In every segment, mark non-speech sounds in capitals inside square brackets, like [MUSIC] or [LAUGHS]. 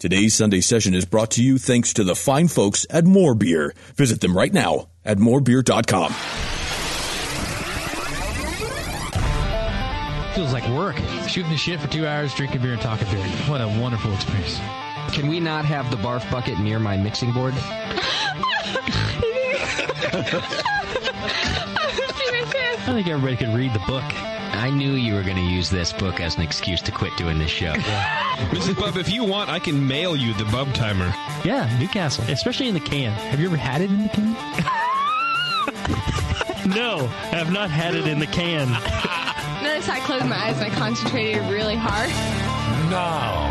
Today's Sunday session is brought to you thanks to the fine folks at More Beer. Visit them right now at morebeer.com. Feels like work. Shooting the shit for two hours, drinking beer and talking beer. What a wonderful experience. Can we not have the barf bucket near my mixing board? I think everybody could read the book. I knew you were going to use this book as an excuse to quit doing this show. Mrs. Bub, if you want, I can mail you the Bub Timer. Yeah, Newcastle, especially in the can. Have you ever had it in the can? [LAUGHS] no, I've not had it in the can. Notice I closed my eyes and I concentrated really hard. Now,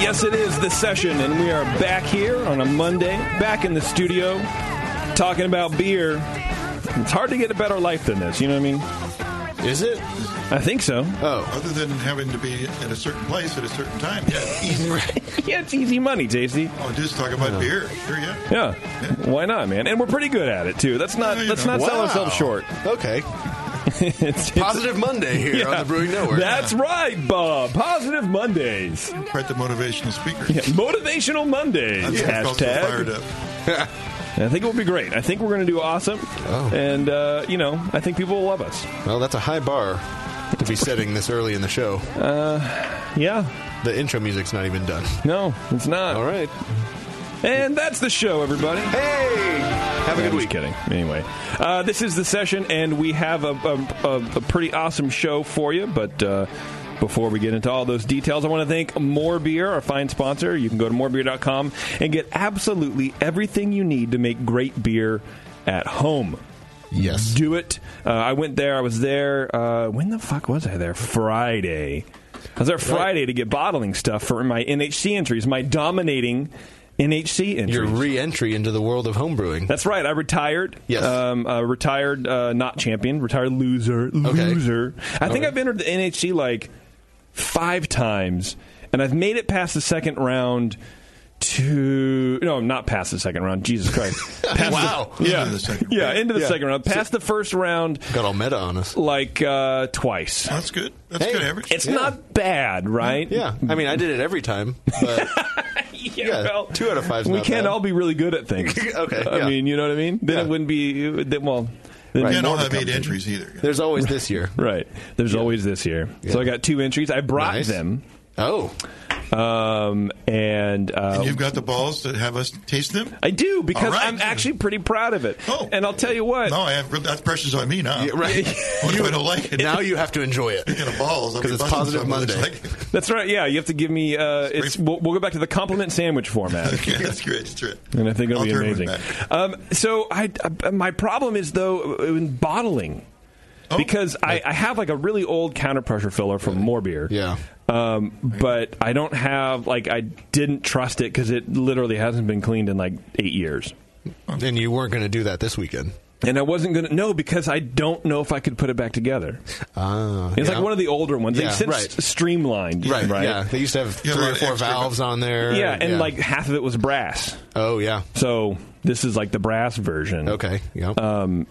Yes, it is the session, and we are back here on a Monday, back in the studio, talking about beer. It's hard to get a better life than this, you know what I mean? Is it? I think so. Oh. Other than having to be at a certain place at a certain time. Yeah, easy. [LAUGHS] yeah, it's easy money, JC. Oh, just talk about beer. Sure, yeah. Yeah. Why not, man? And we're pretty good at it too. Let's not Yeah, you let's know. not sell Wow. ourselves short. Okay. [LAUGHS] it's, it's- Positive Monday here on the Brewing Network. That's right, Bob. Positive Mondays. Quite the motivational speaker. Yeah, motivational Mondays. I'm getting all so Hashtag. fired up. [LAUGHS] Oh. I think it will be great. I think we're going to do awesome. And, uh, you know, I think people will love us. Well, that's a high bar to be setting this early in the show. Uh, yeah. The intro music's not even done. No, it's not. All right. And that's the show, everybody. Hey! Have a good Yeah, I'm week. Just kidding. Anyway, uh, this is the session, and we have a, a, a, a pretty awesome show for you. But uh, before we get into all those details, I want to thank More Beer, our fine sponsor. You can go to morebeer.com and get absolutely everything you need to make great beer at home. Yes. Do it. Uh, I went there. I was there. Uh, when the fuck was I there? Friday. I was there Friday to get bottling stuff for my NHC entries, my dominating NHC entries. Your re entry into the world of homebrewing. That's right. I retired. Yes. Um, uh, retired, uh, not champion. Retired loser. Okay. Loser. I right. think I've entered the NHC like five times, and I've made it past the second round. To no, not past the second round. Jesus [LAUGHS] Christ! Past Wow. The, yeah, Into the second yeah, round. into the Yeah. second round. Past the first round, Got all meta on us. like uh, twice. That's good. That's Hey, good average. It's Yeah. not bad, right? Yeah. I mean, I did it every time. [LAUGHS] But yeah, two out of five's We not can't bad. all be really good at things. [LAUGHS] Okay, I yeah. mean, you know what I mean. Then Yeah. it wouldn't be. it would- then- well, then You can't more all have becomes eight an entries either. there's always this year. [LAUGHS] Right. There's always this year. So I got two entries. I brought Nice. them. Oh. Um, and, uh, And you've got the balls to have us taste them? I do because All right. I'm actually pretty proud of it. Oh. And I'll tell you what. No, I have, that pressure's on me now. Yeah, right. [LAUGHS] What if I don't like [LAUGHS] it? now you have to enjoy it. Speaking of balls, I'll be 'Cause it's busting Positive someone that's Monday. Like, That's right. Yeah, you have to give me. Uh, it's great. we'll, we'll go back to the compliment sandwich [LAUGHS] format. okay, that's [LAUGHS] great. That's great. And I think it'll I'll be turn mine amazing. back. Um, so I, uh, my problem is though uh, in bottling Oh. because I, I have like a really old counter pressure filler from More Beer. Yeah. Um, but I don't have like I didn't trust it because it literally hasn't been cleaned in like eight years. And you weren't going to do that this weekend. And I wasn't gonna no because I don't know if I could put it back together. Ah, It's yeah. like one of the older ones. Yeah, They've since right. streamlined, Right, right? yeah. They used to have Yeah, a three lot or of four extra- valves on there. Yeah, and like half of it was brass. oh yeah, So this is like the brass version. okay, yeah, Um,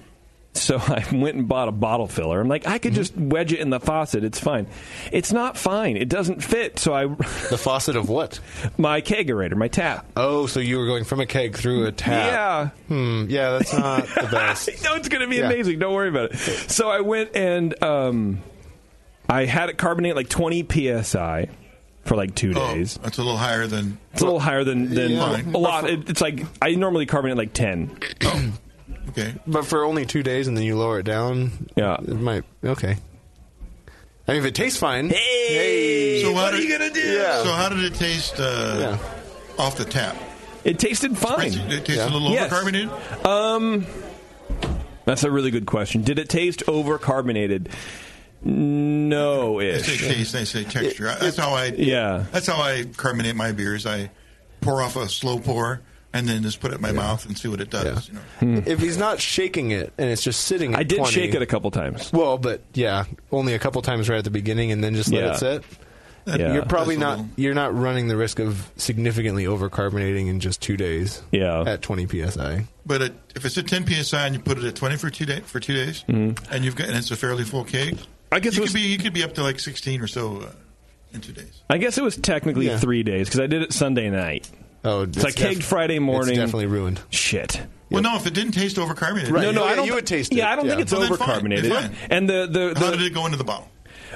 so [LAUGHS] I went and bought a bottle filler. I'm like, I Mm-hmm. could just wedge it in the faucet. It's fine. It's not fine. It doesn't fit. So I, [LAUGHS] the faucet of what? my kegerator, my tap. Oh, so you were going from a keg through a tap. Yeah. Yeah, hmm, yeah, that's not [LAUGHS] the best. no, it's going to be Yeah. amazing. Don't worry about it. So I went and um, I had it carbonate like 20 psi for like two Oh, days. that's a little higher than. It's a little higher than, than Yeah. a lot. It, it's like I normally carbonate like 10. Oh. Okay. But for only two days, and then you lower it down. Yeah. it might. Okay. I mean, if it tastes fine. Hey, So what how are did- you going to do? Yeah. So how did it taste uh, off the tap? It tasted fine. It tastes Yeah. a little Yes. Um, overcarbonated. That's a really good question. Did it taste overcarbonated? No, They say ish. taste, they say texture. I- that's how I. Yeah. That's how I carbonate my beers. I pour off a slow pour and then just put it in my mouth and see what it does. Yeah. You know. If he's not shaking it and it's just sitting, at Hmm. I did 20, shake it a couple times. Well, but yeah, only a couple times right at the beginning, and then just let Yeah. it sit. Yeah. Uh, You're probably That's a not. little- You're not running the risk of significantly overcarbonating in just two days. Yeah. at 20 psi. But it, if it's a 10 psi and you put it at 20 for two day, for two days, Mm. and you've got and it's a fairly full cake, I guess it you was- could be you could be up to like 16 or so uh, in two days. I guess it was technically Yeah. three days because I did it Sunday night. Oh, So I it's kegged def- Friday morning. It's definitely ruined. Shit. Well, no, if it didn't taste overcarbonated, Right. No, no, Yeah, I don't. you thi- would taste it. Yeah, I don't Yeah. think it's Well, then fine. overcarbonated. Fine. And the the, how the- did it go into the bottle?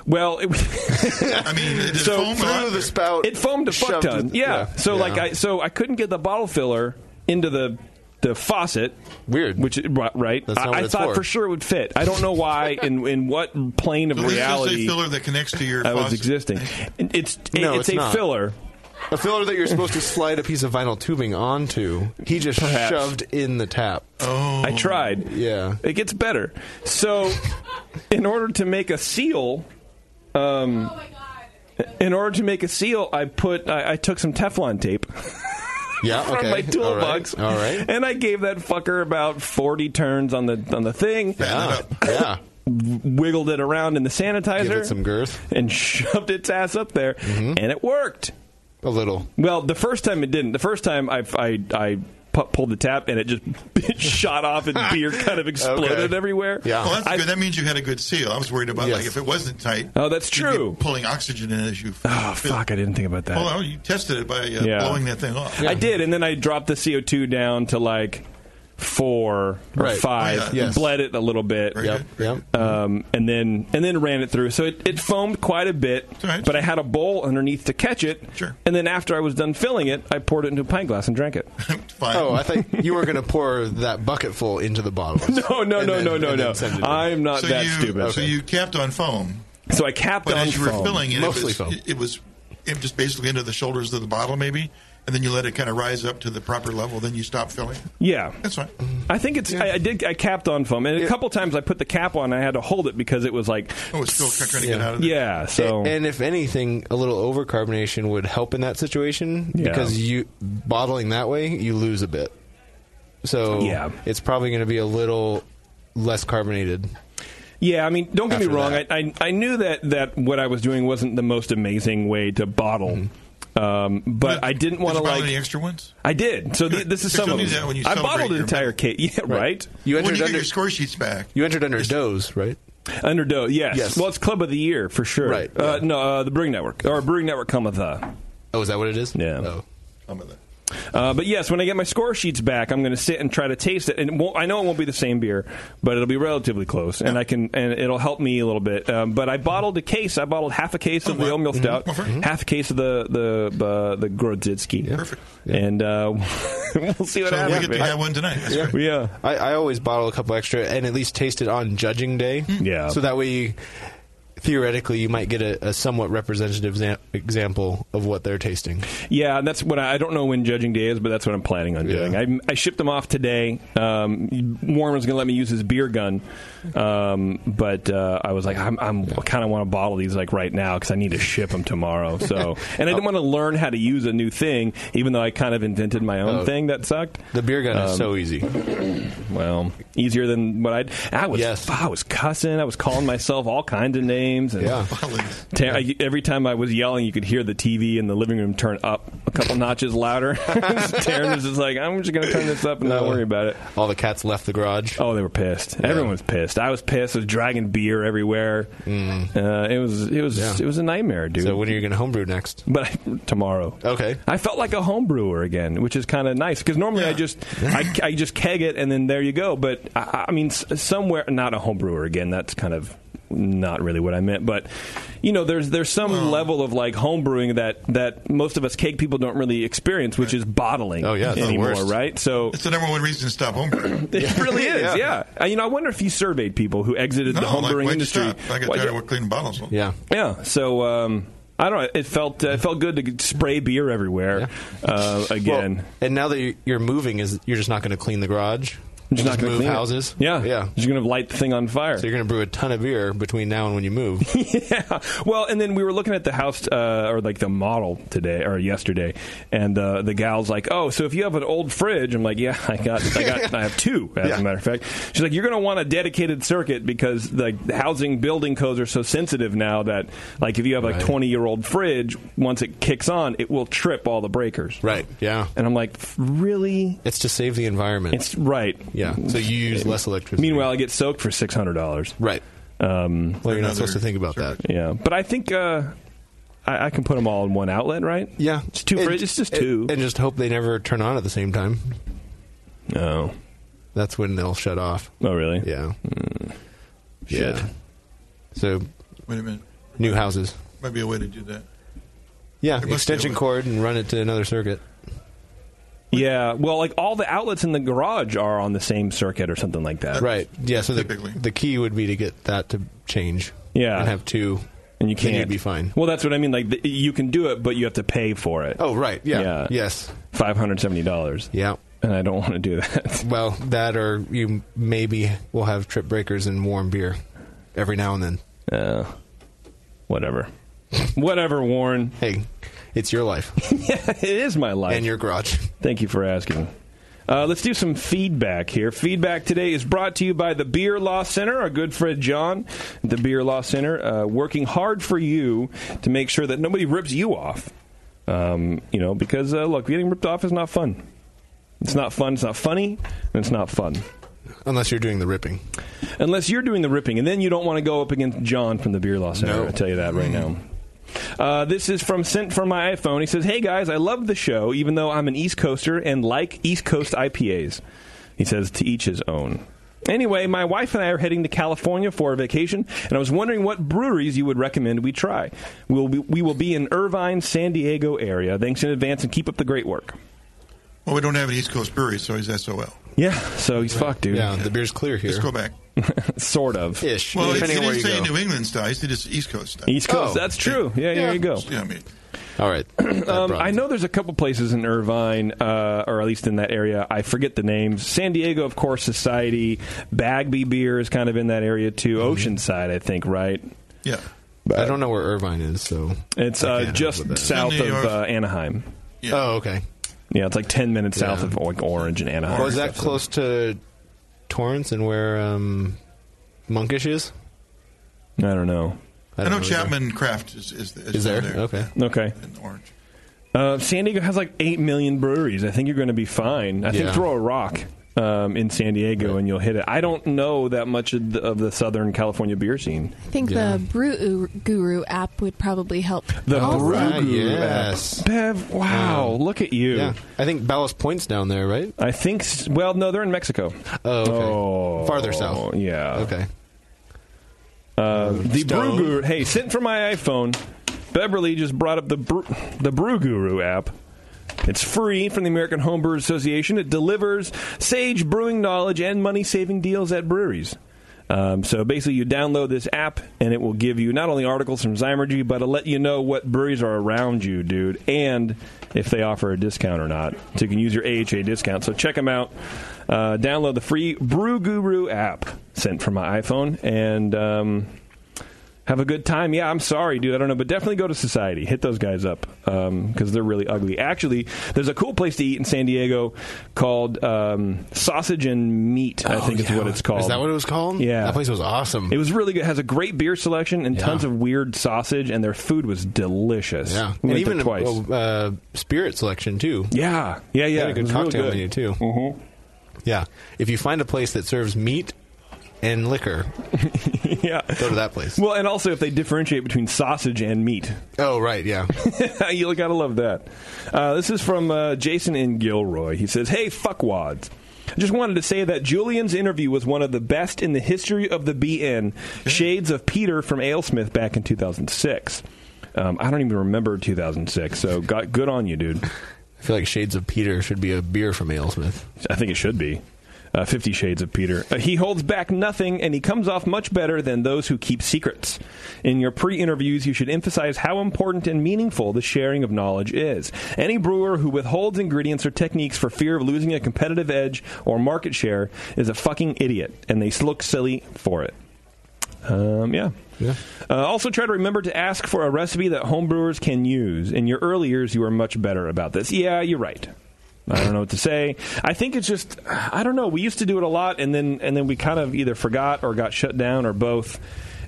well, [LAUGHS] it, I mean, it So foam or Through not? the spout, it foamed a fuck shoved ton. it- Yeah. So Yeah. like I so I couldn't get the bottle filler into the the faucet. Weird. Which it- right? right. That's not I, what I it's thought for. for sure it would fit. I don't [LAUGHS] know why in in what plane of So this reality is a filler that connects to your. I was faucet. existing. It's No, it's it's, a not. filler. a filler that you're supposed to slide a piece of vinyl tubing onto. He just Perhaps. shoved in the tap. I tried. Yeah. It gets better. So, in order to make a seal, um, in order to make a seal, I put I, I took some Teflon tape Yeah, [LAUGHS] from okay. my toolbox, All right. All right. [LAUGHS] and I gave that fucker about forty turns on the on the thing, Yeah. yeah. wiggled it around in the sanitizer, Give it some girth. Mm-hmm. and [LAUGHS] shoved its ass up there, and it worked. A little. Well, the first time it didn't. The first time I I, I pu- pulled the tap and it just [LAUGHS] it shot [LAUGHS] off and beer kind of exploded Okay. everywhere. Yeah. Well, that's I- good. That means you had a good seal. I was worried about Yes. like if it wasn't tight. Oh, that's you'd be true. Pulling oxygen in as you. Oh fuck! I didn't think about that. Well, no, you tested it by uh, Yeah. blowing that thing off. I did, and then I dropped the CO two down to like four or Right. five, Oh, yeah. Yes. bled it a little bit, Very Yep. good. Yep. um, and then and then ran it through. So it, it foamed quite a bit, all right. but I had a bowl underneath to catch it. Sure. And then after I was done filling it, I poured it into a pint glass and drank it. [LAUGHS] Fine. Oh, I think you were going to pour that bucket full into the bottle. [LAUGHS] No, no, And no, then- no, no, and then no. send it in. I'm not so that you, stupid. So you capped on foam, So I capped but on as you were foam. filling it, Mostly it was, foam. it, it was it just basically into the shoulders of the bottle, maybe, and then you let it kind of rise up to the proper level. Then you stop filling. Yeah, That's fine. I think it's. I, I did. I capped on foam, and a couple times I put the cap on. I had to hold it because it was like, Oh, it's still trying to get Yeah. out of there. yeah. So and if anything, a little overcarbonation would help in that situation Yeah. because you bottling that way, you lose a bit. So Yeah. it's probably going to be a little less carbonated. yeah, I mean, don't get me After wrong. I, that. I I knew that that what I was doing wasn't the most amazing way to bottle. Mm-hmm. Um, but I didn't want to Did you buy any like. extra ones? I did. So th- Good. this is So some of do them. that when you I celebrate bottled an your entire meal. cake. Yeah, right. You When entered you get under your score sheets back, you entered under doze, right? Under Doe. Yes. Yes. Well, it's Club of the Year for sure. Right, Uh, yeah. no, uh, the Brewing Network or Brewing Network cometh. Uh, Oh, is that what it is? Yeah. Oh. I'm with it. Uh, but yes, when I get my score sheets back, I'm going to sit and try to taste it. And it won't, I know it won't be the same beer, but it'll be relatively close, and I can and it'll help me a little bit. Um, but I bottled a case. I bottled half a case of the wow. oatmeal stout, Well, fair. half a case of the the uh, the Grodzitsky. Perfect. And uh, [LAUGHS] we'll see So what we happens. get to have one tonight. That's great. yeah. Mm-hmm. I, I always bottle a couple extra and at least taste it on judging day. Yeah. So that way you theoretically you might get a, a somewhat representative za- example of what they're tasting. Yeah, and that's what I, I don't know when Judging Day is, but that's what I'm planning on doing. Yeah. I, I shipped them off today. Um, Warren's going to let me use his beer gun, um, but uh, I was like, I'm, I'm I kind of want to bottle these like right now because I need to ship them [LAUGHS] tomorrow. So, and I Oh. didn't want to learn how to use a new thing, even though I kind of invented my own Oh. thing that sucked. Um, The beer gun is so easy. Well, easier than what I'd. I was. Yes. I was cussing. I was calling myself all kinds of names. And Yeah. Ta- I- every time I was yelling, you could hear the TV in the living room turn up a couple notches louder. [LAUGHS] Taryn was just like, "I'm just going to turn this up and not Yeah. worry about it." All the cats left the garage. Oh, they were pissed. Everyone was pissed. I was pissed. I was dragging beer everywhere. Uh, it was. It was. Mm. Yeah. It was a nightmare, dude. So when are you going to homebrew next? but I, tomorrow, Okay. I felt like a home brewer again, which is kind of nice because normally I just I, I just keg it and then there you go. But I, I mean, s- somewhere not a home brewer again. That's kind of not really what I meant. But you know, there's there's some level of like home brewing that that most of us keg people don't really experience, which is bottling. Oh, yeah, it's the anymore, worst. [LAUGHS] right? So. It's the number one reason to stop home. [COUGHS] It really is, yeah. Yeah. Uh, You know, I wonder if you surveyed people who exited the No, home like, brewing why'd you industry. stop? I got Why- tired of cleaning bottles. Yeah. yeah. So um, I don't know. It felt uh, it felt good to spray beer everywhere uh, again. Well, and now that you- you're moving, is you're just not going to clean the garage? I'm just, not move going to clean it. houses. Yeah, yeah. Just going to light the thing on fire. So you're going to brew a ton of beer between now and when you move. [LAUGHS] yeah. Well, and then we were looking at the house uh, or like the model today or yesterday, and uh, the gal's like, "Oh, so if you have an old fridge," I'm like, "Yeah, I got, I got, I have two [LAUGHS] as Yeah. a matter of fact." She's like, "You're going to want a dedicated circuit because like the housing building codes are so sensitive now that like if you have like Right. 20 year old fridge, once it kicks on, it will trip all the breakers." right. Yeah. And I'm like, "Really?" It's to save the environment. It's right. yeah. So you use less electricity. Meanwhile, I get soaked for six hundred dollars. right. Um, Well, you're not supposed to think about that. Yeah, but I think uh, I, I can put them all in one outlet, right? Yeah. it's two And- fridges. It's just and- two. And just hope they never turn on at the same time. no, That's when they'll shut off. oh really? Hmm. Yeah. Shit. Yeah. So Wait a minute. new houses. Might be a way to do that. Yeah, must be extension able- cord and run it to another circuit. Yeah. Well, like all the outlets in the garage are on the same circuit or something like that, Right. Yeah. So the, Typically. the key would be to get that to change. Yeah. And have two. And you Then can't you'd be fine. Well, that's what I mean. Like the, you can do it, but you have to pay for it. Oh, right. Yeah. Yeah. Yes. Five hundred seventy dollars. Yeah. And I don't want to do that. [LAUGHS] Well, that or you maybe will have trip breakers and warm beer every now and then. Uh, whatever. whatever, Warren. Hey, it's your [LAUGHS] life it is my life. and your garage. Thank you for asking. Uh, let's do some feedback here. Feedback today is brought to you by the Beer Law Center, our good friend John, at the Beer Law Center, uh, working hard for you to make sure that nobody rips you off. Um, you know, because uh, look, getting ripped off is not fun. It's not fun. It's not funny, and it's not fun Unless you're doing the ripping. unless you're doing the ripping, and then you don't want to go up against John from the Beer Law Center. No. Mm-hmm. I'll tell you that right now. Uh, this is from sent from my iPhone. He says, "Hey guys, I love the show, even though I'm an East Coaster and like East Coast IPAs." He says, "To each his own." Anyway, my wife and I are heading to California for a vacation, and I was wondering what breweries you would recommend we try. We'll be, we will be in Irvine, San Diego area. Thanks in advance, and keep up the great work. Well, we don't have an East Coast brewery, so he's SOL. Yeah, so he's fucked, dude. Yeah, the beer's clear here. Let's go back. [LAUGHS] Sort of. Ish. Well, he depending on didn't where you say go. New England style. He said it's East Coast style. East Coast. Oh. That's true. Yeah, there you go. Yeah, I mean, All right. That [CLEARS THROAT] Um, brought I it. know there's a couple places in Irvine, uh, or at least in that area. I forget the names. San Diego, of course, Society. Bagby Beer is kind of in that area too. Oceanside, I think, right? Uh, yeah. Mm-hmm. I don't know where Irvine is, so. It's I can't help with uh, just that. south New of York. uh, Anaheim. yeah. Oh, okay. Yeah, it's like 10 minutes south Yeah. of like, Orange and Anaheim. Or is that close to Torrance and where um, Monkish is? I don't know. I know really Chapman Craft is, is, is, Is there? down Okay. Okay. In Orange. Uh, San Diego has like 8 million breweries. I think you're going to be fine. I think Yeah. throw a rock. Um, in San Diego, and you'll hit it. I don't know that much of the, of the Southern California beer scene. I think Yeah. the Brew Guru app would probably help. Oh, The also. Brew right, Guru yes. app. Bev, wow, Wow. look at you. Yeah. I think Ballast Point's down there, right? I think, s- well, no, they're in Mexico. Oh, okay. Oh, Farther south. Yeah. Okay. Um, Uh, the Brew Stone. Guru. Hey, sent from my iPhone, Beverly just brought up the Brew, the Brew Guru app. It's free from the American Homebrewers Association. It delivers sage brewing knowledge and money saving deals at breweries. Um, so basically, you download this app, and it will give you not only articles from Zymergy, but it'll let you know what breweries are around you, dude, and if they offer a discount or not. So you can use your AHA discount. So check them out. Uh, download the free Brew Guru app sent from my iPhone, and um, have a good time. Yeah, I'm sorry, dude. I don't know, but definitely go to Society. Hit those guys up because they're really ugly. Actually, there's a cool place to eat in San Diego called um, Sausage and Meat. I think is what it's called. Oh, Is that what it was called? Yeah. That place was awesome. It was really good. It has a great beer selection and tons of weird sausage, and their food was delicious. yeah. and we went even there twice. a, uh, spirit selection too. yeah, yeah, yeah. They had a it good was cocktail really menu good. too. Mm-hmm. Yeah. If you find a place that serves meat and liquor, [LAUGHS] yeah. go to that place. Well, and also if they differentiate between sausage and meat, oh, right. [LAUGHS] Yeah. you gotta love that. Uh, this is from uh, Jason in Gilroy. He says, "Hey, fuckwads." I just wanted to say that Julian's interview was one of the best in the history of the BN, Shades of Peter from Alesmith back in 2006. Um, I don't even remember 2006, so got, good on you, [LAUGHS] dude. I feel like Shades of Peter should be a beer from Alesmith. I think it should be. Uh, Fifty Shades of Peter. Uh, he holds back nothing, and he comes off much better than those who keep secrets. In your pre interviews, you should emphasize how important and meaningful the sharing of knowledge is. Any brewer who withholds ingredients or techniques for fear of losing a competitive edge or market share is a fucking idiot, and they look silly for it. Um, yeah. Uh, also, try to remember to ask for a recipe that homebrewers can use. In your early years, you were much better about this. Yeah, you're right. I don't know what to say. I think it's just I don't know. We used to do it a lot, and then and then we kind of either forgot or got shut down or both.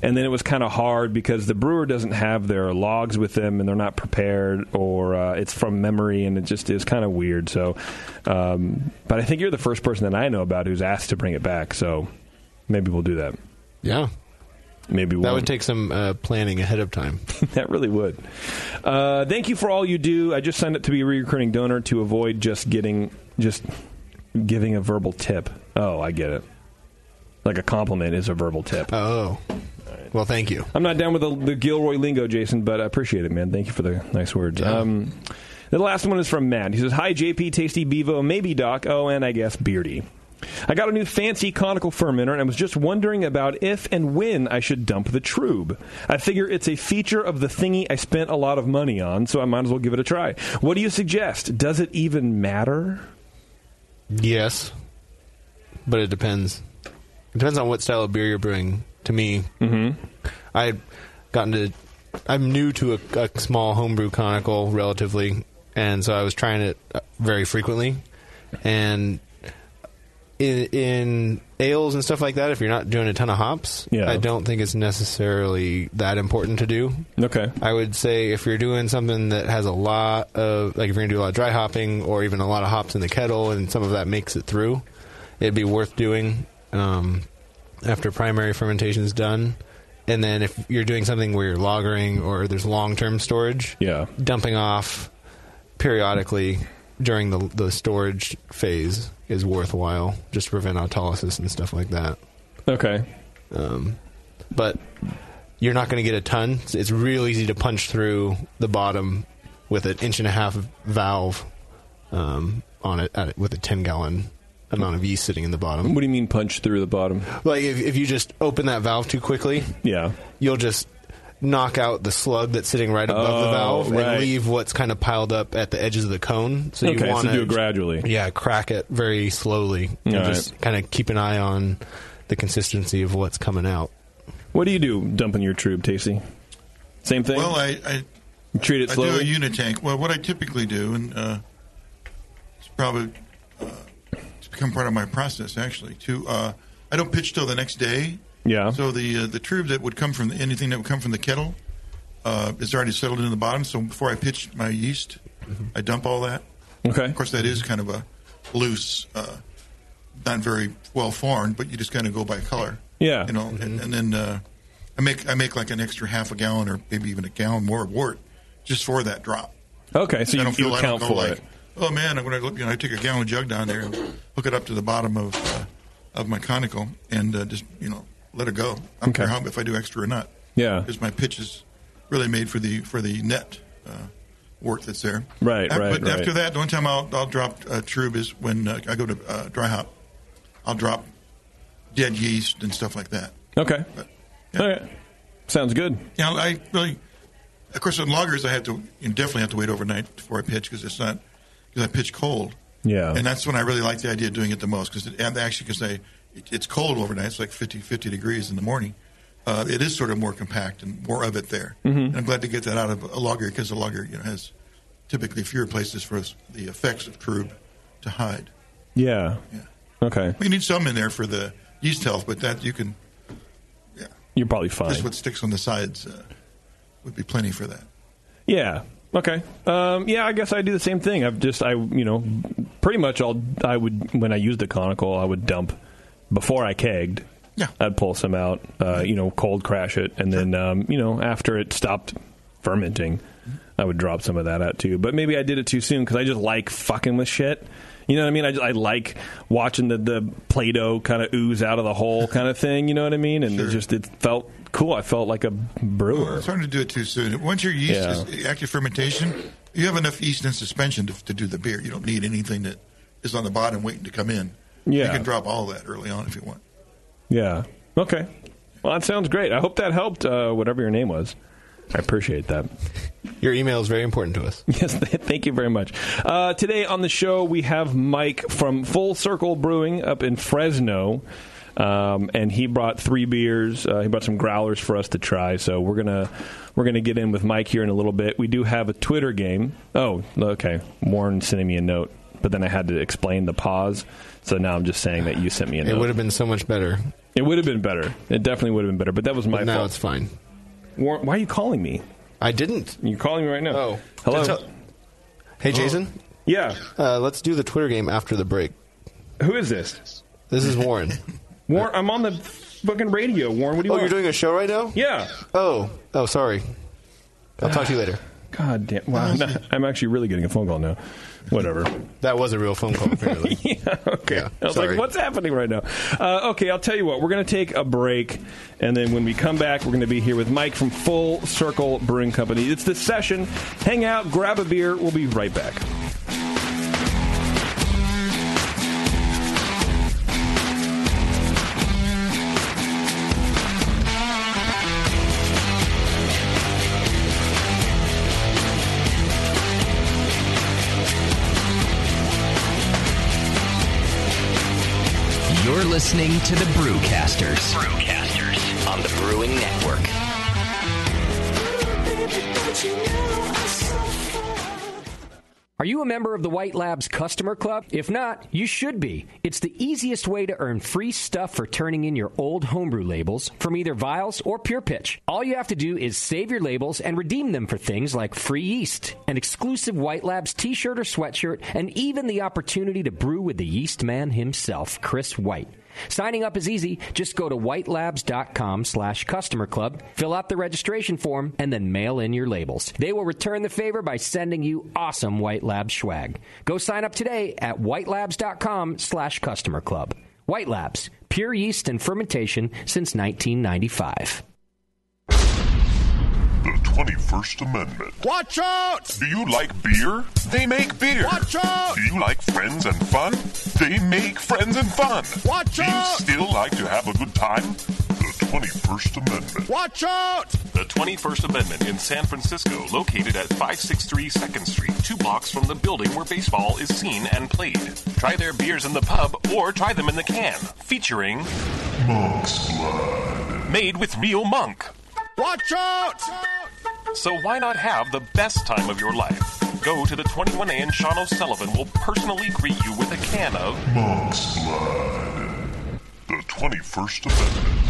And then it was kind of hard because the brewer doesn't have their logs with them, and they're not prepared, or uh, it's from memory, and it just is kind of weird. So, um, but I think you're the first person that I know about who's asked to bring it back. So maybe we'll do that. Yeah. Maybe That we'll, would take some uh, planning ahead of time. [LAUGHS] that really would. Uh, thank you for all you do. I just signed up to be a recurring donor to avoid just getting just giving a verbal tip. Oh, I get it. Like a compliment is a verbal tip. Oh. Well, thank you. I'm not down with the, the Gilroy lingo, Jason, but I appreciate it, man. Thank you for the nice words. Um, the last one is from Matt. He says, "Hi, JP, Tasty Bevo, maybe Doc. Oh, and I guess Beardy." I got a new fancy conical fermenter and I was just wondering about if and when I should dump the trube. I figure it's a feature of the thingy I spent a lot of money on, so I might as well give it a try. What do you suggest? Does it even matter? Yes. But it depends. It depends on what style of beer you're brewing. To me, mm-hmm. I got into. I'm new to a, a small homebrew conical, relatively, and so I was trying it uh, very frequently. And in, in ales and stuff like that, if you're not doing a ton of hops, Yeah. I don't think it's necessarily that important to do. Okay. I would say if you're doing something that has a lot of, like if you're going to do a lot of dry hopping or even a lot of hops in the kettle and some of that makes it through, it'd be worth doing um, after primary fermentation's done. And then if you're doing something where you're lagering or there's long term storage, Yeah. dumping off periodically during the, the storage phase is worthwhile just to prevent autolysis and stuff like that Um, Okay. but you're not going to get a ton. It's- It's real easy to punch through the bottom with an inch and a half valve um, on it at, with a ten gallon amount of yeast sitting in the bottom. What do you mean punch through the bottom? Like if, if you just open that valve too quickly, Yeah. you'll just knock out the slug that's sitting right above Oh, the valve right. and leave what's kind of piled up at the edges of the cone. So okay, you so want do it gradually. yeah, crack it very slowly. And All just kind of keep an eye on the consistency of what's coming out. What do you do dumping your trube, Tasty? Same thing? Well, I, I, Treat it I do a slowly? unitank. Well, what I typically do, and uh, it's probably uh, it's become part of my process actually. To uh, I don't pitch till the next day. Yeah. So the uh, the trube that would come from the, anything that would come from the kettle uh, is already settled in the bottom. So before I pitch my yeast, I dump all that. Mm-hmm. okay. Of course, that is kind of a loose, uh, not very well formed, but you just kind of go by color. Yeah. Mm-hmm. you know, and, and then uh, I make I make like an extra half a gallon or maybe even a gallon more of wort just for that drop. Okay, I so you, don't feel you I account don't go for like, it. oh man, I'm gonna look, you know I take a gallon jug down there and hook it up to the bottom of uh, of my conical and uh, just you know let it go. I don't Okay. care how if I do extra or not. Yeah. because my pitch is really made for the for the net. Uh, Wort that's there, Right, Af- right, But right. after that, the only time I'll, I'll drop uh, trube is when uh, I go to uh, dry hop. I'll drop dead yeast and stuff like that. Okay. All right. Sounds good. Yeah, I really. Of course, on loggers, I had to you definitely have to wait overnight before I pitch because it's not because I pitch cold. Yeah. and that's when I really like the idea of doing it the most because it, and actually because they it, it's cold overnight. It's like 50, 50 degrees in the morning. Uh, it is sort of more compact and more of it there. Mm-hmm. And I'm glad to get that out of a logger because a logger you know, has typically fewer places for us- the effects of croup to hide. Yeah. Okay. We need some in there for the yeast health, but that you can You're probably fine. just what sticks on the sides uh, would be plenty for that. Yeah. Okay. Um, yeah, I guess I do the same thing. I've just I you know pretty much all I would when I used the conical I would dump before I kegged. Yeah. I'd pull some out, uh, you know, cold crash it, and then um, you know after it stopped fermenting, I would drop some of that out too. But maybe I did it too soon because I just like fucking with shit. You know what I mean? I, just, I like watching the, the Play-Doh kind of ooze out of [LAUGHS] the hole kind of thing. You know what I mean? And it Sure. just it felt cool. I felt like a brewer. Well, it's hard to do it too soon. Once your yeast Yeah. is active fermentation, you have enough yeast in suspension to, to do the beer. You don't need anything that is on the bottom waiting to come in. Yeah. You can drop all that early on if you want. Yeah. Okay. Well, that sounds great. I hope that helped, uh, whatever your name was. I appreciate that. Your email is very important to us. [LAUGHS] Yes, th- thank you very much. Uh, today on the show, we have Mike from Full Circle Brewing up in Fresno. Um, and he brought three beers. Uh, he brought some growlers for us to try. So we're gonna we're gonna get in with Mike here in a little bit. We do have a Twitter game. Oh, okay. Warren sent me a note, but then I had to explain the pause. So now I'm just saying that you sent me a It note. would have been so much better. it would have been better. It definitely would have been better. But that was my But now fault. it's fine. Warren, why are you calling me? I didn't. You're calling me right now. Oh. hello. To tell- Hey, Jason. yeah, Uh, let's do the Twitter game after the break. who is this? This is Warren. [LAUGHS] Warren, I'm on the fucking radio. Warren, what do you oh, want? you're doing a show right now? yeah. Oh. Oh, sorry. I'll talk to [LAUGHS] you later. God damn. Wow. [LAUGHS] no, I'm actually really getting a phone call now. Whatever. That was a real phone call, [LAUGHS] apparently. Okay. Yeah, I was sorry. like, what's happening right now? Uh, okay, I'll tell you what. We're going to take a break, and then when we come back, we're going to be here with Mike from Full Circle Brewing Company. It's the session. Hang out, grab a beer. We'll be right back. You're listening to the Brewcasters. Brewcasters on the Brewing Network. Are you a member of the White Labs Customer Club? If not, you should be. It's the easiest way to earn free stuff for turning in your old homebrew labels from either vials or pure pitch. All you have to do is save your labels and redeem them for things like free yeast, an exclusive White Labs t shirt or sweatshirt, and even the opportunity to brew with the yeast man himself, Chris White. Signing up is easy. Just go to whitelabs.com slash customer club, fill out the registration form, and then mail in your labels. They will return the favor by sending you awesome White Lab swag. Go sign up today at whitelabs.com slash customer club. White Labs, pure yeast and fermentation since 1995. The 21st Amendment. Watch out! Do you like beer? They make beer. Watch out! Do you like friends and fun? They make friends and fun. Watch Do out! you still like to have a good time? The 21st Amendment. Watch out! The 21st Amendment in San Francisco, located at 563 2nd Street, two blocks from the building where baseball is seen and played. Try their beers in the pub or try them in the can, featuring Monk's Blood. Made with real monk. Watch out! So why not have the best time of your life? Go to the 21A and Sean O'Sullivan will personally greet you with a can of Monk's Blood. The 21st Amendment.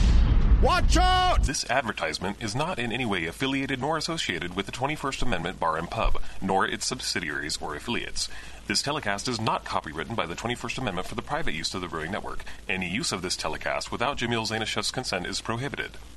Watch out! This advertisement is not in any way affiliated nor associated with the 21st Amendment Bar and Pub, nor its subsidiaries or affiliates. This telecast is not copywritten by the 21st Amendment for the private use of the Brewing Network. Any use of this telecast without Jamil Zanishev's consent is prohibited.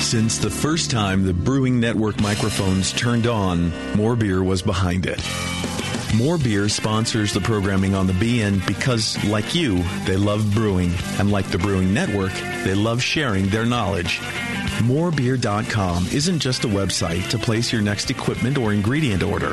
Since the first time the Brewing Network microphones turned on, More Beer was behind it. More Beer sponsors the programming on the BN because, like you, they love brewing, and like the Brewing Network, they love sharing their knowledge. Morebeer.com isn't just a website to place your next equipment or ingredient order.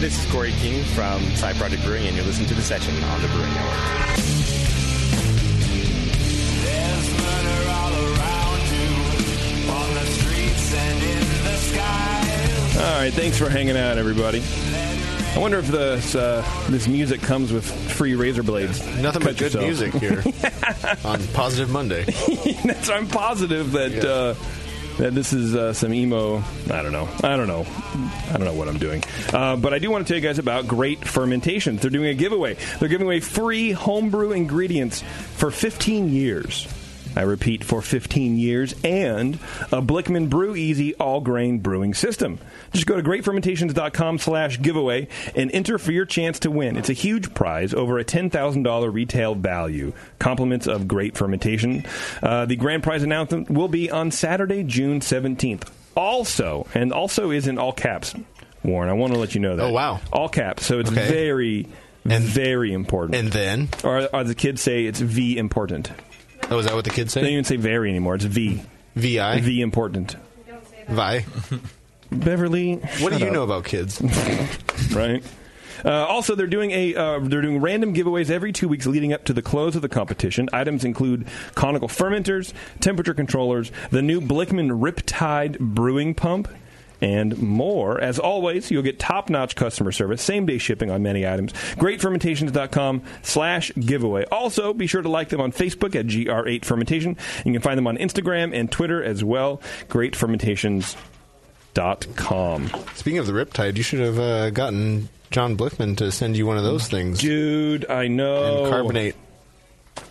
This is Corey King from Side Project Brewing, and you're listening to The Session on the Brewing Network. All right, thanks for hanging out, everybody. I wonder if this uh, this music comes with free razor blades. Nothing but Cut good yourself. music here on Positive Monday. [LAUGHS] That's I'm positive that uh, that this is uh, some emo. I don't know. I don't know. I don't know what I'm doing. Uh, but I do want to tell you guys about Great Fermentations. They're doing a giveaway. They're giving away free homebrew ingredients for 15 years. I repeat, for 15 years, and a Blickman Brew Easy all-grain brewing system. Just go to greatfermentations.com slash giveaway and enter for your chance to win. It's a huge prize, over a $10,000 retail value. Compliments of Great Fermentation. Uh, the grand prize announcement will be on Saturday, June 17th. Also, and also is in all caps, Warren. I want to let you know that. Oh, wow. All caps. So it's Okay. very, very important. And then? Or, or the kids say it's V important. Oh, is that what the kids say? They don't even say very anymore. It's V. VI? V important. Vi. Beverly. What do shut you up. know about kids? [LAUGHS] right? Uh, also, they're doing a uh, they're doing random giveaways every two weeks leading up to the close of the competition. Items include conical fermenters, temperature controllers, the new Blickman Riptide brewing pump. And more. As always, you'll get top-notch customer service, same-day shipping on many items. Greatfermentations.com slash giveaway. Also, be sure to like them on Facebook at GR8 Fermentation. You can find them on Instagram and Twitter as well. Greatfermentations.com. Speaking of the Riptide, you should have uh, gotten John Bliffman to send you one of those things. Dude, I know. And carbonate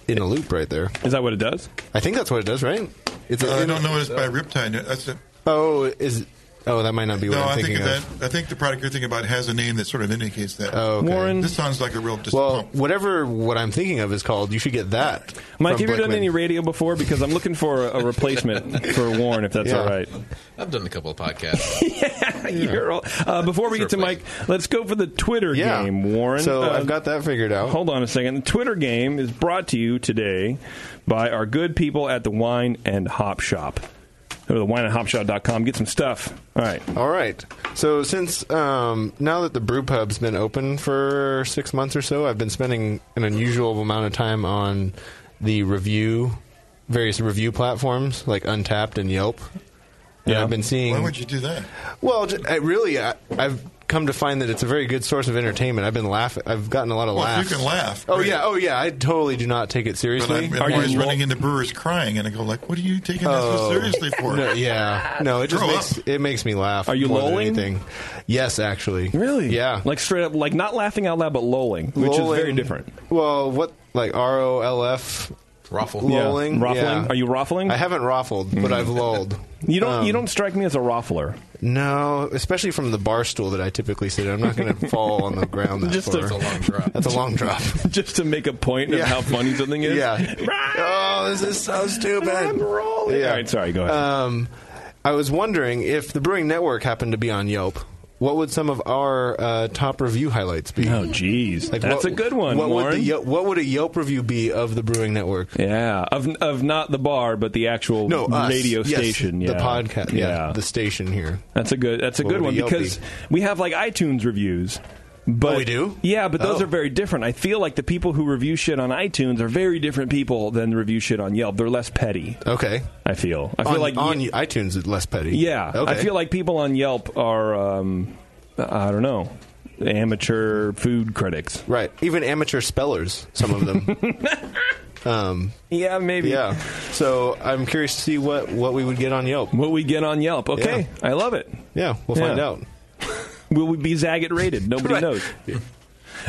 in a loop right there. Is that what it does? I think that's what it does, right? It's Uh, I don't know. It's by Riptide. That's a, Oh, is oh that might not be what no, I'm I think thinking that. of. I think the product you're thinking about has a name that sort of indicates that. Oh, okay. Warren- this sounds like a real. Dis- Well, whatever what I'm thinking of is called. You should get that. Mike, from have you done Blickman. any radio before? Because I'm looking for a, [LAUGHS] a replacement for Warren, if that's Yeah. all right. I've done a couple of [LAUGHS] podcasts. You're all- uh, before we get to Mike, let's go for the Twitter Yeah. game, Warren. Uh, So I've got that figured out. Hold on a second. The Twitter game is brought to you today by our good people at the Wine and Hop Shop. Go to the wineandhopshop.com. Get some stuff. All right. All right. So since um, now that the brew pub's been open for six months or so, I've been spending an unusual amount of time on the review, various review platforms like Untapped and Yelp. And I've been seeing. Why would you do that? Well, j- I really, I, I've come to find that it's a very good source of entertainment. I've been laughing. I've gotten a lot of Well, if laughs. you can laugh, Oh great. yeah. Oh yeah. I totally do not take it But seriously. I'm, I'm always running into brewers crying, and I go like, "What are you taking this so Oh. seriously [LAUGHS] for?" No, yeah, no, it just Grow makes it makes me laugh. Are you more than lolling? anything. Yes, actually. Really? Yeah. Like straight up, like not laughing out loud, but lolling, which is very Lolling- different. Well, what like R O L F? Ruffle. Yeah. Lolling. Ruffling? yeah. Are you ruffling? Mm. I haven't ruffled, but I've lolled. Um, You don't. you don't strike me as a ruffler. No, especially from the bar stool that I typically sit. at. I'm not [LAUGHS] going to fall on the ground. That Just a- far. That's a long drop. That's a long drop. [LAUGHS] Just to make a point Yeah. of how funny something is. Yeah. oh, this is so stupid. I'm rolling. Yeah. All right, sorry, go ahead. Um, I was wondering if the Brewing Network happened to be on Yelp. What would some of our uh, top review highlights be? Oh, jeez, that's a good one. What would, the Warren. Yelp, what would a Yelp review be of the Brewing Network? Yeah, of of not the bar, but the actual No, us. radio Yes, station. the Yeah. podca- yeah, the station here. That's a good. That's a What good would one a Yelp because be? we have like iTunes reviews. But Oh, we do? Yeah, but those Oh. are very different. I feel like the people who review shit on iTunes are very different people than review shit on Yelp. They're less petty. Okay, I feel. I feel on, like on iTunes, it's less petty. Yeah, Okay. I feel like people on Yelp are um, I don't know, amateur food critics. Right. Even amateur spellers, some of them. [LAUGHS] um, yeah, maybe. Yeah. So I'm curious to see what, what we would get on Yelp. What we get on Yelp. Okay, I love it. Yeah, we'll Yeah. [LAUGHS] find out. Will we be Zagat rated? Nobody [LAUGHS] knows.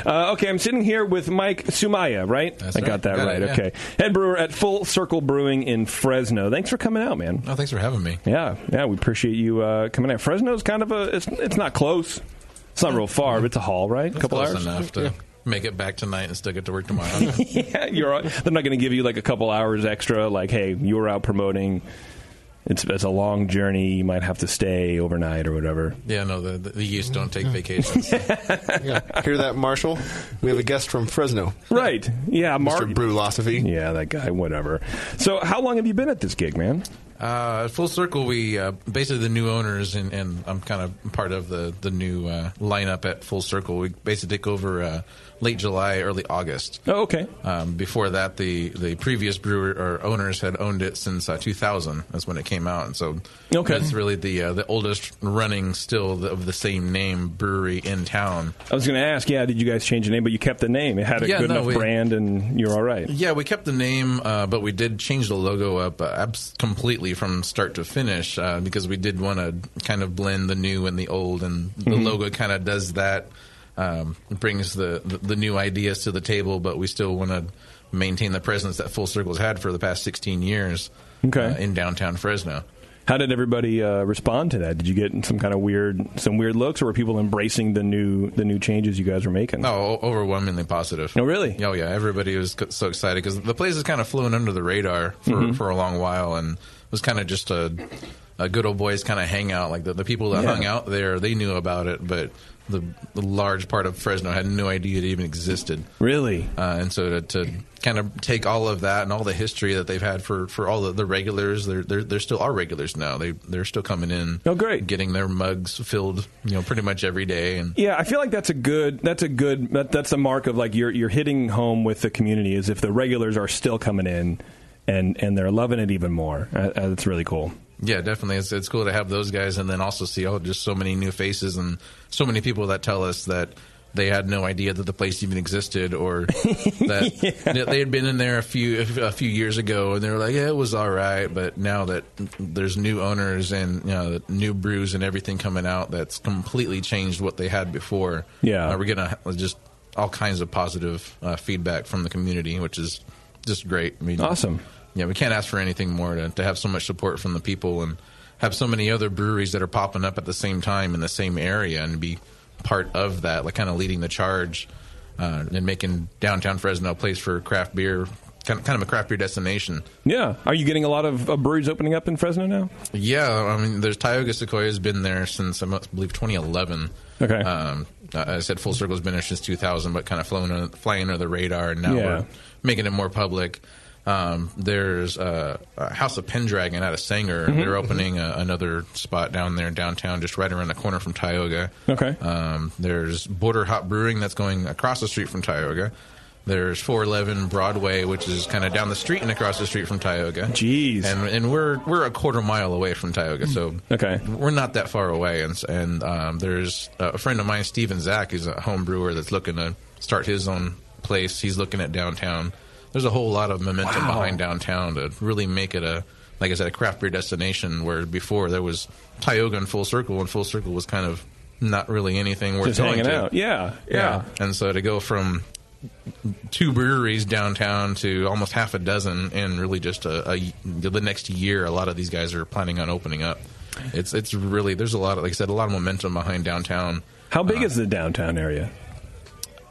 Uh, okay, I'm sitting here with Mike Sumaya, right? I got right. that Got right. it, yeah. Okay, head brewer at Full Circle Brewing in Fresno. Thanks for coming out, man. Oh, thanks for having me. Yeah, yeah, we appreciate you uh, coming out. Fresno's kind of a it's, it's not close. It's not real far, but it's a haul, right? That's couple close hours enough to make it back tonight and still get to work tomorrow. [LAUGHS] [LAUGHS] yeah, you're. all- They're not going to give you like a couple hours extra. Like, hey, you were out promoting. It's it's a long journey. You might have to stay overnight or whatever. yeah, no, the, the, the youths don't take vacations. Hear that, Marshall? We have a guest from Fresno. Right. Yeah, Mark. Mr. Brewlosophy. Yeah, that guy. Whatever. So, how long have you been at this gig, man? Uh, at Full Circle, we uh, basically the new owners, and, and I'm kind of part of the the new uh, lineup at Full Circle. We basically took over uh, late July, early August. Oh, okay. Um, before that, the the previous brewer or owners had owned it since uh, 2000. That's when it came out, and so Okay. that's really the uh, the oldest running still of the same name brewery in town. I was going to ask. Yeah, did you guys change the name? But you kept the name. It had a Yeah, good no, enough we- brand, and you're all right. Yeah, we kept the name, uh, but we did change the logo up uh, abs- completely from start to finish uh, because we did want to kind of blend the new and the old, and the Mm-hmm. Mhm. logo kind of does that. Um, it brings the, the the new ideas to the table, but we still want to maintain the presence that Full Circle's had for the past 16 years Okay. uh, in downtown Fresno. How did everybody uh, respond to that? Did you get some kind of weird, some weird looks, or were people embracing the new, the new changes you guys were making? No, o- overwhelmingly positive. Oh, really? Oh, yeah. Everybody was c- so excited because the place has kind of flown under the radar for, Mhm. for a long while and was kind of just a, a good old boys kind of hangout. Like the, the people that Yeah. hung out there, they knew about it, but the, the large part of Fresno had no idea it even existed. Really? Uh, and so to, to kind of take all of that and all the history that they've had for, for all the, the regulars, they're, they're, they're still our regulars now. They, they're still coming in. Oh, great. Getting their mugs filled, you know, pretty much every day. And Yeah, I feel like that's a good. That's a good. That, that's a mark of like you're you're hitting home with the community is if the regulars are still coming in, and and they're loving it even more. Uh, uh, That's really cool. Yeah, definitely. It's, it's cool to have those guys and then also see oh, just so many new faces and so many people that tell us that they had no idea that the place even existed or that that they had been in there a few a few years ago and they were like, yeah, it was all right, but now that there's new owners and you know, new brews and everything coming out, that's completely changed what they had before. Yeah. Uh, we're gonna ha- just all kinds of positive uh, feedback from the community, which is just great. I mean, Awesome. yeah, we can't ask for anything more to, to have so much support from the people and have so many other breweries that are popping up at the same time in the same area and be part of that, like kind of leading the charge uh, and making downtown Fresno a place for craft beer, kind of, kind of a craft beer destination. Yeah. Are you getting a lot of uh, breweries opening up in Fresno now? Yeah, I mean, there's Tioga Sequoia has been there since I must believe 2011. Okay. Um, I I said Full Circle has been there since 2000, but kind of flown under, flying under the radar, and now Yeah. we're making it more public. Um, there's uh, uh, House of Pendragon out of Sanger. Mhm. They're opening a, another spot down there in downtown, just right around the corner from Tioga. Okay. Um, there's Border Hop Brewing that's going across the street from Tioga. There's 411 Broadway, which is kind of down the street and across the street from Tioga. Jeez. Mm. And, and we're we're a quarter mile away from Tioga, so okay, we're not that far away. And and um, there's a friend of mine, Steven Zach, who's a home brewer that's looking to start his own place. He's looking at downtown. There's a whole lot of momentum Wow. behind downtown to really make it a like I said, a craft beer destination. Where before there was Tioga and Full Circle, and Full Circle was kind of not really anything worth Just going hanging to. out. Yeah, yeah. And so to go from two breweries downtown to almost half a dozen in really just a, a the next year a lot of these guys are planning on opening up it's it's really there's a lot of like i said a lot of momentum behind downtown how big is the downtown area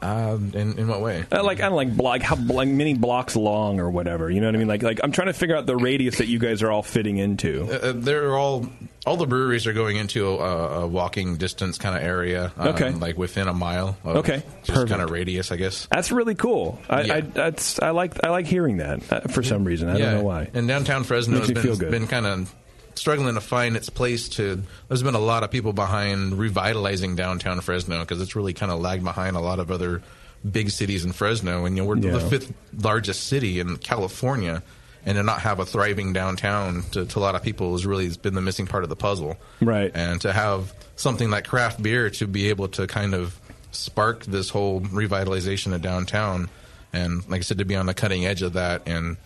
um, in, in what way Uh, like I don't like block how like many blocks long or whatever. You know what I mean? Like like I'm trying to figure out the radius that you guys are all fitting into. Uh, uh, they're all all the breweries are going into a, a walking distance kind of area um, Okay. like within a mile of Okay, just kind of radius i guess That's really cool. I, I that's I like I like hearing that uh, for some reason. I yeah. don't know why. And downtown Fresno Makes has me feel been, good. been kind of struggling to find its place to there's been a lot of people behind revitalizing downtown Fresno because it's really kind of lagged behind a lot of other big cities in Fresno and you know, we're Yeah. the fifth largest city in California and to not have a thriving downtown to, to a lot of people has really been the missing part of the puzzle Right. and to have something like craft beer to be able to kind of spark this whole revitalization of downtown and like i said to be on the cutting edge of that and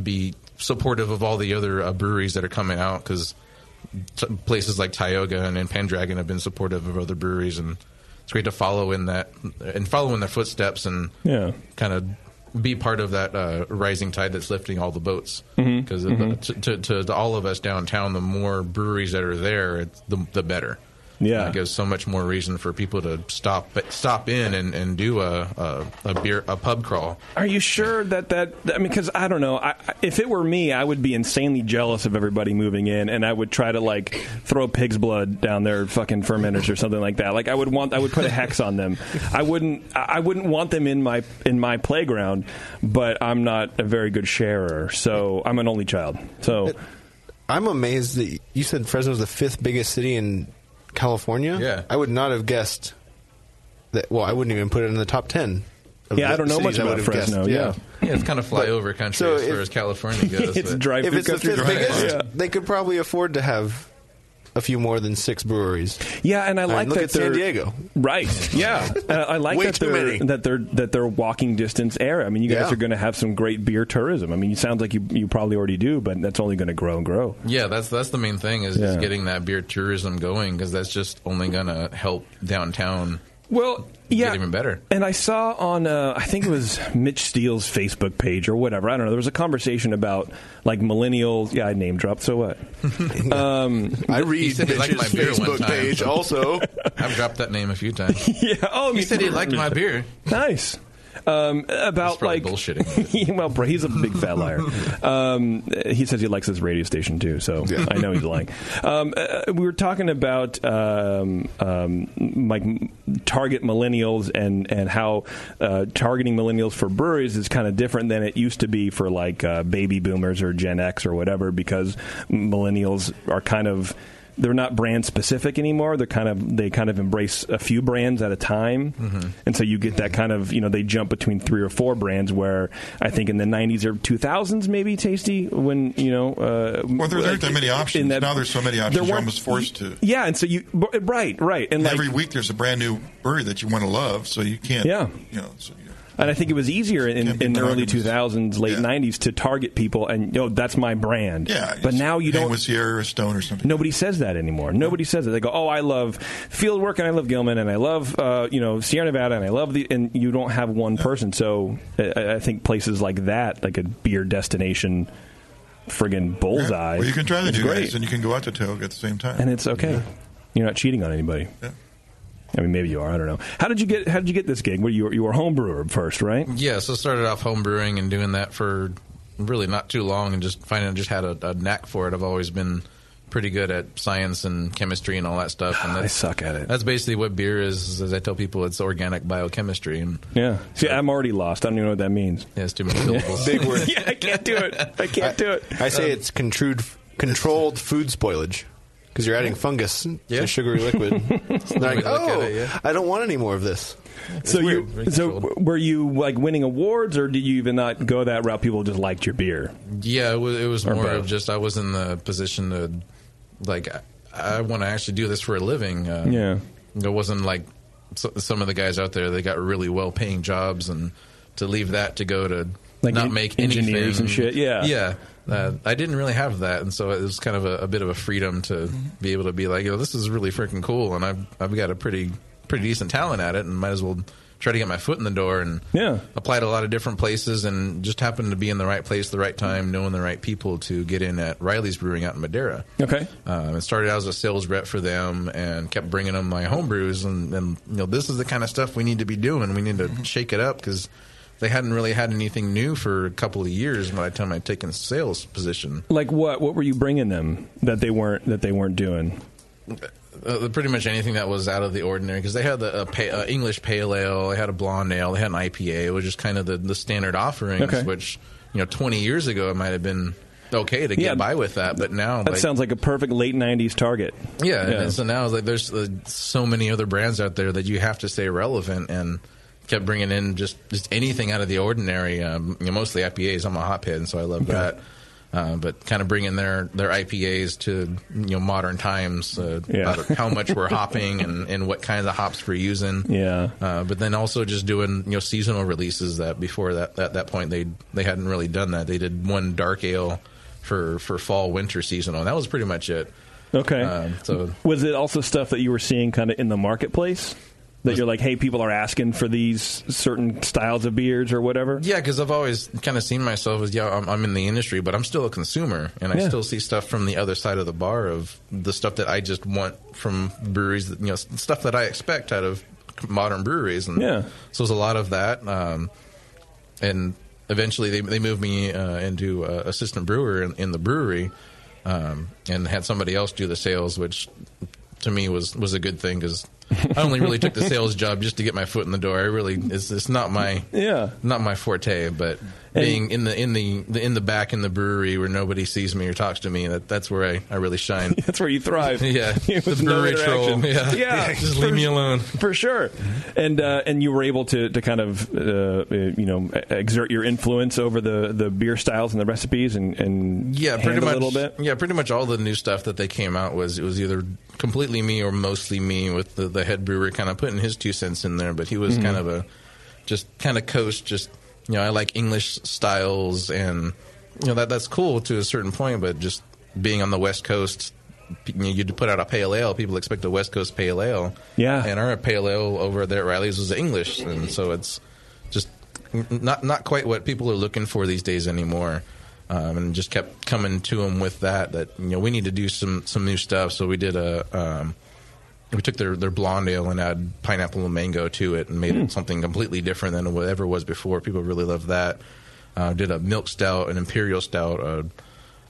be supportive of all the other uh, breweries that are coming out because t- places like tioga and, and pendragon have been supportive of other breweries and it's great to follow in that and follow in their footsteps and Yeah. kind of be part of that uh, rising tide that's lifting all the boats Mhm. because Mhm. to, to, to all of us downtown the more breweries that are there it's the, the better Yeah. it gives so much more reason for people to stop stop in and, and do a, a, a beer a pub crawl Are you sure that that? I mean, because I don't know. I, I- if it were me, I would be insanely jealous of everybody moving in, and I would try to like throw pig's blood down their fucking fermenters or something like that. Like I would want, I would put a hex on them. I wouldn't, I I wouldn't want them in my in my playground. But I'm not a very good sharer, so I'm an only child. So I'm amazed that you said Fresno's the fifth biggest city in California. Yeah. I would not have guessed that. Well, I wouldn't even put it in the top ten. of Yeah, I the don't know cities much I would about have guessed. Fresno, yeah. yeah it's kind of flyover country so as far if- as [LAUGHS] california [LAUGHS] goes but- if it's the fifth biggest, Right. they could probably afford to have a few more than six breweries. Yeah, and I mean, like look that at San they're- Diego. [LAUGHS] Right. Yeah, uh, I like Way that too they're many. that they're that they're walking distance area. I mean, you guys Yeah. are going to have some great beer tourism. I mean, it sounds like you you probably already do, but that's only going to grow and grow. Yeah, that's that's the main thing is Yeah. just getting that beer tourism going because that's just only gonna help downtown. Well, yeah, get even better. And I saw on uh, I think it was Mitch Steele's Facebook page or whatever. I don't know. There was a conversation about like millennials. Yeah, I name dropped. So what? um, I He said he liked my beer one time. [LAUGHS] I've dropped that name a few times. [LAUGHS] yeah. Oh, he said he liked my beer. Nice. Um, about like bullshitting. [LAUGHS] well, bro, he's a big fat liar. Um, he says he likes his radio station too, so I know he's lying. Um, uh, we were talking about um, um, like m- target millennials and and how uh, targeting millennials for breweries is kind of different than it used to be for like uh, baby boomers or Gen X or whatever, because millennials are kind of they're not brand specific anymore. They're kind of they kind of embrace a few brands at a time, and so you get that kind of you know they jump between three or four brands. Where I think in the '90s or 2000s maybe Tasty when you know uh, Well, there aren't that many options. now there's so many options. You're weren't- almost forced to. yeah, and so you b- right right and like Every week there's a brand new brewery that you want to love, so you can't. Yeah. You know, so you- And I think it was easier in, in the early 2000s, late 90s to target people and, you know, that's my brand. Yeah, But now you don't. with Sierra or Stone or something. Nobody says that anymore. Nobody says it. They go, "Oh, I love field work, and I love Gilman, and I love uh, you know Sierra Nevada, and I love the." And you don't have one person. So I, I think places like that, like a beer destination, friggin' bullseye. Well, you can try the is two great. guys, and you can go out to Togue at the same time. and it's okay. You're not cheating on anybody. I mean, maybe you are. I don't know. How did you get? How did you get this gig? Were you you were a home brewer first, right? Yeah, so started off home brewing and doing that for really not too long, and just finding I just had a, a knack for it. I've always been pretty good at science and chemistry and all that stuff. And I Ah, suck at it. That's basically what beer is. is As I tell people, it's organic biochemistry. And Yeah. See, I'm already lost. I don't even know what that means. Yeah, it's too many [LAUGHS] syllables. Big [LAUGHS] word. [LAUGHS] yeah, I can't do it. I can't do it. I say it's contrude, controlled food spoilage because you're adding fungus to sugary [LAUGHS] liquid. They're like, look at oh, it, yeah. I don't want any more of this. So you so w- were you like winning awards, or did you even not go that route? People just liked your beer. Yeah, it was, it was Or more both. of just I was in the position to like I, I want to actually do this for a living. Uh, Yeah. it wasn't like so, some of the guys out there. They got really well paying jobs, and to leave that to go to Like not en- make engineers anything, and shit, yeah. yeah. Uh, I didn't really have that, and so it was kind of a, a bit of a freedom to be able to be like, "Yo, this is really freaking cool," and I've I've got a pretty pretty decent talent at it, and might as well try to get my foot in the door and yeah. applied to a lot of different places and just happened to be in the right place, at the right time, knowing the right people to get in at Riley's Brewing out in Madeira. Okay. Um, and started out as a sales rep for them and kept bringing them my home brews and, and you know this is the kind of stuff we need to be doing. We need to shake it up because they hadn't really had anything new for a couple of years by the time I'd taken sales position. Like what? What were you bringing them that they weren't that they weren't doing? uh, pretty much anything that was out of the ordinary because they had the uh, pa- uh, English pale ale, they had a blonde ale, they had an IPA. It was just kind of the, the standard offerings, Okay. which you know, 20 years ago it might have been okay to get Yeah. by with that, but now That like, sounds like a perfect late '90s target. yeah, and- And so now it's like there's uh, so many other brands out there that you have to stay relevant and kept bringing in just, just anything out of the ordinary. Um, you know, mostly IPAs. I'm a hothead, and so I love that. Uh, but kind of bringing their, their IPAs to you know modern times uh, Yeah. about how much we're hopping and, and what kinds of hops we're using. Yeah. Uh, but then also just doing you know seasonal releases that before that at that point they they hadn't really done that. They did one dark ale for for fall winter seasonal. And that was pretty much it. Okay. Um, so was it also stuff that you were seeing kind of in the marketplace that you're like, hey, people are asking for these certain styles of [LAUGHS] beers or whatever? Yeah, because I've always kind of seen myself as yeah, I'm, I'm in the industry, but I'm still a consumer, and I Yeah. still see stuff from the other side of the bar of the stuff that I just want from breweries, that- you know, s- stuff that I expect out of modern breweries, and Yeah. so it's a lot of that. Um, and eventually, they they moved me uh, into uh, assistant brewer in, in the brewery, um, and had somebody else do the sales, which to me was was a good thing because. I only really took the [LAUGHS] sales job just to get my foot in the door. I really, it's, it's not my yeah, not my forte, but being in the in the, the in the back in the brewery where nobody sees me or talks to me, that that's where I, I really shine. [LAUGHS] That's where you thrive. [LAUGHS] yeah, the [LAUGHS] With no brewery interaction. troll. [LAUGHS] Yeah, yeah. just leave me for- alone. for sure. And uh, and you were able to, to kind of uh, uh, you know exert your influence over the, the beer styles and the recipes and, and Yeah, pretty hand much. a little bit. Yeah, pretty much all the new stuff that they came out was it was either completely me or mostly me with the, the head brewer kind of putting his two cents in there, but he was Mhm. kind of a just kind of coast. Just you know, I like English styles, and you know that that's cool to a certain point, but just being on the West Coast. You know, you'd put out a pale ale. People expect a West Coast pale ale. Yeah, and our pale ale over there at Riley's was English, and so it's just n- not not quite what people are looking for these days anymore. Um, and just kept coming to them with that that you know we need to do some some new stuff. So we did a um, we took their their blonde ale and added pineapple and mango to it and made it something completely different than whatever it was before. People really loved that. Uh, did a milk stout, an imperial stout, a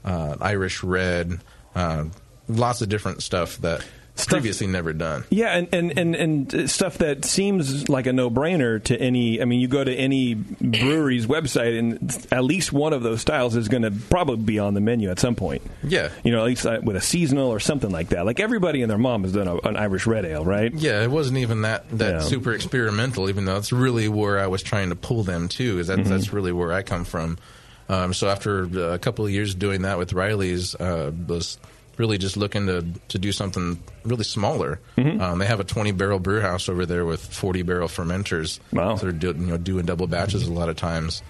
uh, Irish red, uh, lots of different stuff that previously never done. Yeah, and, and, and, and uh, stuff that seems like a no brainer to any. I mean, you go to any brewery's website, and at least one of those styles is going to probably be on the menu at some point. Yeah. You know, at least uh, with a seasonal or something like that. Like everybody and their mom has done a, an Irish red ale, right? Yeah, it wasn't even that that Yeah. super experimental, even though that's really where I was trying to pull them to. Is that Mm-hmm. that's really where I come from. Um, so after uh, a couple of years doing that with Riley's, uh, was really just looking to, to do something really smaller. Mm-hmm. Um, they have a 20 barrel brew house over there with 40 barrel fermenters. Wow. So they're do, you know, doing double batches a lot of times.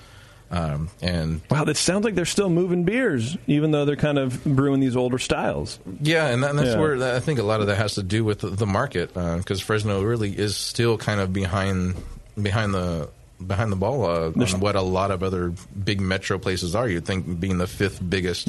Um, and Wow, that sounds like they're still moving beers, even though they're kind of brewing these older styles. Yeah, and, that, and that's Yeah. where I think a lot of that has to do with the, the market because Fresno really is still kind of behind behind the behind the ball uh, on what a lot of other big metro places are. You'd think being the fifth biggest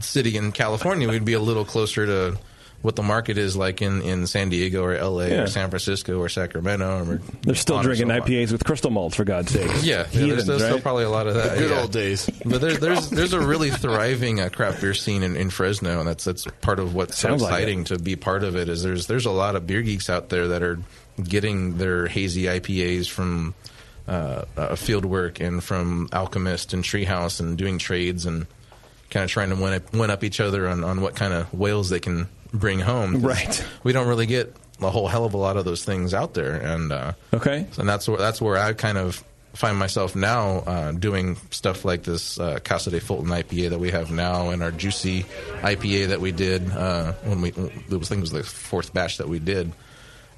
city in California, we'd be a little closer to what the market is like in, in San Diego or L.A. Yeah. or San Francisco or Sacramento. Or They're still on and so drinking on. IPAs with crystal malts, for God's sake. Yeah, yeah Heathens, there's, there's still right? probably a lot of that. The good yeah. old days. But there, there's there's a really thriving uh, craft beer scene in, in Fresno, and that's that's part of what's so Sounds like exciting to be part of it. Is there's there's a lot of beer geeks out there that are getting their hazy IPAs from uh, uh, Fieldwork and from Alchemist and Treehouse, and doing trades and kind of trying to win up, win up each other on, on what kind of whales they can bring home. Right. We don't really get a whole hell of a lot of those things out there, and uh, okay, and that's where that's where I kind of find myself now uh, doing stuff like this uh, Casa de Fulton IPA that we have now, and our juicy IPA that we did uh, when we it was I think it was the fourth batch that we did.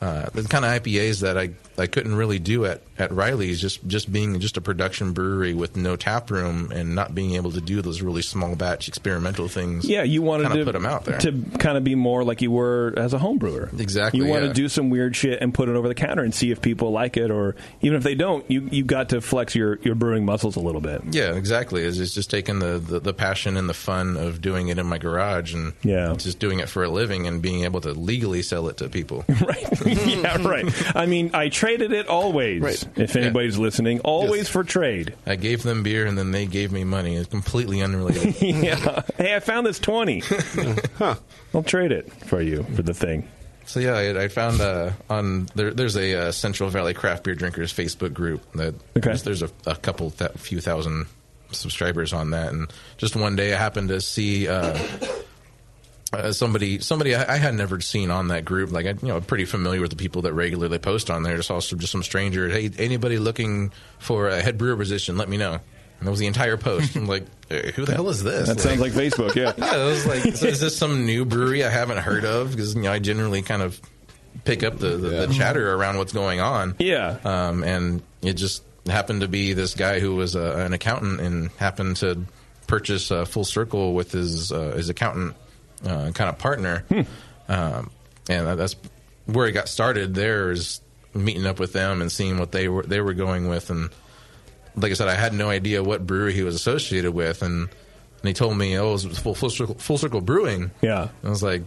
Uh, the kind of IPAs that I, I couldn't really do at, at Riley's just just being just a production brewery with no tap room and not being able to do those really small batch experimental things. Yeah, you wanted Kinda to put 'em out there. to kind of be more like you were as a home brewer. Exactly, You want yeah. to do some weird shit and put it over the counter and see if people like it, or even if they don't, you you got to flex your, your brewing muscles a little bit. [LAUGHS] Yeah, exactly. It's, it's just taking the, the, the passion and the fun of doing it in my garage and Yeah. just doing it for a living and being able to legally sell it to [LAUGHS] people. yeah, right. I mean, I traded it always. If anybody's listening, always for trade. I gave them beer and then they gave me money. It's completely unrelated. [LAUGHS] yeah. Hey, I found [LAUGHS] this twenty. huh. I'll trade it for you for the thing. So yeah, I, I found uh, on there, there's a uh, Central Valley craft beer drinkers Facebook group that there's, there's a, a couple th- few thousand subscribers on that, and just one day I happened to see uh, uh, somebody somebody I, I had never seen on that group. Like I, you know, I'm pretty familiar with the people that regularly post on there. Just also just some stranger. Hey, anybody looking for a head brewer position? Let me know. And that was the entire post. I'm like, "Hey, who the hell is this? That sounds like Facebook, yeah. [LAUGHS] yeah, I was like, so is this some new brewery I haven't heard of? Because you know, I generally kind of pick up the, the, the chatter around what's going on. Yeah. Um, and it just happened to be this guy who was uh, an accountant and happened to purchase uh, Full Circle with his uh, his accountant uh, kind of partner. Hmm. Um, and that- that's where it got started. There is meeting up with them and seeing what they were they were going with and like I said, I had no idea what brewery he was associated with, and and he told me, oh, it was full, full circle, full circle brewing. Yeah, I was like,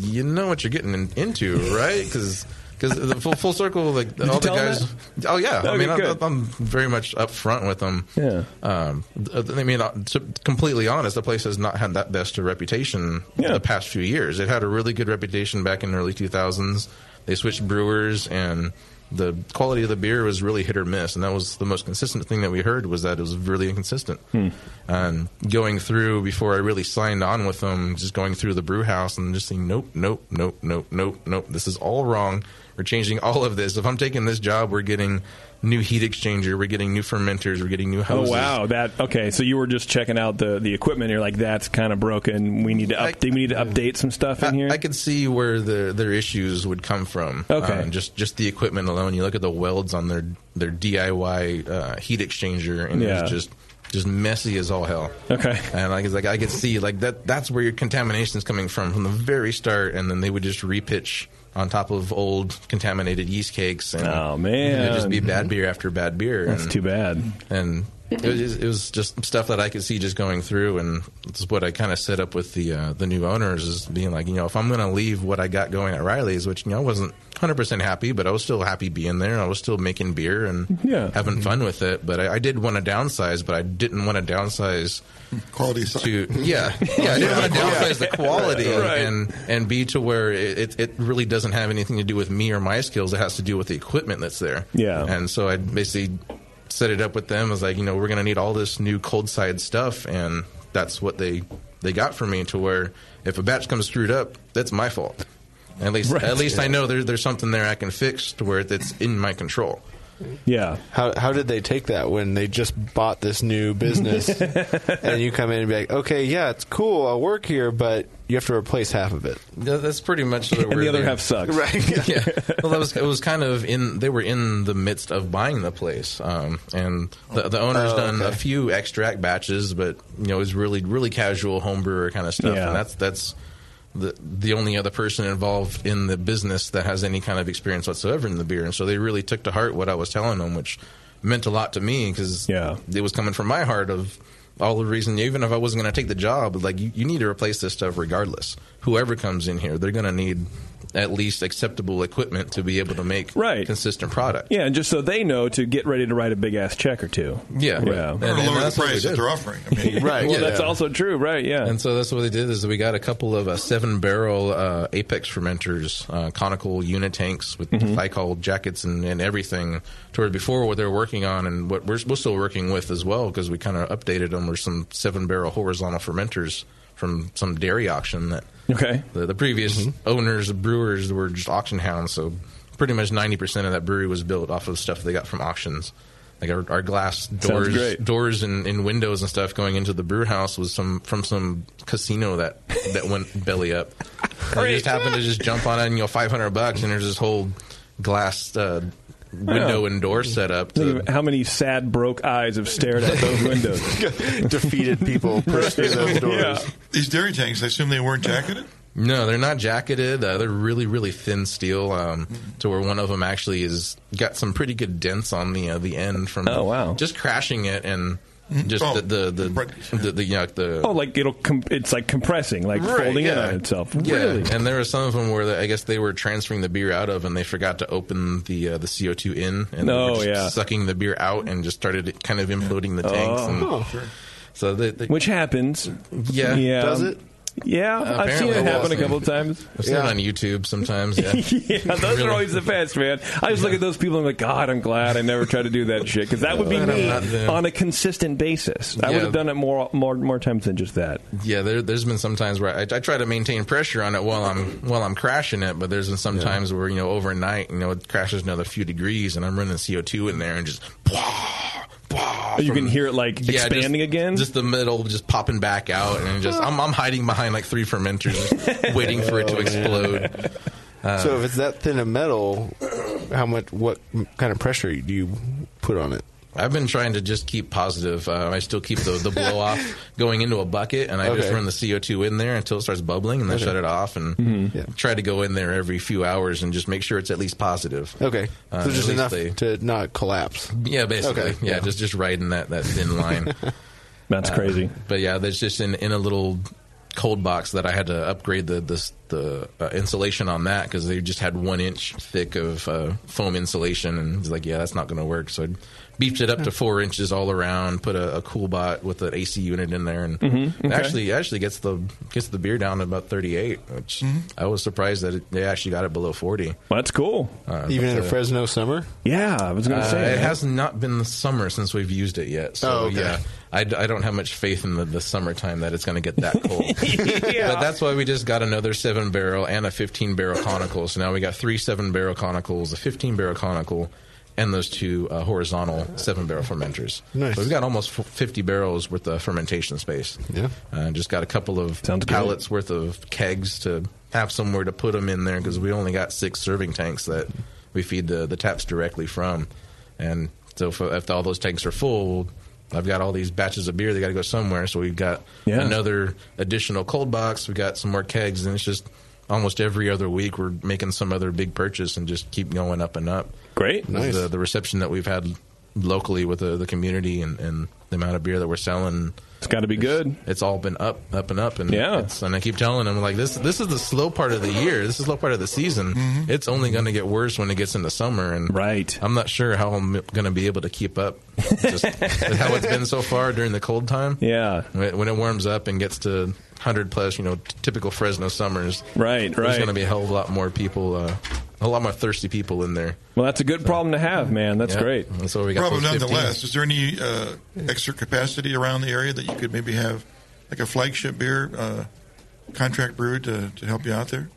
you know what you're getting in, into, right? Because the full, full circle, like Did you all the tell him guys. that? Oh yeah, I Okay, mean, I'm, good. I'm very much upfront with them. Yeah. Um, th- I mean, uh, to completely honest, the place has not had that best of reputation the past few years. It had a really good reputation back in the early 2000s. They switched brewers, and the quality of the beer was really hit or miss. And that was the most consistent thing that we heard was that it was really inconsistent. And going through before I really signed on with them, just going through the brew house and just saying, nope, nope, nope, nope, nope, nope. This is all wrong. We're changing all of this. If I'm taking this job, we're getting new heat exchanger, we're getting new fermenters, we're getting new [LAUGHS] Oh houses. wow, that okay. So you were just checking out the the equipment. You're like, that's kind of broken. We need to update. We need to update some stuff in here. I could see where the, their issues would come from. Okay. Uh, just just the equipment alone. You look at the welds on their their DIY uh, heat exchanger, and Yeah. it's just just messy as all hell. Okay. And like it's like I could see like that that's where your contamination is coming from from the very start, and then they would just repitch on top of old contaminated yeast cakes. And Oh, man. it'd just be bad beer after bad beer. That's and- too bad. and it was, just- it was just stuff that I could see just going through, and it's what I kind of set up with the uh, the new owners is being like, you know, if I'm going to leave what I got going at Riley's, which you know I wasn't 100 percent happy, but I was still happy being there. I was still making beer and Yeah. having fun with it, but I, I did want to downsize, but I didn't want to downsize quality to [LAUGHS] yeah yeah I didn't want to downsize the quality Right. and and be to where it, it it really doesn't have anything to do with me or my skills. It has to do with the equipment that's there. Yeah. And so I basically set it up with them as like, you know, we're going to need all this new cold side stuff, and that's what they they got for me to where if a batch comes screwed up, that's my fault. At least Right. at least I know there's there's something there I can fix to where it's in my control. Yeah. How how did they take that when they just bought this new [LAUGHS] business and you come in and be like, okay, yeah, it's cool, I'll work here, but you have to replace half of it. Th- That's pretty much the And the other half sucks. [LAUGHS] right? [LAUGHS] Yeah. Well, that was it. Was kind of in. They were in the midst of buying the place, um, and the, the owner's Oh, done a okay. few extract batches, but you know, it was really, really casual home brewer kind of stuff. Yeah. And that's that's the the only other person involved in the business that has any kind of experience whatsoever in the beer. And so they really took to heart what I was telling them, which meant a lot to me because it was coming from my heart of all the reason even if i wasn't going to take the job like you, you need to replace this stuff regardless whoever comes in here they're going to need at least acceptable equipment to be able to make consistent product Yeah, and just so they know to get ready to write a big ass check or two. yeah, Yeah. And- Or and lower the that's what price we that did. they're offering. I [LAUGHS] mean- Right. Well, that's also true, right? Yeah. And so that's what they did is we got a couple of uh, seven barrel uh, apex fermenters, uh, conical unit tanks with Mhm. glycol jackets and, and everything. Toward before what they were working on and what we're, we're still working with as well because we kind of updated them were some seven barrel horizontal fermenters from some dairy auction that Okay. the, the previous Mm-hmm. owners, brewers were just auction hounds, so pretty much ninety percent of that brewery was built off of stuff they got from auctions. Like our, our glass doors, great. doors and, and windows and stuff going into the brew house was some from some casino that that went [LAUGHS] belly up. And they just happened to just jump on it and you know five hundred bucks, and there's this whole glass uh, window Wow. and door set up. to- Think of how many sad, broke eyes [LAUGHS] have stared [LAUGHS] out those windows. Defeated [LAUGHS] people pushed through those doors. Yeah. These dairy tanks, I assume they weren't jacketed? No, they're not jacketed. Uh, they're really, really thin steel, um, to where one of them actually is got some pretty good dents on the uh, the end from. Oh wow! Just crashing it and just the the the, the, the, you know, the Oh, like it'll com- it's like compressing, like Right, folding in yeah. on itself. Yeah, Really? and there were some of them where the, I guess they were transferring the beer out of, and they forgot to open the uh, the CO two in, and they Oh, were just yeah. sucking the beer out, and just started kind of imploding the tanks. Oh. And, Oh. So they, they, Which happens. Yeah. yeah. Does it? Yeah, I've seen Apparently it it happen a does. couple of times. I've seen it on YouTube sometimes. Yeah, [LAUGHS] yeah, those are always the best, man. I just look at those people and I'm like, God, I'm glad I never tried to do that shit because that would be Glad [LAUGHS] I'm me Uh, not them. on a consistent basis. I Yeah. would have done it more, more, more times than just that. Yeah, there, there's been some times where I, I try to maintain pressure on it while I'm while I'm crashing it, but there's been some times where you know overnight, you know, it crashes another few degrees, and I'm running CO2 in there and just [LAUGHS] Oh, you can hear it like yeah, expanding just, again, just the middle just popping back out, and just I'm I'm hiding behind like three fermenters, [LAUGHS] just waiting for it Oh, to man. explode. Uh, so if it's that thin a metal, how much? What kind of pressure do you put on it? I've been trying to just keep positive. Uh, I still keep the, the blow off [LAUGHS] going into a bucket, and I just Okay. run the CO2 in there until it starts bubbling, and then Okay. shut it off and Mhm. Yeah. try to go in there every few hours and just make sure it's at least positive. Okay, Uh, so at just least enough they- to not collapse. yeah, basically. Okay, Yeah, just just right in that, that thin line. That's Uh, crazy. But yeah, that's just in, in a little cold box that I had to upgrade the the, the uh, insulation on that because they just had one inch thick of uh, foam insulation, and it's like, yeah, that's not going to work. So I beefed it up to four inches all around, put a, a cool bot with an AC unit in there, and Mhm, it okay. actually it actually gets the gets the beer down to about thirty eight, which I was surprised that it, they actually got it below forty. Well, that's cool. Uh, Even in but, a uh, Fresno summer. Yeah, I was going to uh, say it has not been the summer since we've used it yet. So Oh, okay. yeah, I, d- I don't have much faith in the, the summertime that it's going to get that cold. [LAUGHS] [LAUGHS] But that's why we just got another seven barrel and a fifteen barrel conical. So now we got three seven barrel conicals, a fifteen barrel conical, and those two uh, horizontal seven barrel fermenters. Nice. So we've got almost f- fifty barrels worth of fermentation space. Yeah. Uh, just got a couple of pallets worth of kegs to have somewhere to put them in there because we only got six serving tanks that we feed the, the taps directly from. And so if, if all those tanks are full, I've got all these batches of beer. They got to go somewhere. So we've got Yeah. another additional cold box. We've got some more kegs. And it's just almost every other week we're making some other big purchase and just keep going up and up. Great. Nice. Nice. The, the reception that we've had locally with the, the community and, and the amount of beer that we're selling. It's got to be good. It's all been up, up and up, and Yeah. it's- And I keep telling them like this. This is the slow part of the year. This is the slow part of the season. It's only going to get worse when it gets into summer. And right, I'm not sure how I'm going to be able to keep up. Just with how it's been so far during the cold time. Yeah, when when it warms up and gets to 100 plus, you know, t- typical Fresno summers. Right, There's right. going to be a hell of a lot more people, uh, a lot more thirsty people in there. Well, that's a good problem to have, man. That's Yeah. great. And so we got Problem those 15. nonetheless. Is there any uh, extra capacity around the area that you could maybe have, like a flagship beer uh, contract brewed to, to help you out there?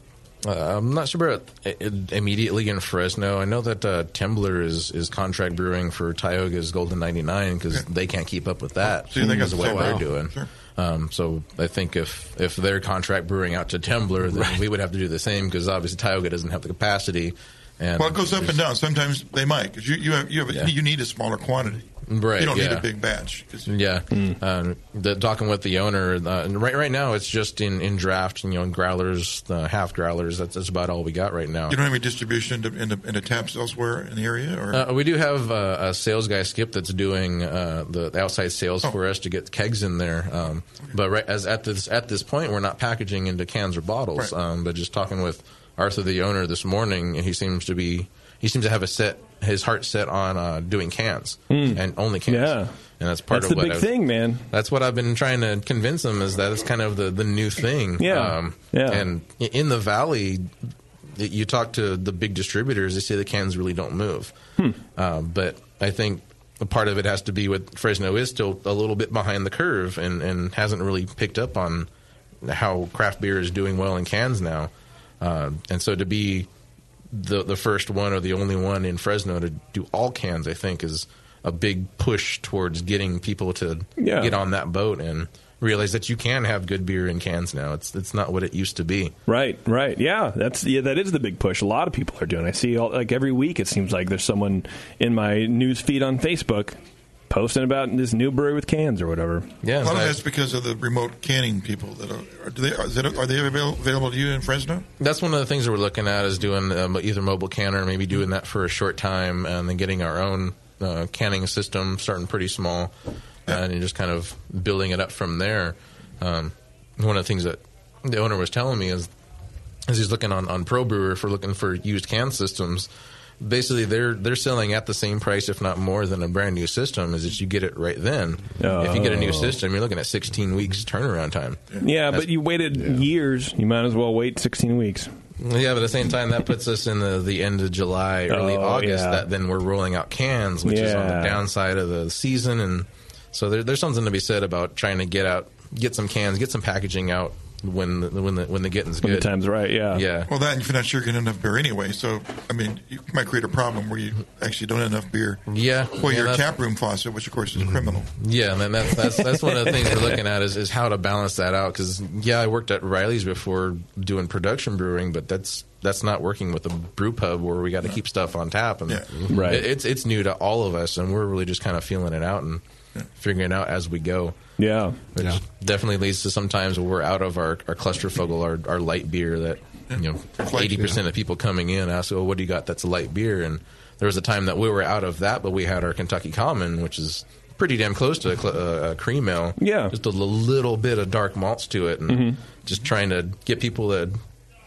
Uh, I'm not sure about i- i- immediately in Fresno. I know that uh, Tembler is, is contract brewing for Tioga's Golden 99 because they can't keep up with that. So you think is it's the way so they're wow. doing. Sure. Um, so I think if if they're contract brewing out to Tembler, then we would have to do the same because obviously Tioga doesn't have the capacity. And well, it goes up and down. Sometimes they might because you you have, you, have Yeah. you need a smaller quantity. Right, You don't need yeah. a big batch. 'cause Yeah, um, the, talking with the owner. Uh, and right right now, it's just in, in draft. You know, in growlers, uh, half growlers. That's, that's about all we got right now. You don't have any distribution into, into, into taps elsewhere in the area, or Uh, we do have uh, a sales guy, Skip, that's doing uh, the the outside sales Oh. for us to get kegs in there. Um, but right as at this at this point, we're not packaging into cans or bottles. Right. Um, but just talking with Arthur, the owner, this morning, he seems to be he seems to have a set his heart set on uh, doing cans and only cans. Yeah, and that's part of Hmm. That's the what big I've- thing, man. That's what I've been trying to convince him is that it's kind of the the new thing. Um, Yeah. Yeah. And i- in the valley, y- you talk to the big distributors; they say the cans really don't move. Uh, but I think a part of it has to be with Fresno is still a little bit behind the curve and, and hasn't really picked up on how craft beer is doing well in cans now. Uh, and so to be the the first one or the only one in Fresno to do all cans, I think, is a big push towards getting people to Yeah. get on that boat and realize that you can have good beer in cans now. It's it's not what it used to be. Right, right, yeah. That's yeah. That is the big push. A lot of people are doing. I see all, like every week. It seems like there's someone in my news feed on Facebook posting about this new brewery with cans or whatever. a lot of that's because of the remote canning people that are. Are, do they, are, they, are they avail- available to you in Fresno? That's one of the things that we're looking at is doing um, either mobile canner, maybe doing that for a short time, and then getting our own uh, canning system, starting pretty small, and then just kind of building it up from there. Um, one of the things that the owner was telling me is, as he's looking on on Pro Brewer for looking for used can systems. Basically, they're they're selling at the same price, if not more, than a brand new system. Is that you get it right then? If you get a new Oh. system, you're looking at 16 weeks turnaround time. Yeah, That's but you waited years. You might as well wait 16 weeks. Yeah, but at the same time, that puts us in the, the end of July, early Oh, August. yeah. That then we're rolling out cans, which is on Yeah. the downside of the season, and so there, there's something to be said about trying to get out, get some cans, get some packaging out when the, when the when the getting's When good. the time's right, yeah. yeah. Well, that and if you're not sure you're going to have enough beer anyway, so I mean, you might create a problem where you actually don't have enough beer. Yeah. Well, Yeah, your that's- tap room faucet, which of course Mm-hmm. is criminal. Yeah, and then that's that's that's one of the things we're looking at is, is how to balance that out. Because yeah, I worked at Riley's before doing production brewing, but that's that's not working with a brew pub where we got to keep stuff on tap, and Right. it- it's it's new to all of us, and we're really just kind of feeling it out and figuring it out as we go. Yeah, Which definitely leads to sometimes where we're out of our our clusterfugle, our our light beer that you know eighty percent of people coming in ask, "Oh, what do you got that's a light beer?" And there was a time that we were out of that, but we had our Kentucky Common, which is pretty damn close to a, cl- uh, a cream ale. Yeah, just a li- little bit of dark malts to it, and just trying to get people to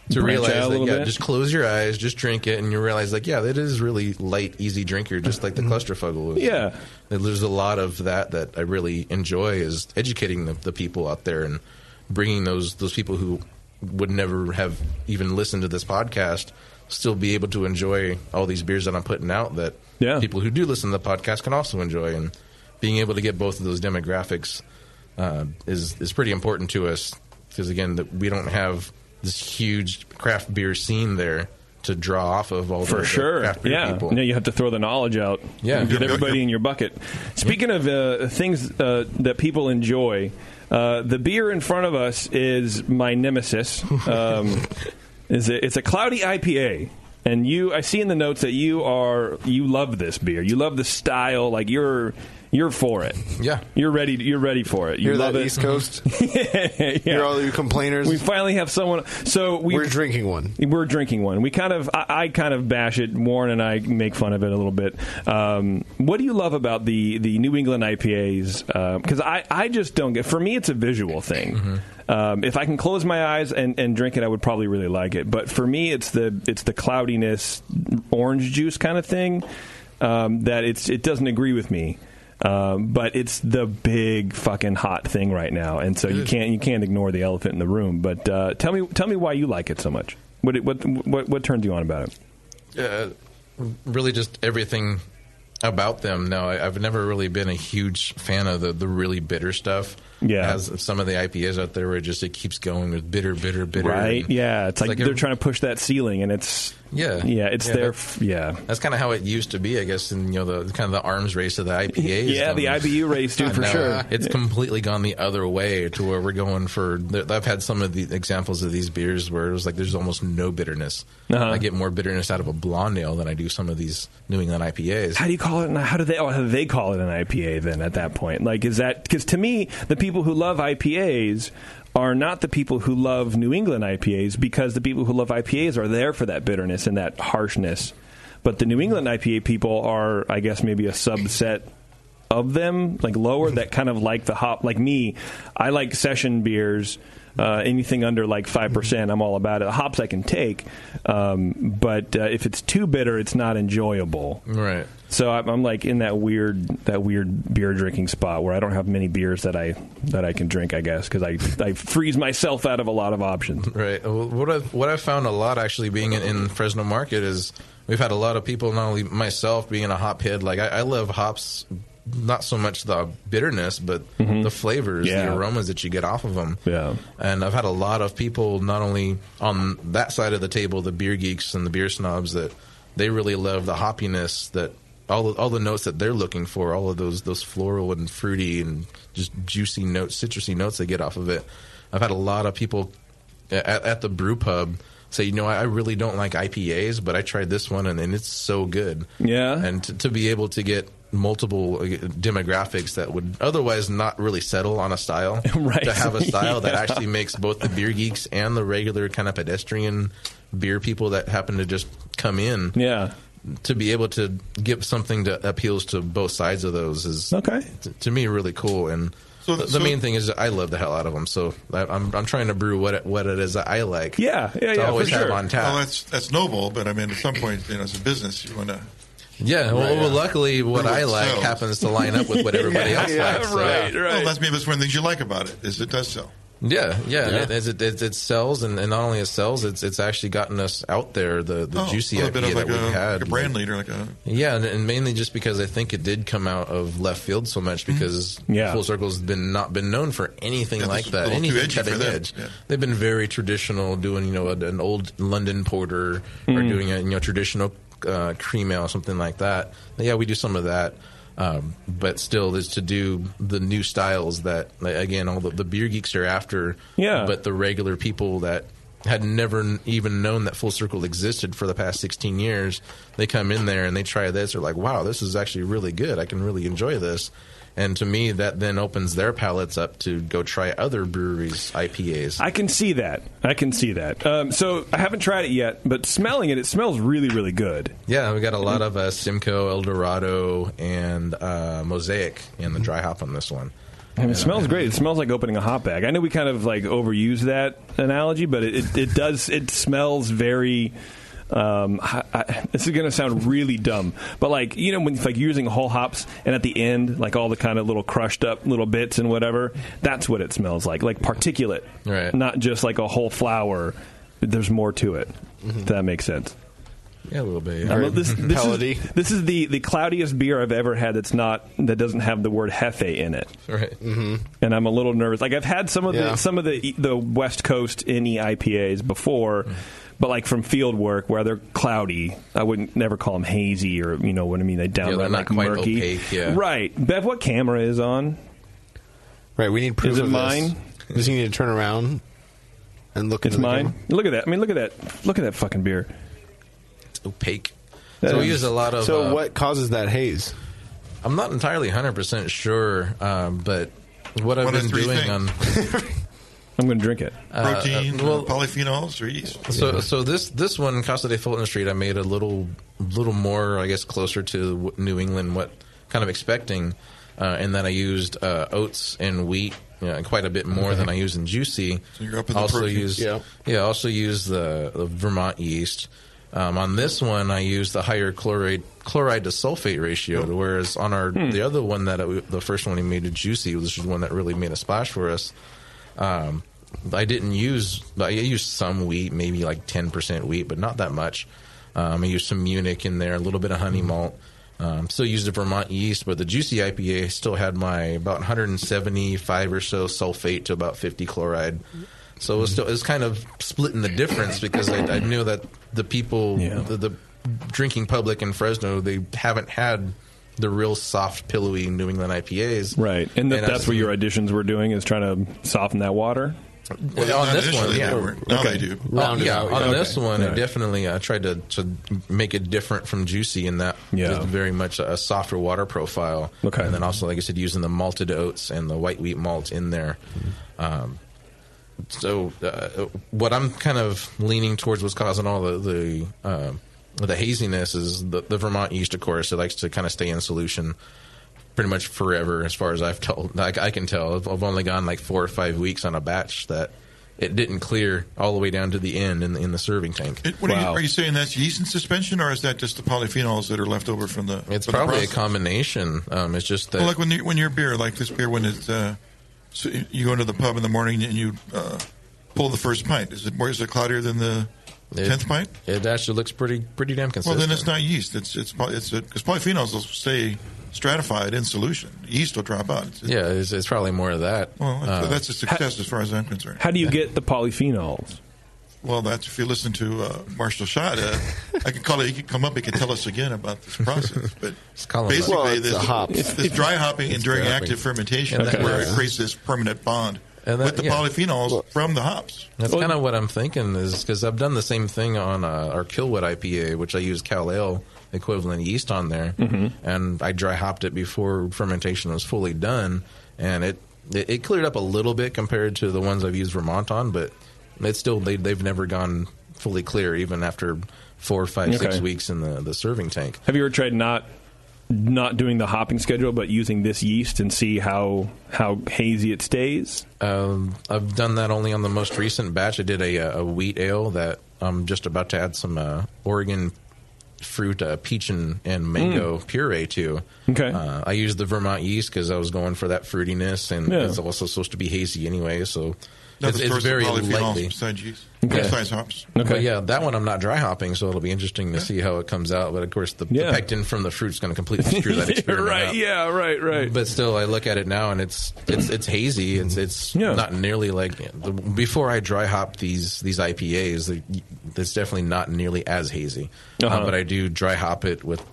to Mm-hmm. Branch out realize a that little yeah, bit. just close your eyes, just drink it, and you realize like yeah, that is really light, easy drinker, just like the clusterfugle. is. Mm-hmm. Yeah. there's a lot of that that I really enjoy is educating the, the people out there and bringing those those people who would never have even listened to this podcast still be able to enjoy all these beers that I'm putting out that yeah. people who do listen to the podcast can also enjoy and being able to get both of those demographics uh, is is pretty important to us because again that we don't have this huge craft beer scene there to draw off of all the- for the sure. craft beer Yeah, people. yeah, you have to throw the knowledge out. Yeah. And Yep, yep, get everybody yep. in your bucket. Speaking of uh, things uh, that people enjoy, uh, the beer in front of us is [LAUGHS] my nemesis. Um, is a, it's a cloudy IPA. And you, I see in the notes that you are you love this beer. You love the style. Like you're you're for it. Yeah, you're ready. You're ready for it. You Hear love that, it. East [LAUGHS] Coast? [LAUGHS] yeah, Hear all you complainers? We finally have someone. So we, We're drinking one. We're drinking one. We kind of, I, I kind of bash it. Warren and I make fun of it a little bit. Um, what do you love about the the New England IPAs? Because Uh, I, I just don't get. For me, it's a visual thing. Um, if I can close my eyes and, and drink it, I would probably really like it. But for me, it's the it's the cloudiness, orange juice kind of thing. Um, that it's it doesn't agree with me. Um, but it's the big fucking hot thing right now, and so you can't you can't ignore the elephant in the room. But uh, tell me tell me why you like it so much. What it- what what, what turns you on about it? uh, really just everything about them. No, I, I've never really been a huge fan of the, the really bitter stuff. Yeah. as some of the IPAs out there where it just it keeps going with bitter, bitter, bitter. Right? and Yeah. It's like, they're every- trying to push that ceiling, and it's Yeah, yeah. It's their that- f- yeah. That's kind of how it used to be, I guess. In you know the kind of the arms race of the IPAs. Yeah, the IBU [LAUGHS] race, dude, I for know. sure. It's completely gone the other way to where we're going for. I've had some of the examples of these beers where it was like there's almost no bitterness. Uh-huh. I get more bitterness out of a blonde ale than I do some of these New England IPAs. How do you call it? an- How do they? Oh, how do they call it an IPA then? At that point, like, is that because to me, the people who love IPAs are not the people who love New England IPAs because the people who love IPAs are there for that bitterness and that harshness, but the New England IPA people are, I guess, maybe a subset of them, like lower that kind of like the hop. Like me, I like session beers. Uh, anything under like five percent, I'm all about it. Hops I can take, um, but uh, if it's too bitter, it's not enjoyable. Right. So I'm, I'm like in that weird that weird beer drinking spot where I don't have many beers that I that I can drink. I guess because I I freeze myself out of a lot of options. Right. Well, What I've, what I've found a lot actually being in, in Fresno market is we've had a lot of people, not only myself being a hop head, like I, I love hops, not so much the bitterness, but Mhm. the flavors, Yeah. the aromas that you get off of them. Yeah. And I've had a lot of people, not only on that side of the table, the beer geeks and the beer snobs, that they really love the hoppiness that all the, all the notes that they're looking for, all of those those floral and fruity and just juicy notes, citrusy notes they get off of it. I've had a lot of people at, at the brew pub say, you know, I, I really don't like IPAs, but I tried this one and, and it's so good. Yeah. And to, to be able to get multiple uh, demographics that would otherwise not really settle on a style [LAUGHS] Right. to have a style that [LAUGHS] Yeah. actually makes both the beer geeks and the regular kind of pedestrian beer people that happen to just come in yeah to be able to give something that appeals to both sides of those is okay t- to me really cool and So- the, the so- main thing is that I love the hell out of them, so I, I'm I'm trying to brew what it, what it is that I like. to always have on tap. Well, that's that's noble, but I mean, at some point, you know, as a business, you want to. Yeah, Uh, well, well, luckily, what I like happens to line [LAUGHS] up with what everybody else likes, so- Well, that's maybe that's one of the things you like about it is it does sell. Yeah, yeah, Yeah. It, it, it, it sells, and, and not only it sells, it's it's actually gotten us out there the, the Oh, juicy a IPA little bit of like that a- we've had, like a brand leader, like a yeah, and, and mainly just because I think it did come out of left field so much because Yeah. Full Circle's been not been known for anything Yeah, like this is a that, little too anything edgy for cutting them. edge. Yeah. They've been very traditional, doing you know an, an old London porter or Mm. doing a you know traditional uh, cream ale, something like that. But yeah, we do some of that. Um, but still, is to do the new styles that like, again all the, the beer geeks are after. Yeah. But the regular people that had never n- even known that Full Circle existed for the past 16 years, they come in there and they try this. They're like, wow, this is actually really good. I can really enjoy this. And to me, that then opens their palates up to go try other breweries' IPAs. I can see that. I can see that. Um, so I haven't tried it yet, but smelling it, it smells really really good. Yeah, we got a lot of uh, Simcoe, Eldorado, and uh, Mosaic in the dry hop on this one. I mean, it smells great. It smells like opening a hot bag. I know we kind of like overuse that analogy, but it, it, it does. It smells very. Um, I, I, this is going to sound really dumb, but like you know when like you're using whole hops and at the end like all the kind of little crushed up little bits and whatever, that's what it smells like, like particulate, Right. Not just like a whole flower. There's more to it. If that makes sense. Mm-hmm. Yeah, a little bit. [LAUGHS] I love Uh, this, this, is, this is the the cloudiest beer I've ever had. That's not that doesn't have the word hefe in it. Right. Mm-hmm. And I'm a little nervous. Like I've had some of Yeah. the some of the the West Coast E NE IPAs before, but like from field work where they're cloudy. I wouldn't never call them hazy or you know what I mean. They downright they're not like quite murky. opaque, yeah. Right, Bev. What camera is on? Right. We need proof Is it of this. mine? We just need to turn around and look. It's into the mine. camera. Look at that. I mean, look at that. Look at that fucking beer. It's opaque. so we use a lot of. So uh, what causes that haze? I'm not entirely 100 percent sure, um, but what I've One of been three doing on [LAUGHS] I'm going to drink it. Uh, Protein, uh, well- polyphenols, or yeast. So, so this this one, Casa de Fulton Street, I made a little little more, I guess, closer to what New England, what kind of expecting, uh, in that I used uh, oats and wheat you know, quite a bit more than I use in juicy. So you're up in the also protein. used, Yeah. yeah, also use the, the Vermont yeast. Um, on this one, I used the higher chloride chloride to sulfate ratio, whereas on our Hmm. the other one that I, the first one we made a juicy, which is one that really made a splash for us. Um, I didn't use I used some wheat, maybe like ten percent wheat, but not that much. Um, I used some Munich in there, a little bit of honey malt, Um, still used a Vermont yeast, but the juicy IPA still had my about 175 or so sulfate to about 50 chloride. So it was, still, it was kind of splitting the difference because I, I knew that the people, the, the drinking public in Fresno, they haven't had the real soft, pillowy New England IPAs. Right, and, that And I that's what your auditions were doing is trying to soften that water. on this one, initially yeah. they weren't. Now they do. Oh, Round it yeah, out, on yeah. this Okay. one, Right. I definitely uh, tried to, to make it different from Juicy in that Yeah. it's very much a softer water profile. Okay. And then also, like I said, using the malted oats and the white wheat malt in there. Um, so uh, what I'm kind of leaning towards was causing all the the, uh, the haziness is the, the Vermont yeast, of course. It likes to kind of stay in solution pretty much forever, as far as I've told. Like I can tell, I've, I've only gone like four or five weeks on a batch that it didn't clear all the way down to the end in the, in the serving tank. It- what are, you, are you saying that's yeast in suspension, or is that just the polyphenols that are left over from the? It's from the probably a process? combination. Um, it's just that Well, like when you, when your beer, like this beer, when it's uh, so you- you go into the pub in the morning and you uh, pull the first pint. Is it more? Is it cloudier than the It- tenth pint? it actually looks pretty pretty damn Well, consistent. then it's not yeast. It's it's poly- it's because polyphenols will stay stratified in solution. Yeast will drop out. It's, yeah, it's, it's probably more of that. Well, that's, Uh, that's a success as far as I'm concerned. How do you get the polyphenols? Well, that's if you listen to uh, Marshall Shot. Uh, I could call it. He could come up. He could tell us again about this [LAUGHS] process. But call him basically, up. Well, it's this, a hop. this dry hopping and It's during dry hopping. active fermentation And that's that- where yeah. it creates this permanent bond And that- with the yeah. polyphenols from the hops. That's kind of what I'm thinking is because I've done the same thing on uh, our Killwood IPA, which I use Cal Ale equivalent yeast on there, Mm. Mm-hmm. Mhm. and I dry hopped it before fermentation was fully done, and it, it it cleared up a little bit compared to the ones I've used Vermont on, but it's still they they've never gone fully clear even after four, five, six Okay. weeks in the the serving tank. Have you ever tried not not doing the hopping schedule, but using this yeast and see how how hazy it stays? Um, I've done that only on the most recent batch. I did a, uh, a wheat ale that I'm just about to add some uh, Oregon fruit, uh, peach and, and mango puree to. Okay. Uh, I used the Vermont yeast because I was going for that fruitiness, and Yeah. it's also supposed to be hazy anyway, so Another it's, it's source of very polyphenols lightly. besides yeast. Besides hops. But yeah, that one I'm not dry hopping, so it'll be interesting to see how it comes out. But of course, the, the pectin from the fruit's going to completely [LAUGHS] screw that experiment right. up. Yeah. Right. Right. But still, I look at it now and it's it's it's hazy. It's it's not nearly like the, before I dry hop these these IPAs. they- It's definitely not nearly as hazy. Uh, Uh-huh. but I do dry hop it with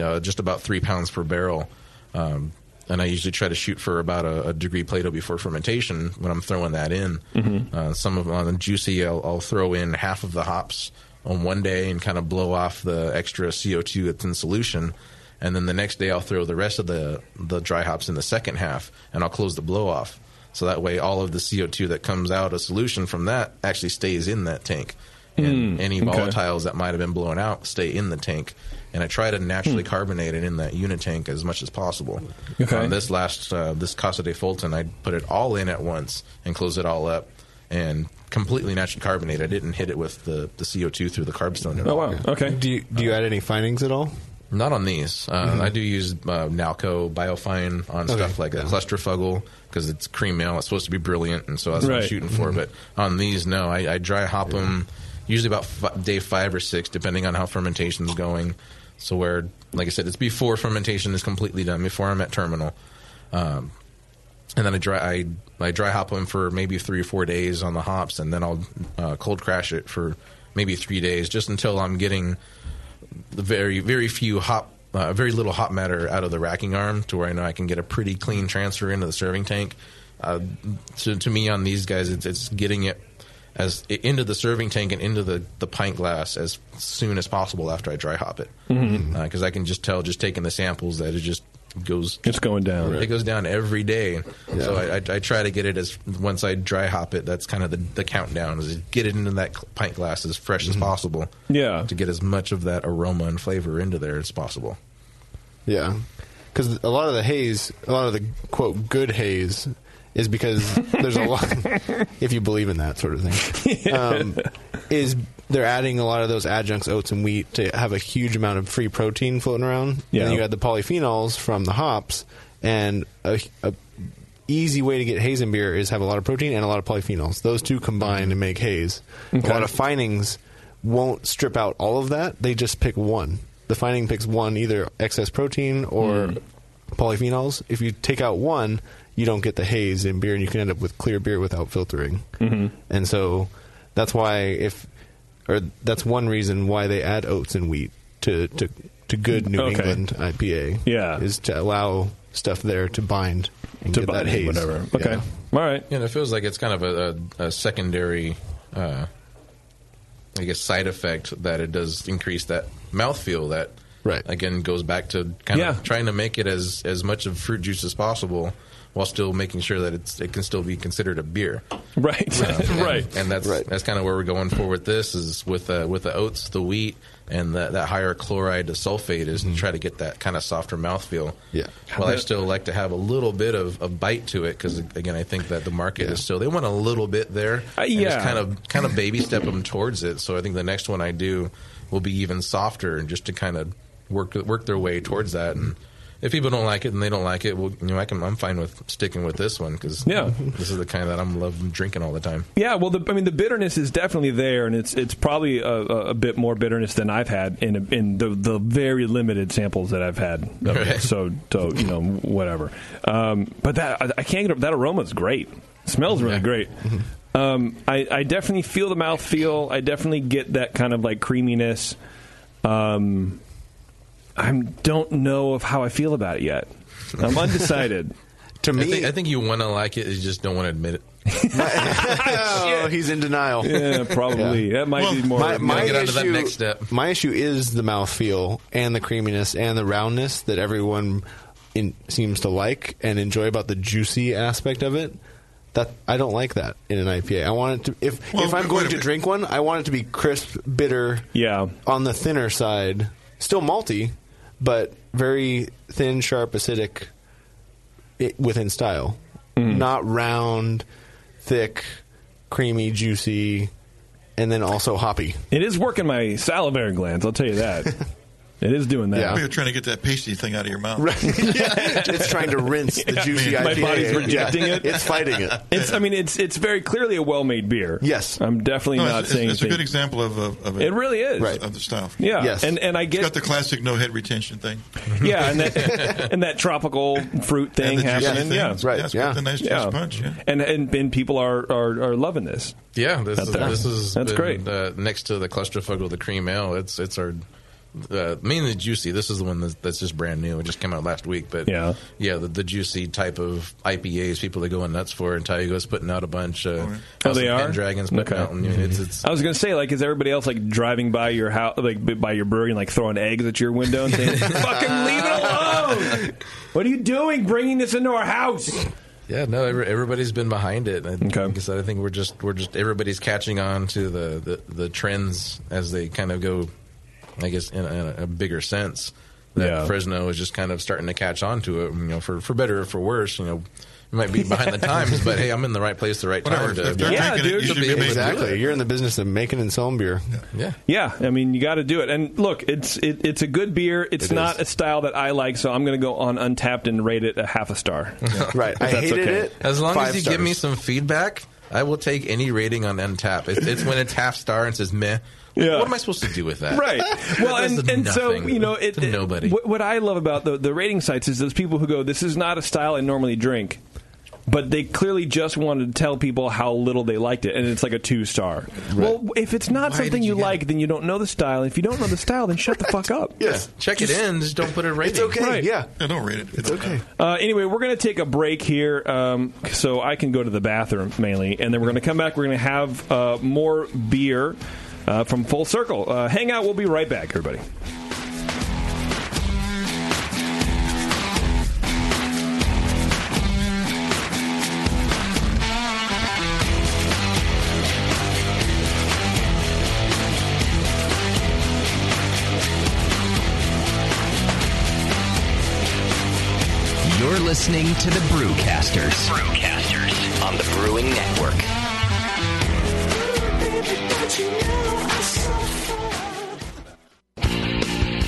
uh, just about three pounds per barrel. Um, and I usually try to shoot for about a, a degree Plato before fermentation when I'm throwing that in. Mhm. Uh, some of on the juicy, I'll, I'll throw in half of the hops on one day and kind of blow off the extra CO2 that's in solution. And then the next day, I'll throw the rest of the, the dry hops in the second half and I'll close the blow off. So that way, all of the CO2 that comes out of solution from that actually stays in that tank. And Hmm, any okay. volatiles that might have been blown out stay in the tank. And I try to naturally Hmm. carbonate it in that unit tank as much as possible. Okay. Um, this last uh, this Casa de Fulton, I put it all in at once and close it all up and completely naturally carbonate. I didn't hit it with the, the CO two through the carb cylinder. Oh, wow. Okay. Do you do you add any findings at all? Not on these. Uh, Mhm. I do use uh, Nalco Biofine on Okay. stuff like a clusterfuggle because it's cream ale. It's supposed to be brilliant, and so that's what I'm Right. shooting for. Mhm. But on these, no, I, I dry hop them usually about f- day five or six, depending on how fermentation's going. So where, like I said, it's before fermentation is completely done, before I'm at terminal, um, and then I dry I, I dry hop them for maybe three or four days on the hops, and then I'll uh, cold crash it for maybe three days, just until I'm getting the very very few hop uh, very little hop matter out of the racking arm to where I know I can get a pretty clean transfer into the serving tank. Uh, to, to me, on these guys, it's, it's getting it as i- into the serving tank and into the, the pint glass as soon as possible after I dry hop it, because Mhm. Mm-hmm. Uh, I can just tell just taking the samples that it just goes It's going down. it goes down every day. So I, I, I try to get it as once I dry hop it. That's kind of the, the countdown is get it into that cl- pint glass as fresh as possible. Mm-hmm. Yeah. to get as much of that aroma and flavor into there as possible. Yeah, because a lot of the haze, a lot of the quote good haze, is because there's a lot. if you believe in that sort of thing, um, is they're adding a lot of those adjuncts, oats and wheat, to have a huge amount of free protein floating around. Yeah. and then you add the polyphenols from the hops, and a, a easy way to get haze in beer is have a lot of protein and a lot of polyphenols. Those two combine to make haze. A lot of findings won't strip out all of that; they just pick one the finding picks one either excess protein Hmm. or polyphenols. If you take out one, you don't get the haze in beer, and you can end up with clear beer without filtering. Mm-hmm. Mhm. And so that's why if or that's one reason why they add oats and wheat to to to good New Okay. England IPA. Yeah, is to allow stuff there to bind and To get bind, that haze. whatever. Okay. Yeah. All right. And it feels like it's kind of a, a, a secondary, uh, I guess, side effect that it does increase that mouthfeel that, right. again, goes back to kind of trying to make it as, as much of fruit juice as possible while still making sure that it's, it can still be considered a beer. [LAUGHS] Right. and, right. And that's that's kind of where we're going for with this is with uh, with the oats, the wheat, and the, that higher chloride to sulfate is to try to get that kind of softer mouthfeel. Yeah. Well, I still like to have a little bit of, of bite to it because again, I think that the market is still they want a little bit there. Uh, and yeah. Just kind of kind of baby step them towards it. So I think the next one I do will be even softer and just to kind of work work their way towards that and. If people don't like it and they don't like it, well, you know, I can, I'm fine with sticking with this one because Yeah. this is the kind that I'm love drinking all the time. Yeah, well, the, I mean, the bitterness is definitely there, and it's it's probably a, a a bit more bitterness than I've had in a, in the the very limited samples that I've had. of it. Right. So, so you know, whatever. Um, but that I- I can't get up. That aroma's great. smells really great. Um, I I definitely feel the mouth feel. I definitely get that kind of like creaminess. Um, I don't know of how I feel about it yet. I'm [LAUGHS] undecided. to I think, I think you want to like it, you just don't want to admit it. [LAUGHS] oh, he's in denial. Yeah, probably. That might Well, be more- My, Gotta my get issue, onto that next step. My issue is the mouthfeel and the creaminess and the roundness that everyone in, seems to like and enjoy about the juicy aspect of it. That I don't like that in an IPA. I want it to if if I'm going to drink one, I want it to be crisp, bitter, yeah, on the thinner side, still malty, but very thin, sharp, acidic it, within style. Mm. Not round, thick, creamy, juicy, and then also hoppy. It is working my salivary glands. I'll tell [LAUGHS] you that. it is doing that. You're trying to get that pasty thing out of your mouth. it's trying to rinse the juicy My IPA. body's Yeah. rejecting it. It's fighting it. [LAUGHS] It's. I mean, it's. It's very clearly a well-made beer. Yes. I'm definitely No, not it's, saying it's, it's a anything- good example of, of, of It really is. Right. of the stuff. Yeah. Yes. And- I get it's got the classic no head retention thing. yeah, [LAUGHS] and [LAUGHS] that and that tropical fruit And thing the juicy happening. thing. Yeah, Yes, Right, it's got yeah. the nice juice punch, yeah. and and, and people are, are, are loving this. Yeah, this That's is, that. this is That's great. Uh, next to the clusterfuckle, the cream ale, it's it's our uh, mainly juicy. This is the one that's, that's just brand new. It just came out last week, but yeah, yeah, the, the juicy type of IPAs people are going nuts for. And Tayuga's putting out a bunch. Uh, Oh, they are Dragons putting out. And, you know, it's, it's I was gonna say, like, is everybody else like driving by your house, like b- by your brewery, and like throwing eggs at your window [LAUGHS] and saying, "Fucking leave it alone! What are you doing, bringing this into our house?" Yeah, no, every, everybody's been behind it. And Like I said, I think we're just we're just everybody's catching on to the the, the trends as they kind of go, I guess, in a, in a bigger sense. That Yeah. Fresno is just kind of starting to catch on to it. You know, for for better or for worse, you know. You might be behind the times, but hey, I'm in the right place, at the right time. To, to be able to do exactly. it. You're in the business of making and selling beer. Yeah. Yeah, I mean, you got to do it. And look, it's it, it's a good beer. It's It not a style that I like, so I'm going to go on Untapped and rate it a half a star. [LAUGHS] Right. If I that's hated okay. it. As long as you give me some feedback, I will take any rating on Untap. It's, it's when it's half star and says meh. Yeah. What am I supposed to do with that? Right. Well, That's and, and so nothing. you know, it, To nobody. What, what I love about the the rating sites is those people who go, "This is not a style I normally drink," but they clearly just wanted to tell people how little they liked it, and it's like a two star. Well, if it's not something you, like, then you don't know the style. If you don't know the style, then shut the [LAUGHS] fuck up. Yes. Check it in. Just don't put a rating. Right. Yeah, don't rate it. It's okay. Uh, anyway, we're going to take a break here um, so I can go to the bathroom mainly, and then we're going to come back. We're going to have uh, more beer uh, from Full Circle. Uh, hang out. We'll be right back, everybody. You're listening to the Brewcasters. Brewcasters on the Brewing Network.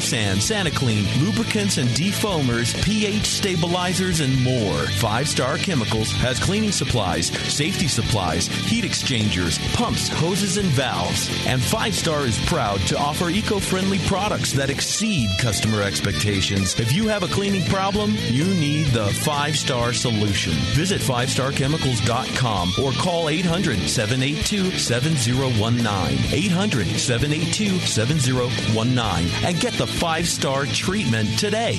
sand, Santa Clean, lubricants and defoamers, pH stabilizers, and more. Five Star Chemicals has cleaning supplies, safety supplies, heat exchangers, pumps, hoses, and valves. And Five Star is proud to offer eco friendly products that exceed customer expectations. If you have a cleaning problem, you need the Five Star Solution. Visit 5starchemicals.com or call 800 782 7019. 800 782 7019 and get the five star treatment today.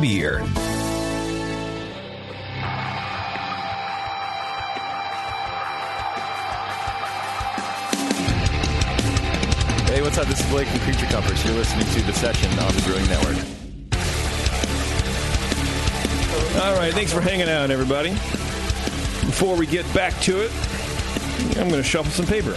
beer. Hey, what's up? This is Blake from Creature Comforts. You're listening to The Session on the Brewing Network. All right, thanks for hanging out, everybody. Before we get back to it, I'm going to shuffle some paper.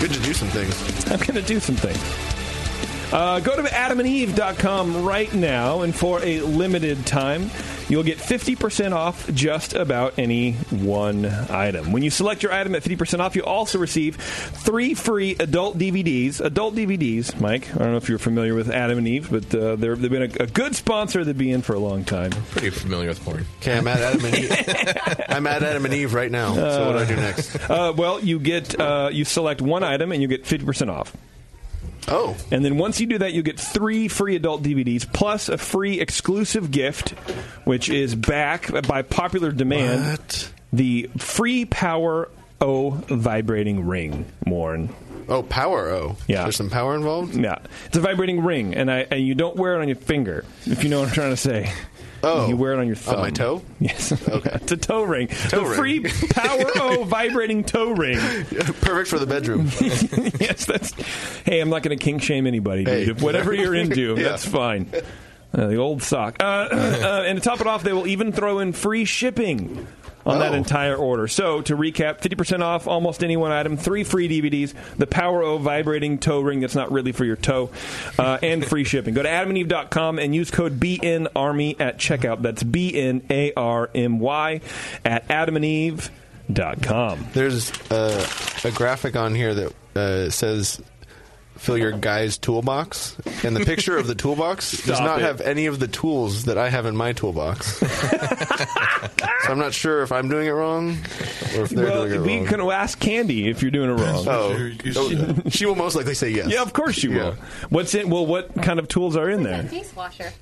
Good to do some things. I'm going to do some things. Uh, go to adamandeve.com right now, and for a limited time, you'll get 50% off just about any one item. When you select your item at 50% off, you also receive three free adult DVDs. Adult DVDs, Mike. I don't know if you're familiar with Adam and Eve, but uh, they're, they've been a, a good sponsor to be in for a long time. Pretty familiar with porn. Okay, I'm at Adam [LAUGHS] and Eve. I'm at Adam and Eve right now. so what do I do next? [LAUGHS] Uh, well, you get uh, you select one item and you get fifty percent off. Oh. And then once you do that, you get three free adult DVDs plus a free exclusive gift, which is back by popular demand. The free power O vibrating ring, Warren. Oh, power O. Yeah. There's some power involved? Yeah. It's a vibrating ring, and, I, and you don't wear it on your finger, if you know what I'm trying to say. Oh. You wear it on your thumb. On my toe? [LAUGHS] Yes. Okay. it's a toe ring. Toe the ring. free Power O vibrating toe [LAUGHS] ring. [LAUGHS] Perfect for the bedroom. [LAUGHS] yes, that's. Hey, I'm not going to kink shame anybody, dude. Hey. If whatever you're into, [LAUGHS] Yeah. that's fine. Uh, the old sock. Uh, uh, and to top it off, they will even throw in free shipping on Oh. that entire order. So to recap, 50% off almost any one item, three free DVDs, the Power O vibrating toe ring that's not really for your toe, uh, and free shipping. Go to adamandeve.com and use code BNARMY at checkout. That's B-N-A-R-M-Y at adamandeve.com. There's uh, a graphic on here that uh, says fill your guy's toolbox, and the picture of the [LAUGHS] toolbox does Stop not it. have any of the tools that I have in my [LAUGHS] toolbox. so I'm not sure if I'm doing it wrong or if they're Well, doing it we wrong. can ask Candy if you're doing it wrong. Oh, oh, she will most likely say yes. Yeah, of course you will. What's in? Well, what kind of tools are in there? Face washer.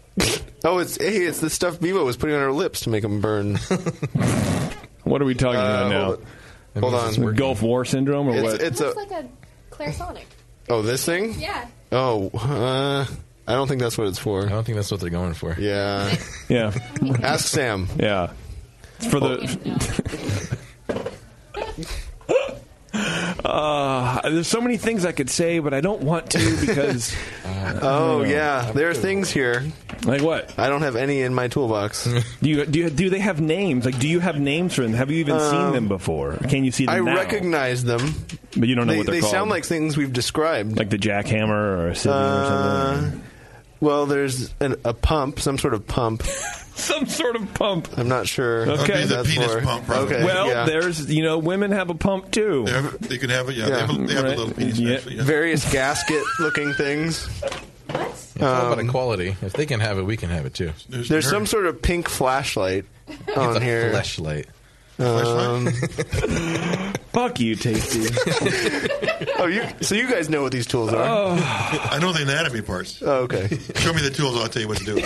Oh, it's hey, it's the stuff Bebo was putting on her lips to make them burn. [LAUGHS] Uh, what are we talking about now? Hold, on. hold on. Gulf War syndrome or It's- what? it's Looks a- like a clairsonic. Oh, this thing? Yeah. Oh, uh, I don't think that's what it's for. I don't think that's what they're going for. Yeah. [LAUGHS] Yeah. Ask Sam. Oh. Yeah. for the. Uh, there's so many things I could say, but I don't want to because. [LAUGHS] Oh yeah, there are things here. Like what? I don't have any in my [LAUGHS] toolbox. Do you do you, do they have names? Like, do you have names for them? Have you even seen Um, them before? Can you [LAUGHS] see them? I now? recognize them. but you don't know they what they're they called. sound like things we've described. like the jackhammer or a scissor or Uh, something. well, there's an, a pump, some sort of pump. [LAUGHS] some sort of pump. I'm not sure. Okay. what That'd be the that's penis for. pump, probably. Okay. well, yeah. there's you know women have a pump too. They, have, they can have it. Yeah, they have, a, they have Right. a little penis. Yeah. Actually, yeah. various gasket-looking things. Um, It's all about equality. If they can have it, we can have it too. There's, [LAUGHS] some sort of pink flashlight on It's a here. flashlight. Um, [LAUGHS] Fuck you, Tasty. oh, you, so you guys know what these tools are? I know the anatomy parts. Oh, okay. Show me the tools. I'll tell you what to do. [LAUGHS]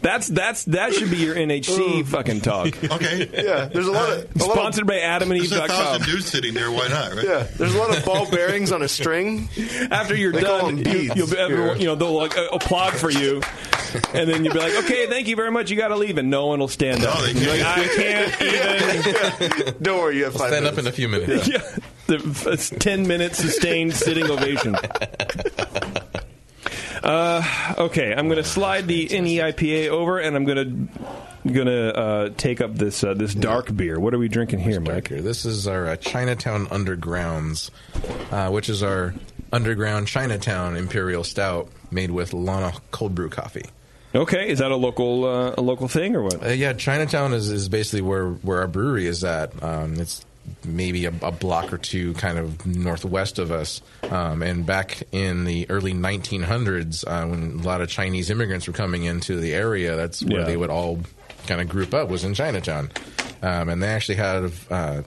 That's that's that should be your NHC fucking talk. [LAUGHS] [LAUGHS] Okay. Yeah, there's a lot of a lot of, Sponsored by There's a thousand AdamandEve.com. dudes sitting there. Why not? Right? yeah, there's a lot of ball bearings on a string. After you're They call done, them you, beads. will be everyone, Yeah. you know they'll like uh, applaud for you, and then you'll be like, "Okay, thank you very much. You got to leave," and no one will stand up. they You're like, I can't even. Don't worry, you have five Stand up in minutes. a few minutes. yeah, The- it's ten minutes sustained sitting ovation. Uh, okay, I'm going to slide the E NEIPA over, and I'm going to gonna uh, take up this uh, this dark beer. What are we drinking here, Mike? Here, This is our uh, Chinatown Undergrounds, uh, which is our underground Chinatown Imperial Stout made with Lana cold brew coffee. Okay, is that a local uh, a local thing or what? Uh, yeah, Chinatown is, is basically where, where our brewery is at. Um, it's maybe a, a block or two kind of northwest of us. Um, and back in the early 1900s, uh, when a lot of Chinese immigrants were coming into the area, that's where Yeah. they would all kind of group up was in Chinatown. Um, and they actually had, uh,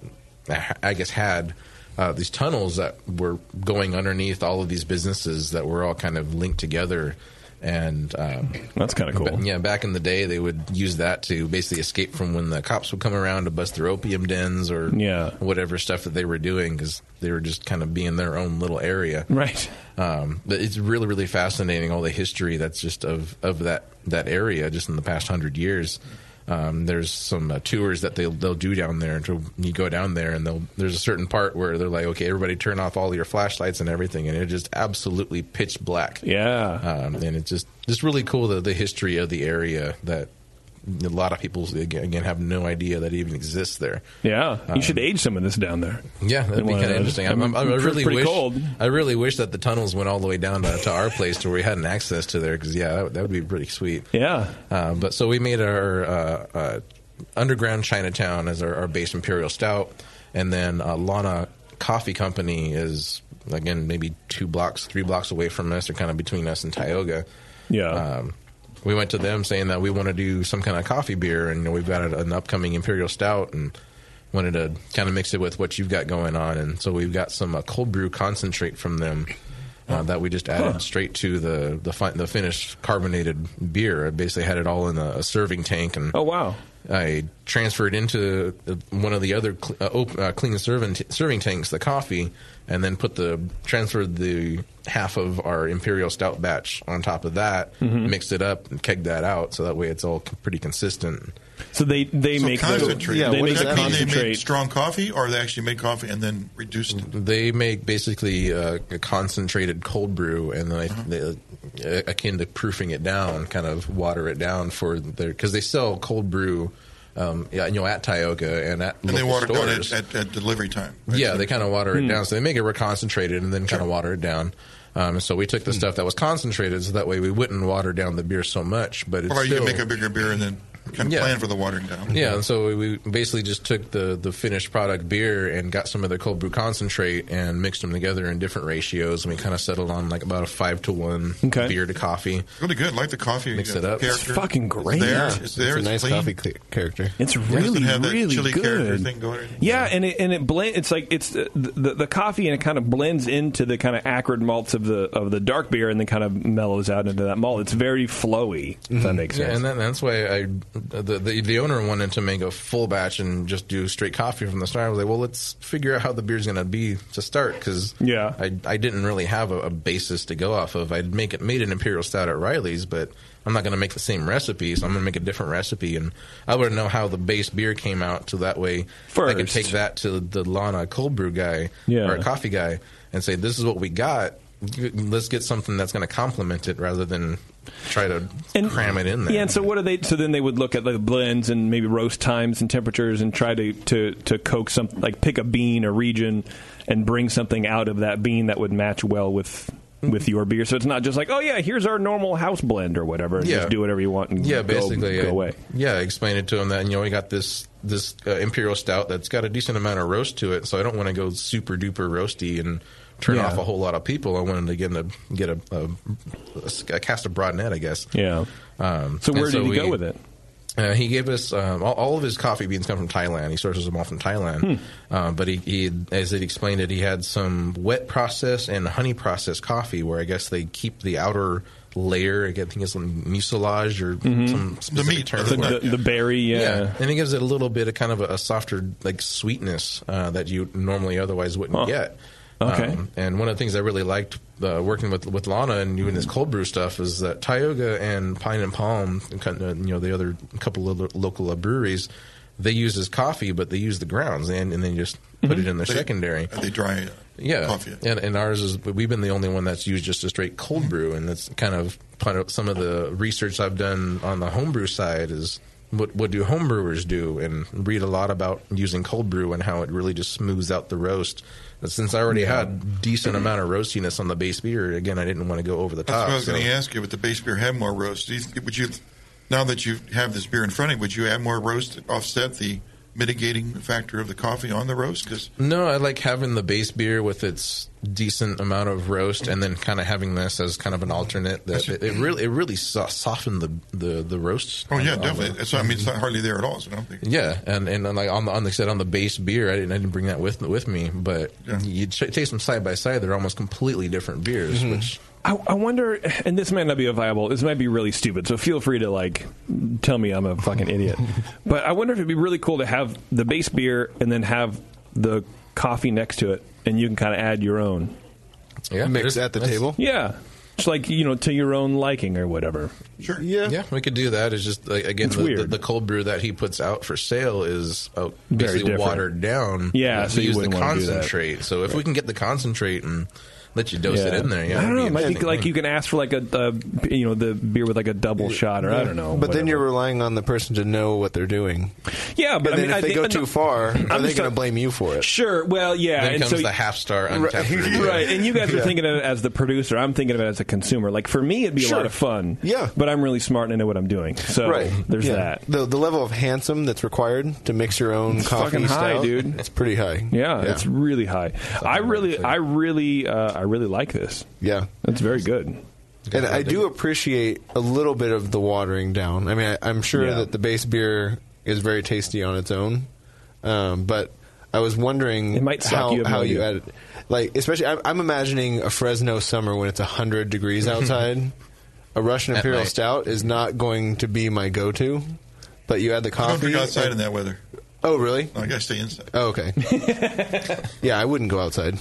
I guess, had. Uh, these tunnels that were going underneath all of these businesses that were all kind of linked together, and um, That's kind of Ba- cool. yeah, back in the day, they would use that to basically escape from when the cops would come around to bust their opium dens or Yeah. whatever stuff that they were doing because they were just kind of being their own little area. Right. Um, but it's really, really fascinating all the history that's just of, of that, that area just in the past hundred years. Um, there's some uh, tours that they'll they'll do down there. To, you go down there, and they'll, there's a certain part where they're like, "Okay, everybody, turn off all your flashlights and everything," and it just absolutely pitch black Yeah. um, and it's just just really cool the, the history of the area that a lot of people again, again have no idea that even exists there. Um, Yeah, Uh, you should age some of this down there. Yeah, They that'd be wanna- kind of interesting. I'm, I'm, i it's really pretty wish cold. I really wish that the tunnels went all the way down to, to our place to where we had an access to there because yeah, that, would- that would be pretty sweet. Yeah, Um, but so we made our uh, uh, underground Chinatown as our, our base imperial stout, and then uh, Lana Coffee Company is again maybe two blocks, three blocks away from us, or kind of between us and Tioga. yeah. Um, we went to them saying that we want to do some kind of coffee beer, and you know, we've got an upcoming imperial stout, and wanted to kind of mix it with what you've got going on. And so we've got some uh, cold brew concentrate from them uh, that we just added straight to the the, fi- the finished carbonated beer. I basically had it all in a, a serving tank, and oh wow. I transferred into the- one of the other cl- uh, op- uh, clean serving t- serving tanks the coffee, and then put the transferred the half of our imperial stout batch on top of that, Mhm. mixed it up, and kegged that out. So that way it's all c- pretty consistent. So they they So make concentrate. The, Yeah, they what make does the that mean? They concentrate. make Made strong coffee, or they actually made coffee and then reduced it. They make basically uh, a concentrated cold brew, and then I, Mm-hmm. they, uh, akin to proofing it down, kind of water it down for their because they sell cold brew, um, yeah, you know, at Tioga and at And they local water it down stores. at, at, at delivery time. Yeah, they kind of water it Hmm. down. So they make it real concentrated and then kind of water it down. Um, so we took Hmm. the stuff that was concentrated, so that way we wouldn't water down the beer so much. But it's Or you still, can make a bigger beer and then kind of Yeah. plan for the watering down. yeah, and so we basically just took the the finished product beer and got some of the cold brew concentrate and mixed them together in different ratios, and we kind of settled on like about a five to one Okay. beer to coffee. Really good. Like the coffee. Mix uh, it up. Character. It's there. It's there. It's clean. character. It's It doesn't really have that really chili good. character thing going. Yeah, and it and it blend. It's like it's uh, the, the the coffee, and it kind of blends into the kind of acrid malts of the of the dark beer, and then kind of mellows out into that malt. It's very flowy. If that makes Mm-hmm. Yeah, sense. and that, that's why I the, the the owner wanted to make a full batch and just do straight coffee from the start. I was like, well, let's figure out how the beer's going to be to start because yeah, I I didn't really have a, a basis to go off of. I'd make it made an imperial stout at Riley's, but I'm not going to make the same recipe, so I'm going to make a different recipe, and I want to know how the base beer came out, so that way I could First. take that to the Lana cold brew guy Yeah. or a coffee guy and say, this is what we got. Let's get something that's going to complement it rather than try to cram it in there. Yeah, and so what are they? So then they would look at the blends and maybe roast times and temperatures and try to to to coax some like pick a bean a region and bring something out of that bean that would match well with Mm-hmm. with your beer. So it's not just like oh yeah, here's our normal house blend or whatever. And Yeah. just do whatever you want and yeah, go- basically, go, I- away. Yeah, I explained it to him that you know we got this this uh, imperial stout that's got a decent amount of roast to it, so I don't want to go super duper roasty and turn Yeah. off a whole lot of people. I wanted to get in a, get a, a, a s- a cast a broad net, I guess. Yeah. Um, So and where did he go we- with it? Uh, he gave us um, all, all of his coffee beans come from Thailand. He sources them all from Thailand. Hmm. Uh, but he, he, as it explained it, he had some wet process and honey process coffee, where I guess they keep the outer layer. I think it's some mucilage or some specific term. Mm-hmm. the, for the, it. the berry. Yeah. and it gives it a little bit of kind of a, a softer like sweetness uh, that you normally otherwise wouldn't get. Um, Okay. and one of the things I really liked uh, working with with Lana and doing this cold brew stuff is that Tioga and Pine and Palm, and kind of, you know, the other couple of lo- local uh, breweries, they use as coffee, but they use the grounds and and then just Mm-hmm. put it in their They- secondary. They dry Yeah, coffee. And, and ours is we've been the only one that's used just a straight Mm-hmm. cold brew, and that's kind of part of some of the research I've done on the homebrew side is what what do homebrewers do, and read a lot about using cold brew and how it really just smooths out the roast. But since I already had decent amount of roastiness on the base beer, again I didn't want to go over the That's top. what I was so- going to ask you. Would the base beer have more roast? Do you- Would you, now that you have this beer in front of you, would you add more roast to offset the mitigating factor of the coffee on the roast? Because No, I like having the base beer with its decent amount of roast, and then kind of having this as kind of an alternate. That it, it really, it really so- softened the the the roast. oh on- yeah, on definitely. the- So I mean, it's not hardly there at all. So I don't think. yeah, and and on, like on the on the said on the base beer, I didn't I didn't bring that with with me, but you t- taste them side by side, they're almost completely different beers. Mm-hmm. Which I, I wonder, and this might not be a viable. This might be really stupid. So feel free to like tell me I'm a fucking [LAUGHS] idiot. but I wonder if it'd be really cool to have the base beer and then have the coffee next to it, and you can kind of add your own. Yeah, Mix at the table. Yeah, it's like you know to your own liking or whatever. Sure. Yeah. Yeah, we could do that. It's just like, again, It's the, weird. The, the cold brew that he puts out for sale is uh, Very basically different. watered down. Yeah, We so you use the wouldn't wanna do that. concentrate. So if we can get the concentrate and let you dose it Yeah. in there, yeah, I don't know. that'd It be might be interesting. like you can ask for like a, a you know the beer with like a double shot or I don't know. But then you're relying on the person to know what they're doing. yeah, and but I then mean, I if they think- go no- too far, I'm are they going just talk- to blame you for it? Sure. Well, yeah. Then and comes so the half star Right. [LAUGHS] untapped review. right. And you guys are Yeah. thinking of it as the producer. I'm thinking of it as a consumer. Like for me, it'd be a Sure. lot of fun. Yeah. But I'm really smart and I know what I'm doing. So right. there's Yeah. that. The, the level of handsome that's required to mix your own It's coffee fucking high, stout, dude. It's pretty high. Yeah, it's really high. I really, I really, uh, I really like this. Yeah, that's very good. And I do appreciate a little bit of the watering down. I mean, I, I'm sure Yeah. that the base beer is very tasty on its own, um, but I was wondering It might suck. how You have no how you idea. add it. Like, especially, I'm, I'm imagining a Fresno summer when it's 100 [LAUGHS] degrees outside. a Russian At Imperial night. Stout is not going to be my go-to. But you add the I coffee. uh, don't drink outside in that weather. Oh, really? I gotta stay inside. Oh, okay. yeah, I wouldn't go outside.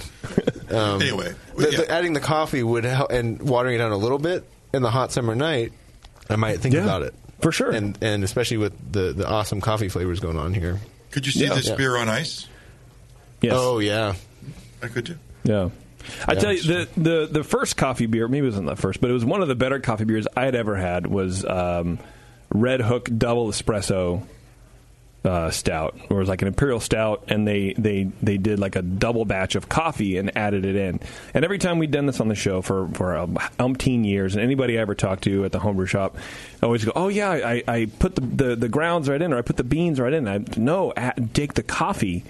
Um, Anyway, the- the- adding the coffee would help, and watering it down a little bit in the hot summer night. I might think about it for sure, and and especially with the the awesome coffee flavors going on here. Could you see this Yeah. beer on ice? Yes. Oh yeah. I could do. Yeah. I Yeah, tell you, that's the, the, the first coffee beer, maybe it wasn't the first, but it was one of the better coffee beers I had ever had was um, Red Hook Double Espresso uh, Stout, or it was like an Imperial Stout, and they, they, they did like a double batch of coffee and added it in. And every time we'd done this on the show for, for um, umpteen years, and anybody I ever talked to at the homebrew shop I always go, oh, yeah, I, I put the, the, the grounds right in, or I put the beans right in. I, no, add, take the coffee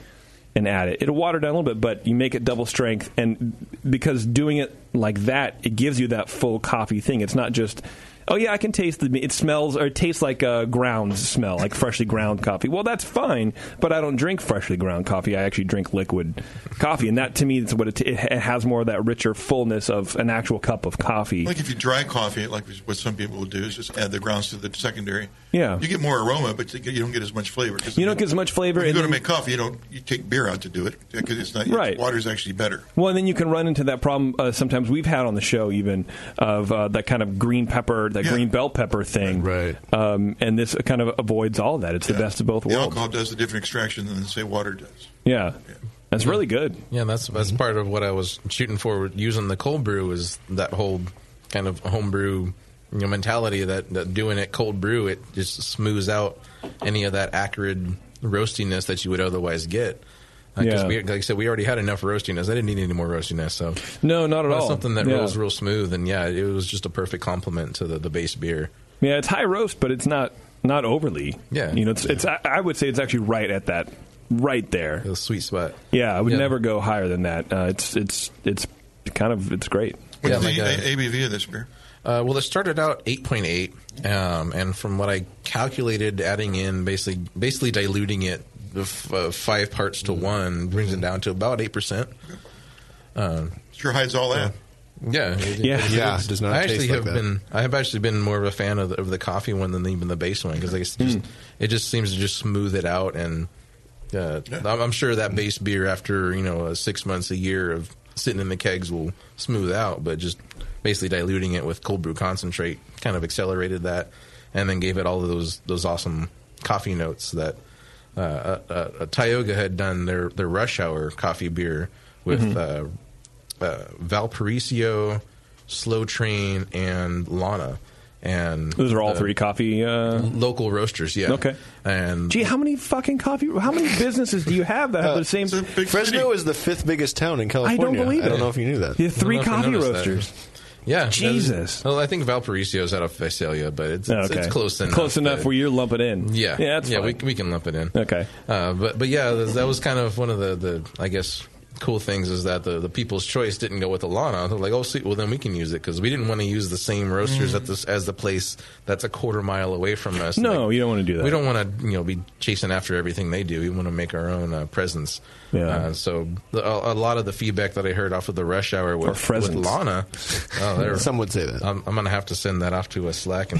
and add it. It'll water down a little bit, but you make it double strength. And because doing it like that, it gives you that full coffee thing. It's not just, oh yeah, I can taste the. It smells or it tastes like a ground smell, like freshly ground coffee. Well, that's fine, but I don't drink freshly ground coffee. I actually drink liquid coffee, and that to me, that's what it, it has more of that richer fullness of an actual cup of coffee. Like if you dry coffee it, like what some people will do, is just add the grounds to the secondary. Yeah. You get more aroma, but you get- you don't get as much flavor. 'Cause You don't get as much flavor. When you and go to then- make coffee, you don't you take beer out to do it because it's not Right. Water's actually better. Well, and then you can run into that problem uh, sometimes we've had on the show, even of uh, that kind of green pepper, that green bell pepper thing. Right. Um, and this kind of avoids all that. It's the best of both The worlds. alcohol does a different extraction than say water does. Yeah. That's really good. Mm-hmm. Yeah, and that's that's part of what I was shooting for with using the cold brew is that whole kind of homebrew you know, mentality that, that doing it cold brew it just smooths out any of that acrid roastiness that you would otherwise get. Uh, 'cause Yeah. we, like I said, we already had enough roastiness. I didn't need any more roastiness. So No, not at That's all. Something that Yeah. rolls real smooth, and yeah, it was just a perfect complement to the, the base beer. Yeah, it's high roast, but it's not not overly. Yeah. You know, it's, it's I, I would say it's actually right at that, right there. The sweet spot. Yeah, I would Yeah. never go higher than that. Uh, it's it's it's kind of it's great. What's the A- ABV of this beer? Uh, well, it started out 8.8, um, and from what I calculated, adding in basically basically diluting it the f- uh, five parts to one brings it down to about eight percent. Um, sure hides all that. Yeah, Yeah. Yeah, it does not I taste actually like have that. been. I have actually been more of a fan of the, of the coffee one than even the base one because just it just seems to just smooth it out, and uh, I'm, I'm sure that base beer after you know uh, six months a year of sitting in the kegs will smooth out, but just basically diluting it with cold brew concentrate kind of accelerated that, and then gave it all of those those awesome coffee notes that uh, uh, uh, uh, Tioga had done their their rush hour coffee beer with Mm-hmm. uh, Mhm. uh, Valparaiso, Slow Train, and Lana. And Those are all three coffee uh, local roasters. Yeah. Okay. And Uh, Gee, how many fucking coffee? How many businesses do you have that have the same? Fresno is the fifth biggest town in California. believe I don't it. know if you knew that. You have three I coffee noticed that. roasters. Yeah, Jesus. Well, I think Valparaiso's out of Visalia, but it's, it's, Okay. it's close enough. Close enough that- where you're lumping in. Yeah, Yeah, that's yeah. fine. We, we can lump it in. Okay. Uh, but but yeah, th- that was kind of one of the, the I guess cool things is that the, the people's choice didn't go with Alana. They're like, oh, sweet. Well, then we can use it because we didn't want to use the same roasters Mm. at this as the place that's a quarter mile away from us. No, you don't [LAUGHS] want to do that. We don't want to, you know, be chasing after everything they do. We want to make our own uh, presence. Yeah. Uh, so the, a, a lot of the feedback that I heard off of the rush hour Or with, with presence. Lana, oh, [LAUGHS] there- Some would say that. I'm, I'm going to have to send that off to a Slack, [LAUGHS] and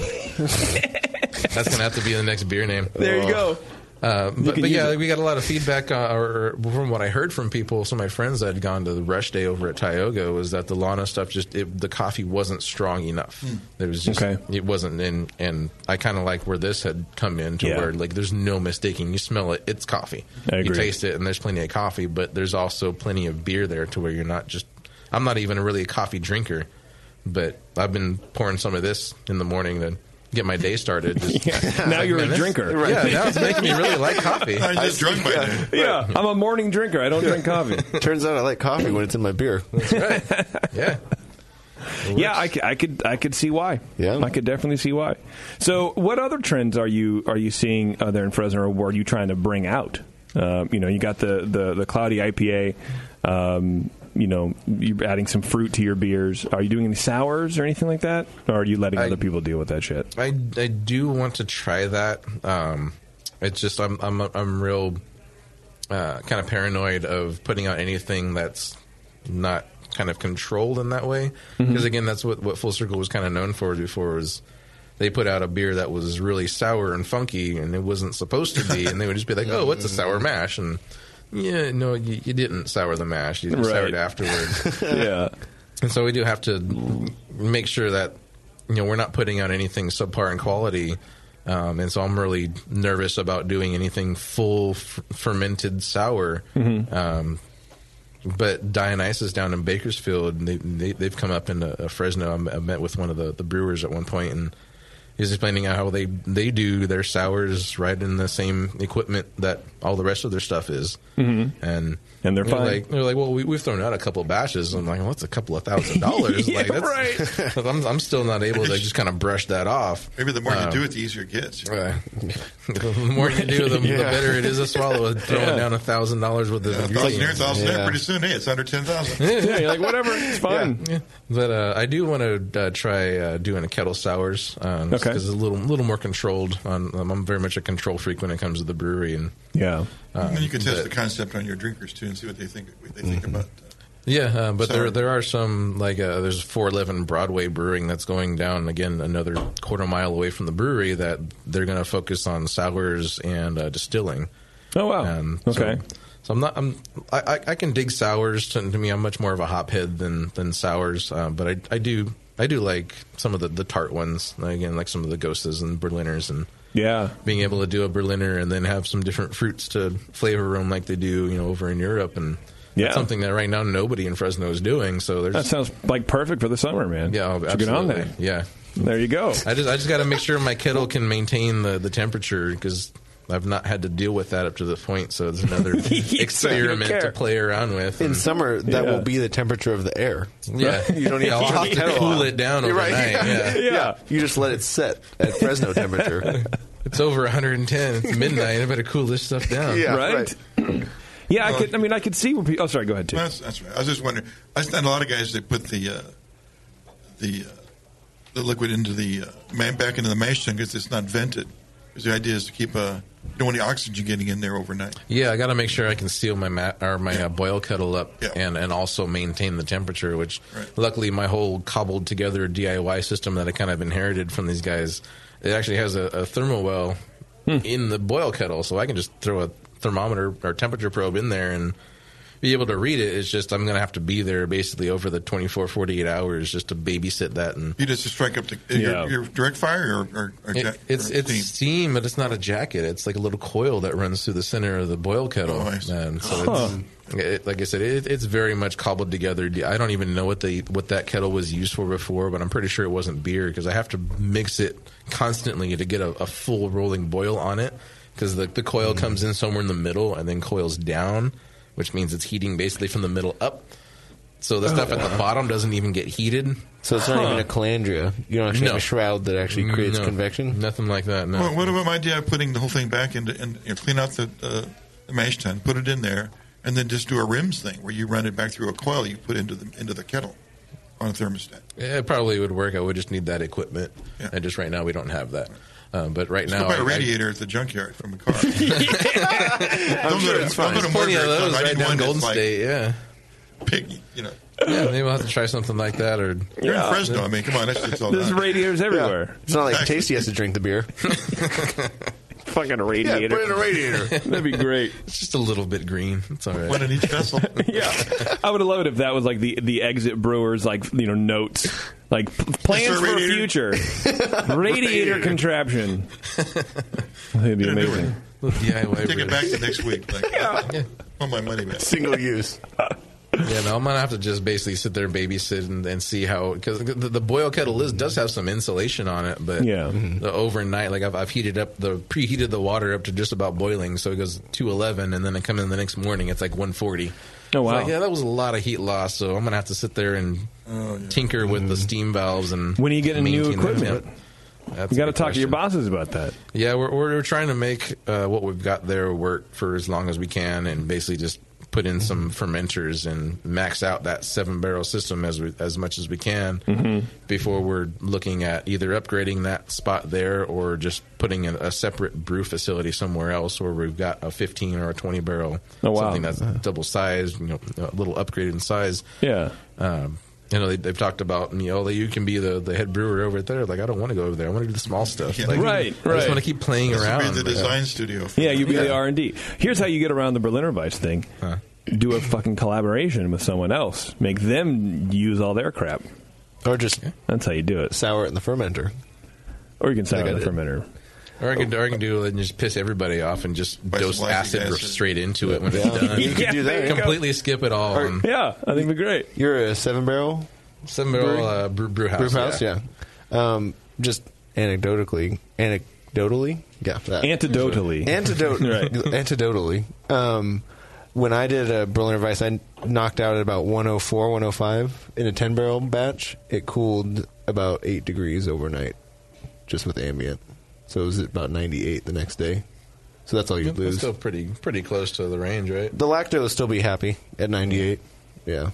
that's going to have to be the next beer name. There you go. Uh, but can but use yeah, it. we got a lot of feedback, uh, or, or from what I heard from people, some of my friends that had gone to the rush day over at Tioga was that the Lana stuff just it, the coffee wasn't strong enough. Hmm. There was just Okay. it wasn't, and and I kind of like where this had come in to Yeah. where like there's no mistaking. You smell it, it's coffee. I You agree. taste it, and there's plenty of coffee, but there's also plenty of beer there to where you're not just. I'm not even really a coffee drinker, but I've been pouring some of this in the morning to get my day [LAUGHS] started. Just- [LAUGHS] Now Like, you're man, a this- drinker. Yeah, now it's making me really [LAUGHS] like coffee. I'm just drunk by now. Yeah, I'm a morning drinker. I don't drink coffee. [LAUGHS] Turns out I like coffee when it's in my beer. yeah, I, c- I could I could see why. Yeah. I could definitely see why. So, what other trends are you are you seeing uh, there in Fresno, or what are you trying to bring out? Uh, you know, you got the the, the cloudy IPA. Um, you know, you're adding some fruit to your beers. Are you doing any sours or anything like that, or are you letting other people deal with that shit? I, I do want to try that. Um, it's just I'm I'm I'm real uh, kind of paranoid of putting out anything that's not kind of controlled in that way. Because Mhm. again, that's what what Full Circle was kind of known for before was they put out a beer that was really sour and funky, and it wasn't supposed to be, and they would just be like, "Oh, what's a sour mash?" and yeah, no, you, you didn't sour the mash. You just Right. soured afterwards. [LAUGHS] Yeah. and so we do have to make sure that you know we're not putting out anything subpar in quality. Um, and so I'm really nervous about doing anything full f- fermented sour. Mhm. Um, but Dionysus down in Bakersfield, they, they, they've come up into uh, Fresno. I m- I met with one of the, the brewers at one point, and he was explaining how they, they do their sours right in the same equipment that all the rest of their stuff is. Mhm. And And they're fine. Like, they're like, well, we, we've thrown out a couple of batches. I'm like, well, that's a couple of thousand dollars. [LAUGHS] Yeah, like, that's, [LAUGHS] right. I'm, I'm still not able to just kind of brush that off. Maybe the more you Um, do it, the easier it gets. uh, [LAUGHS] the more you do, [LAUGHS] the, the Yeah. better it is to swallow. Throwing Yeah. down a thousand dollars worth of A ingredients. thousand here, a thousand there. [LAUGHS] Pretty soon, hey, it's under ten thousand. [LAUGHS] Yeah, you're like whatever, it's fine. But uh, I do want to uh, try uh, doing a kettle sours. Um, Okay. it's a little little more controlled. On, um, I'm very much a control freak when it comes to the brewery, and uh, Yeah. and you can test but- the concept on your drinkers too, and see what they think. What they think Mm-hmm. about. Mm-hmm. Yeah, uh, but Sour. there there are some like uh, there's 411 Broadway Brewing that's going down again another quarter mile away from the brewery that they're going to focus on sours and uh, distilling. Oh wow! Okay. So, so I'm not I'm I, I, I can dig sours to, to me I'm much more of a hophead than than sours, uh, but I I do I do like some of the the tart ones like, again like some of the Ghostas and Berliners and Yeah. being able to do a Berliner and then have some different fruits to flavor them like they do, you know, over in Europe, and Yeah. that's something that right now nobody in Fresno is doing. So there's That sounds like perfect for the summer, man. yeah, So get on absolutely. that. Yeah, There you go. I just I just got to make sure my kettle can maintain the the temperature because. I've not had to deal with that up to this point, so it's another experiment care. to play around with. In and- summer, that Yeah. will be the temperature of the air. Yeah. you don't even [LAUGHS] Yeah, I'll keep have the to kettle cool on. it down You're overnight, [LAUGHS] yeah. Yeah. you just let it set at Fresno temperature. [LAUGHS] it's over 110. It's midnight. I better cool this [LAUGHS] stuff down. right. [COUGHS] yeah, I could. I mean, I could see where. People, oh, sorry. Go ahead, too. That's, that's right. I was just wondering. I find a lot of guys that put the uh, the uh, the liquid into the uh, man back into the mash tun because it's not vented. 'Cause the idea is to keep uh, you don't want any oxygen getting in there overnight. Yeah, I got to make sure I can seal my mat or my uh, boil kettle up and, and also maintain the temperature. Which, luckily, my whole cobbled together DIY system that I kind of inherited from these guys, it actually has a, a thermal well in the boil kettle, so I can just throw a thermometer or temperature probe in there and be able to read it. It's just I'm going to have to be there basically over the 24, 48 hours just to babysit that and You just strike up the Yeah. your, your direct fire or, or, or it, jack- it's or it's steam. steam? but it's not a jacket. It's like a little coil that runs through the center of the boil kettle. Oh, and so Huh. it's, it, like I said, it, it's very much cobbled together. I don't even know what the what that kettle was used for before, but I'm pretty sure it wasn't beer because I have to mix it constantly to get a, a full rolling boil on it because the the coil Hmm. comes in somewhere in the middle and then coils down, which means it's heating basically from the middle up. So the stuff at Uh-huh. the bottom doesn't even get heated. So it's not even a calandria. You don't actually No. have a shroud that actually creates No. convection. Nothing like that. No. Well, what about my idea of putting the whole thing back into and you know, clean out the, uh, the mash tun, put it in there, and then just do a rims thing where you run it back through a coil you put into the into the kettle on a thermostat. Yeah, It probably would work. I would just need that equipment, and just right now we don't have that. Um, but right Just now, go buy a I- I- radiator at the junkyard from a [LAUGHS] car. I'm sure it's fine. There's plenty of those right down Golden State. Yeah, pig. You know, yeah, maybe we'll have to try something like that. Or You're in Fresno, I mean, come on, that's just all There's done. radiators everywhere. It's not like Tasty has to drink the [LAUGHS] beer. Fucking radiator. Yeah, put it in a radiator. [LAUGHS] That'd be great. It's just a little bit green. It's all right. One in each [LAUGHS] vessel. yeah, I would have loved it if that was like the the exit brewers like you know notes like p- plans Insert for radiator. future [LAUGHS] radiator, Radiator. contraption. That'd be amazing. DIY Take it back to next week. Like, yeah. want my money back. Single use. [LAUGHS] Yeah, no, I'm gonna have to just basically sit there and babysit and, and see how because the, the boil kettle is, does have some insulation on it, but Yeah. Mhm. the overnight, like I've, I've heated up the preheated the water up to just about boiling, so it goes 211, and then I come in the next morning, it's like 140. Oh, It's wow. like, yeah, that was a lot of heat loss, so I'm gonna have to sit there and Oh, tinker with the steam valves and Mm-hmm. When are you getting new maintain them. equipment? Yeah. That's you got a to good talk to your question. bosses about that. Yeah, we're we're trying to make uh, what we've got there work for as long as we can, and basically just put in some Mm-hmm. fermenters and max out that seven barrel system as we, as much as we can Mhm. before we're looking at either upgrading that spot there or just putting in a separate brew facility somewhere else where we've got a 15 or a 20 barrel Oh, wow. something that's double sized you know a little upgraded in size yeah um, You know, they, they've talked about, you know, that you can be the, the head brewer over there. Like, I don't want to go over there. I want to do the small stuff. Yeah. Like, Right, I right. just want to keep playing This would be around. the but- design studio. Yeah, you'd be the R and D. Here's how you get around the Berliner Weiss thing: do a fucking collaboration with someone else, make them use all their crap, or just that's how you do it. Sour it in the fermenter, or you can sour Like it in I the did. fermenter. Or I can, or I can do it and just piss everybody off and just dose some lactic acid, acid. straight into it when Yeah. it's [LAUGHS] done. You could do that. Completely skip it all. Or- and- Yeah, I think it'd be great. You're a seven barrel, seven barrel, uh, brew- brew house, yeah. yeah. Um, just anecdotally, anecdotally, yeah. That. Antidotally. [LAUGHS] antidote, [LAUGHS] [LAUGHS] Right. antidotally. Um, when I did a Berliner Weiss, I knocked out at about 104, 105 in a ten barrel batch. It cooled about eight degrees overnight, just with ambient. So it was at about ninety eight the next day. So that's all you That's would lose. still pretty pretty close to the range, right? The lacto will still be happy at 98. Yeah.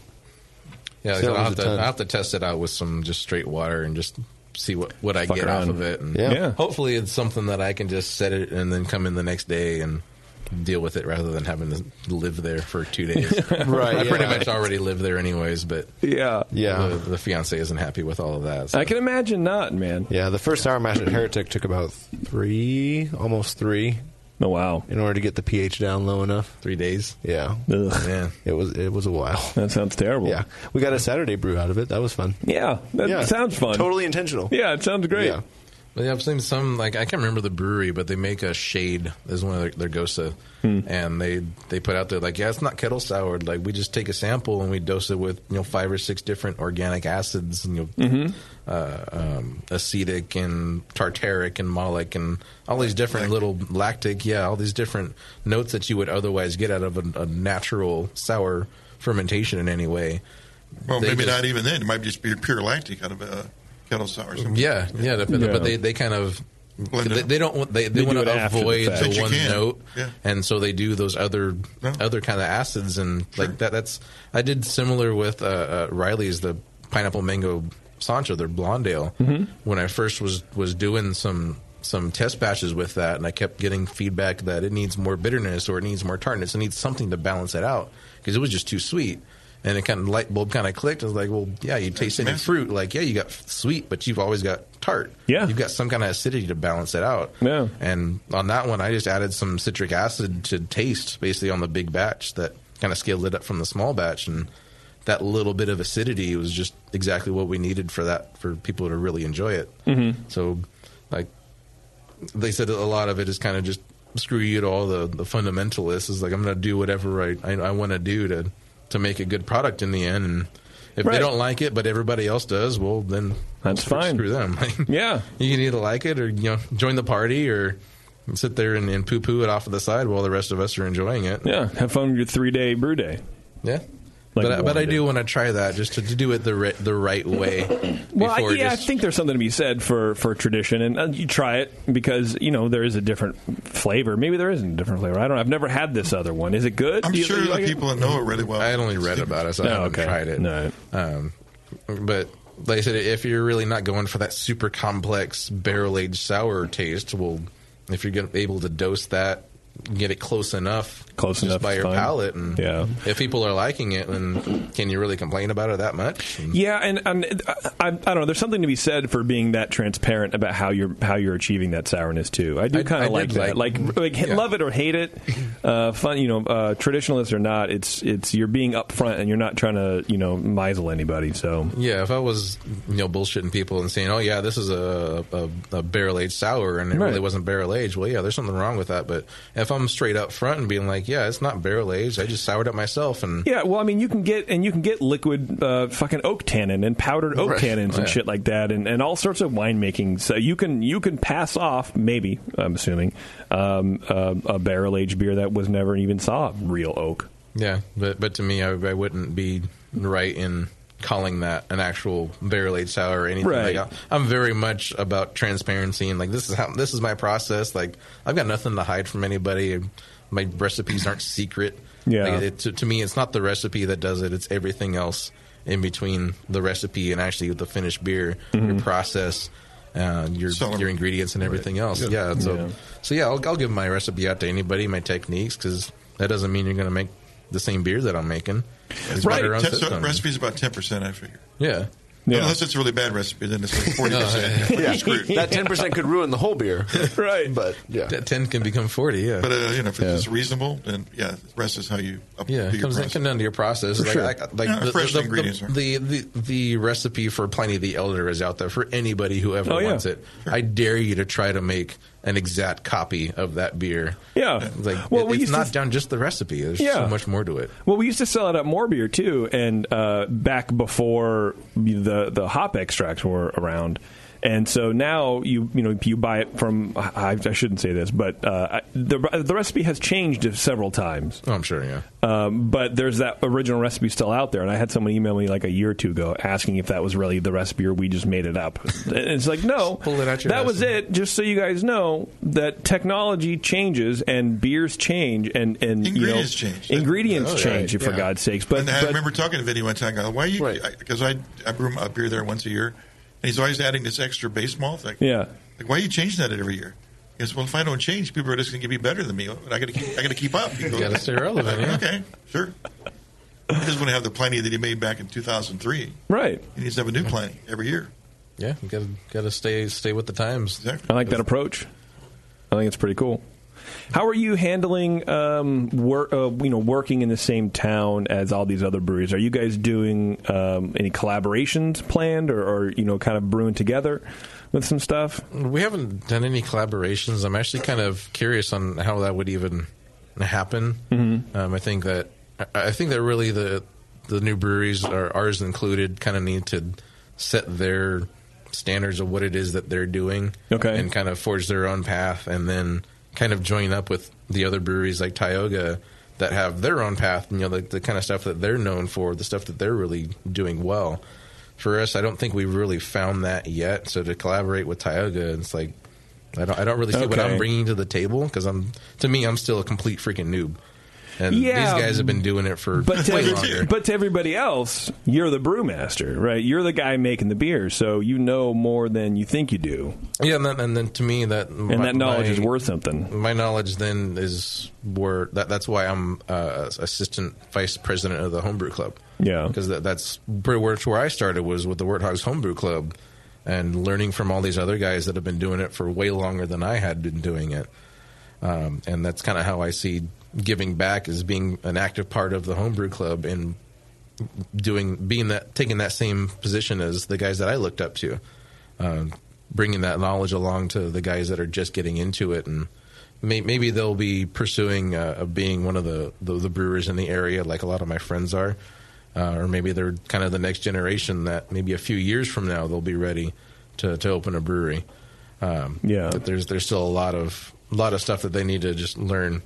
Yeah, So that I'll, was have a to, ton. I'll have to test it out with some just straight water and just see what, what I Fuck get around. off of it. And Yeah. Yeah. Hopefully, it's something that I can just set it and then come in the next day and deal with it rather than having to live there for two days. [LAUGHS] Right, I pretty yeah. much already live there anyways, but yeah, Yeah. The, the fiance isn't happy with all of that. I can imagine not, man. Yeah, the first sour mash at Heretic took about three, almost three. Oh wow! In order to get the pH down low enough, three days. Yeah, yeah. It was it was a while. That sounds terrible. Yeah, we got a Saturday brew out of it. That was fun. Yeah, that sounds fun. Totally intentional. Yeah, it sounds great. Yeah. But yeah, I've seen some like I can't remember the brewery, but they make a shade as one of their, their gosa, Hmm. and they they put out there like, yeah, it's not kettle soured. Like we just take a sample and we dose it with you know five or six different organic acids, and you know, Mm-hmm. uh, um, acetic and tartaric and molic and all these different little lactic, yeah, all these different notes that you would otherwise get out of a, a natural sour fermentation in any way. Well, They maybe just- not even then. It might just be pure lactic out of a kettle sour. or something. Yeah, yeah, but, Yeah. but they they kind of it they, up. they don't want they, they, They want do it to after the avoid fact. But the you one can. note, Yeah. and so they do those other other kind of acids and like that. That's I did similar with uh, uh, Riley's the pineapple mango Sancho, their blonde ale. Mm-hmm. When I first was was doing some some test batches with that, and I kept getting feedback that it needs more bitterness or it needs more tartness. It needs something to balance it out because it was just too sweet. And it kind of light bulb kind of clicked. I was like, well, yeah, you taste any fruit, like yeah, you got f- sweet, but you've always got tart. Yeah, you've got some kind of acidity to balance it out. Yeah. And on that one, I just added some citric acid to taste, basically on the big batch that kind of scaled it up from the small batch, and that little bit of acidity was just exactly what we needed for that for people to really enjoy it. Mhm. So, like they said, a lot of it is kind of just screw you to all the the fundamentalists. Is like I'm going to do whatever I I, I want to do to to make a good product in the end. And if Right. they don't like it, but everybody else does, well then That's screw- fine. Screw them. [LAUGHS] yeah, you can either like it or you know join the party or sit there and, and poo poo it off of the side while the rest of us are enjoying it. Yeah, have fun with your three day brew day. Yeah. Like but I, but I blinded. do want to try that just to, to do it the ri- the right way. [LAUGHS] Well, I, before yeah, just- I think there's something to be said for for tradition, and uh, you try it because you know there is a different flavor. Maybe there isn't a different flavor. I don't. know. I've never had this other one. Is it good? I'm Do you- sure do you the like it? people that know it really well. I only read about it, so Oh, I haven't okay. tried it. No. Um, but like I said, if you're really not going for that super complex barrel aged sour taste, well, if you're gonna, able to dose that, get it close enough, Close just enough by is your fine. palate, and Yeah. if people are liking it, then can you really complain about it that much? Yeah, and, and I, I I don't know. There's something to be said for being that transparent about how you're how you're achieving that sourness too. I do I- kind I of did like that. Like, like- like, hit- yeah. love it or [LAUGHS] hate it, uh, fun. You know, uh, traditionalist or not, it's it's you're being upfront and you're not trying to you know misle anybody. So Yeah, if I was you know bullshitting people and saying, "Oh yeah, this is a a, a barrel aged sour," and it Right. really wasn't barrel aged, well, yeah, there's something wrong with that. But if I'm straight up front and being like, "Yeah, it's not barrel aged. I just soured it myself," and Yeah, well, I mean, you can get and you can get liquid uh, fucking oak tannin and powdered oak Right. tannins and Yeah. shit like that, and, and all sorts of winemaking. So you can you can pass off maybe I'm assuming um, uh, a barrel aged beer that was never even saw real oak. yeah, but but to me, I, I wouldn't be right in calling that an actual barrel aged sour or anything. Right. Like, I- I'm very much about transparency and like this is how this is my process. Like I've got nothing to hide from anybody. My recipes aren't secret. Yeah. Like, it, to, to me, it's not the recipe that does it. It's everything else in between the recipe and actually the finished beer, Mm-hmm. your process, uh, your your ingredients and everything else. Good. Yeah. So Yeah. so yeah, I'll, I'll give my recipe out to anybody, my techniques, because that doesn't mean you're going to make the same beer that I'm making. It's better on Test system. recipes about ten percent, I figure. Yeah. Unless it's a really bad recipe, then it's like forty [LAUGHS] percent. Yeah. That 10% could ruin the whole beer. right. But yeah. That 10 can become 40, yeah. But uh, you know, if it's reasonable, then yeah, the rest is how you up Yeah, do [LAUGHS] it your comes, it process. comes down to your process. For like sure. like, like Uh, Yeah, the, fresh the, ingredients are- the, the, the recipe for Pliny the Elder is out there for anybody who ever Oh, yeah. wants it. I dare you to try to make an exact copy of that beer. Yeah. Like, Well, it- we it's used to- not down just the recipe. There's Yeah. so much more to it. Well, we used to sell it at Morbier too, and uh, back before the the hop extracts were around. And so now you you know you buy it from I, I shouldn't say this, but uh, I- the the recipe has changed several times. Oh, I'm sure, yeah. Um, but there's that original recipe still out there, and I had someone email me like a year or two ago asking if that was really the recipe or we just made it up. [LAUGHS] And it's like no, out your that ass was and- it. Just so you guys know that technology changes and beers change and and Ingredients you know, change. Ingredients Oh, yeah. change for Yeah. God's sakes. But, and I but- remember talking to Vinny one time. I go, Why you? Because I I brew him a beer there once a year, and he's always adding this extra base malt. Like, yeah, like why are you changing that every year? He goes, well, if I don't change, people are just going to be better than me. I got to keep. I got to keep up. [LAUGHS] You Gotta stay relevant, yeah. Okay, sure. I just want to have the Pliny that he made back in 2003. Right. He needs to have a new Pliny every year. Yeah, you gotta gotta stay stay with the times. I like that approach. I think it's pretty cool. How are you handling, um, work, uh, you know, working in the same town as all these other breweries? Are you guys doing um, any collaborations planned, or, or you know, kind of brewing together with some stuff? We haven't done any collaborations. I'm actually kind of curious on how that would even happen. Mm-hmm. Um, I think that I I think that really the the new breweries, are, ours included, kind of need to set their standards of what it is that they're doing, okay, and kind of forge their own path, and then kind of join up with the other breweries like Tioga that have their own path. You know, the, the kind of stuff that they're known for, the stuff that they're really doing well for us, I don't think we've really found that yet. So to collaborate with Tioga, it's like I don't I don't really see what Okay. I'm bringing to the table because I'm to me I'm still a complete freaking noob. And Yeah, these guys have been doing it for But way to, longer. [LAUGHS] but to everybody else, you're the brewmaster, right? You're the guy making the beer, so you know more than you think you do, Yeah, and then, and then to me that and that knowledge is worth something. My knowledge then is where that, that's why I'm uh, assistant vice president of the homebrew club. Yeah, because that, that's pretty much where I started was with the Warthogs Homebrew Club, and learning from all these other guys that have been doing it for way longer than I had been doing it. Um, and that's kind of how I see giving back as being an active part of the homebrew club and doing being that taking that same position as the guys that I looked up to, um, bringing that knowledge along to the guys that are just getting into it, and may, maybe they'll be pursuing uh, of being one of the, the the brewers in the area, like a lot of my friends are, uh, or maybe they're kind of the next generation that maybe a few years from now they'll be ready to to open a brewery. Um, yeah, but there's there's still a lot of a lot of stuff that they need to just learn,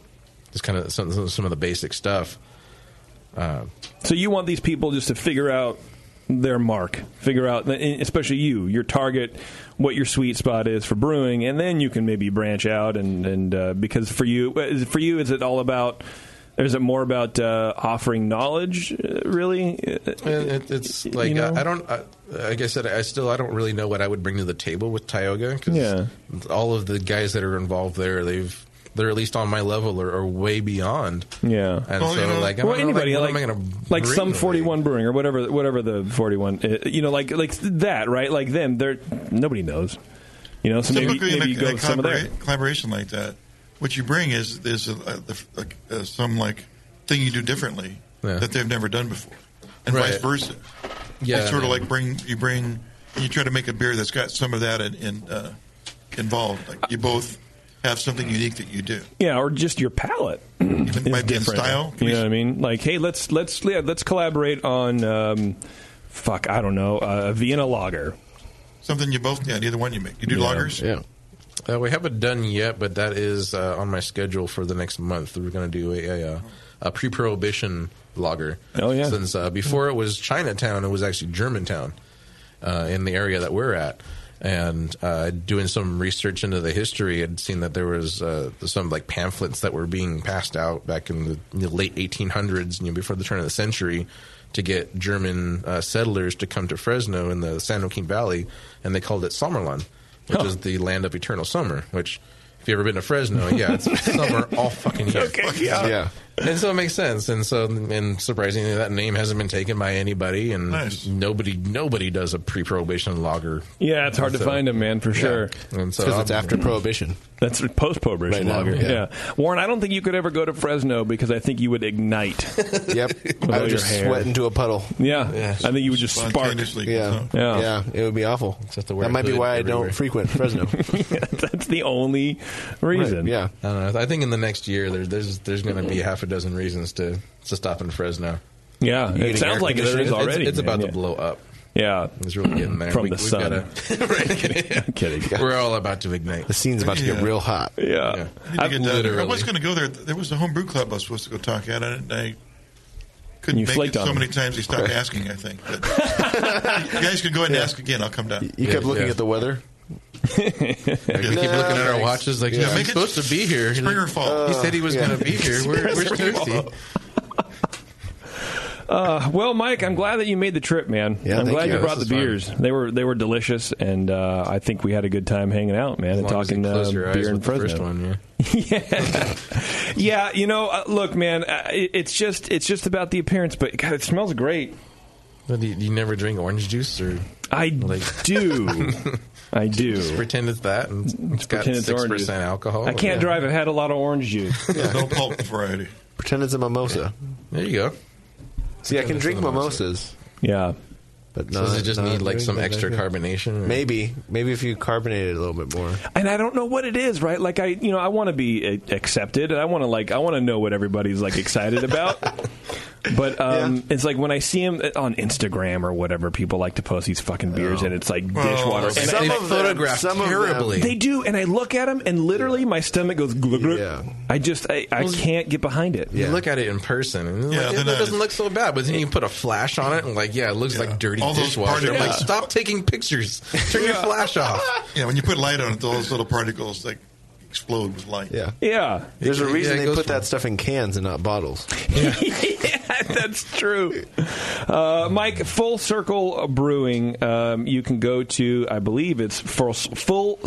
just kind of some some- some of the basic stuff. Uh, So you want these people just to figure out their mark, figure out, and especially you, your target, what your sweet spot is for brewing, and then you can maybe branch out and and uh, because for you, is it- for you, is it all about? Is it more about uh, offering knowledge, uh, really? it, it's like You know? I, I don't. I, like I said, I still I don't really know what I would bring to the table with Tioga because Yeah. all of the guys that are involved there, they've they're at least on my level or, or way beyond. Yeah, And so like, I don't well, know, anybody like, like what am I gonna like bring some to the forty one brewing or whatever whatever the forty one, you know, like like that, right? Like them, they're nobody knows, you know. So maybe, Typically in maybe a- you go in a with some of their collabora- collaboration like that. What you bring is is a, a, a, a, some like thing you do differently Yeah. that they've never done before, and Right. vice versa. Yeah, it's sort of yeah. like bring you bring you try to make a beer that's got some of that in, in uh, involved. Like you both have something unique that you do. Yeah, or just your palate [CLEARS THROAT] is might be in different. style. You know what I mean? Like, hey, let's let's yeah, let's collaborate on um, fuck, I don't know, uh, Vienna lager. Something you both yeah, neither one you make. You do Yeah. loggers. Yeah. Uh, we haven't done yet, but that is uh, on my schedule for the next month. We're going to do a, a, uh, a pre-prohibition lager. Oh yeah! Since uh, before it was Chinatown, it was actually Germantown uh, in the area that we're at. And uh, doing some research into the history, I'd seen that there was uh, some like pamphlets that were being passed out back in the, in the late 1800s, you know, before the turn of the century, to get German uh, settlers to come to Fresno in the San Joaquin Valley, and they called it Summerland which is the land of eternal summer. Which, if you have ever been to Fresno, yeah, it's summer all fucking year. [LAUGHS] Okay, yeah. yeah. and so it makes sense. And so, and surprisingly, that name hasn't been taken by anybody, and Nice. nobody nobody does a pre-prohibition lager. Yeah, it's hard to So- find him, man, for Yeah. sure. And so It's 'cause it's I'm- after Prohibition. That's [LAUGHS] post Prohibition Right now, lager. Yeah. yeah. Warren, I don't think you could ever go to Fresno because I think you [LAUGHS] would ignite. [LAUGHS] yep, all I would your just hair. sweat into a puddle. Yeah. I think you would just spark. Yeah. yeah, yeah, It would be awful. wear That might be hood why I everywhere. don't frequent [LAUGHS] Fresno. That's the only Right, reason. yeah. I don't know. I think in the next year there, there's there's going to be half a dozen reasons to to stop in Fresno. Yeah, You it get sounds air like there conditioning. is It's- already. It's, man, about yeah. to blow up. Yeah, it's really getting there from We- the we've sun. gotta- [LAUGHS] [LAUGHS] I'm kidding. We're all about to ignite. The scene's about to get Yeah. real hot. Yeah, I, get down there. I was going to go there. There was a homebrew club I was supposed to go talk at, and I couldn't You make it flaked on so me. many times. He stopped asking. I think. But you guys can go ahead and ask again. I'll come down. You kept looking at the [LAUGHS] weather. Like, we keep looking at our watches like, Yeah, yeah, make he's it supposed to be here. spring or fall. He said he was Yeah. going to be here. We're, we're [LAUGHS] Spring or fall. thirsty. Uh, well, Mike, I'm glad that you made the trip, man. Yeah, I'm thank glad you. you, Yeah, brought the this is fun. beers. They were they were delicious, and uh, I think we had a good time hanging out, man, and long as you talking uh, close your eyes beer and with the Fresno. first one, yeah. [LAUGHS] Yeah, you know, uh, look, man, uh, it- it's just it's just about the appearance, but God, it smells great. Do you, do you never drink orange juice, or [LAUGHS] I do, I do. Just pretend it's that, and it's got pretend it's six orange juice. percent alcohol. I can't drive. I've had a lot of orange juice. No pulp variety. Pretend it's a mimosa. There you go. See, I can Pretend it's drink a mimosa. mimosas. Yeah, but So no. does it just need, like, some extra carbonation, or- Maybe, maybe if you carbonate it a little bit more. and I don't know what it is, right? Like I, you know, I want to be uh, accepted, and I want to like, I want to know what everybody's like [LAUGHS] excited about. but um, it's like when I see him on Instagram or whatever, people like to post these fucking beers, and it's Oh, like dishwater. and some I- of them- Photographed some of them. terribly. They do, and I look at them, and literally my stomach goes. Glug, glug. I just, I, I can't get behind it. You look at it in person, and Yeah, like, they're it not- doesn't look so bad. But then you put a flash on it, and like, yeah, it looks [LAUGHS] like dirty All those dishwasher. I'm particles. like, stop taking pictures. Turn your flash off. [LAUGHS] Yeah, when you put light on it, those little particles like explode with light. Yeah. Yeah. There's a Yeah, reason it they goes put that stuff in cans and not [LAUGHS] bottles. [LAUGHS] That's true. Uh, Mike, Full Circle Brewing, um, you can go to, I believe it's full,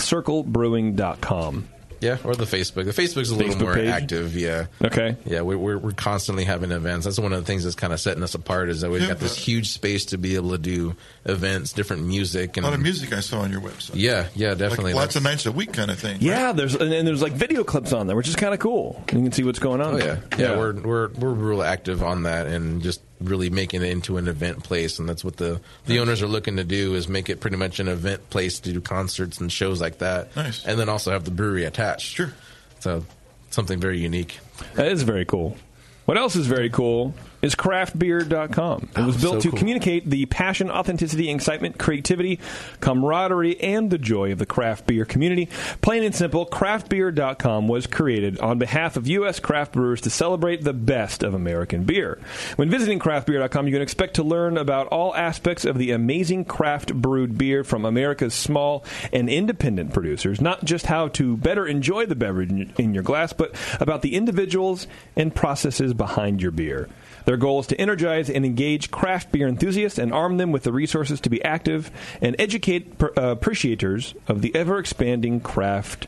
fullcirclebrewing.com. Yeah, or the Facebook. The Facebook's a little Facebook more page? active. Yeah. Okay. Yeah, we're, we're we're constantly having events. That's one of the things that's kind of setting us apart is that we've got this huge space to be able to do events, different music, A and lot of music I saw on your website. Yeah, yeah, definitely. Like lots of nights a week kind of thing. Yeah, Ah, there's and, and there's like video clips on there, which is kind of cool. You can see what's going on. Oh yeah, yeah. We're we're we're real active on that, and just really making it into an event place, and that's what the the owners are looking to do is make it pretty much an event place to do concerts and shows like that. Nice, and then also have the brewery attached. Sure. So something very unique. That is very cool. What else is very cool is craftbeer.com. It was Oh, built so to cool. communicate the passion, authenticity, excitement, creativity, camaraderie, and the joy of the craft beer community. Plain and simple, craftbeer.com was created on behalf of U.S. craft brewers to celebrate the best of American beer. When visiting craftbeer.com, you can expect to learn about all aspects of the amazing craft brewed beer from America's small and independent producers, not just how to better enjoy the beverage in- in your glass, but about the individuals and processes behind your beer. Their goal is to energize and engage craft beer enthusiasts and arm them with the resources to be active and educate pr- uh, appreciators of the ever expanding craft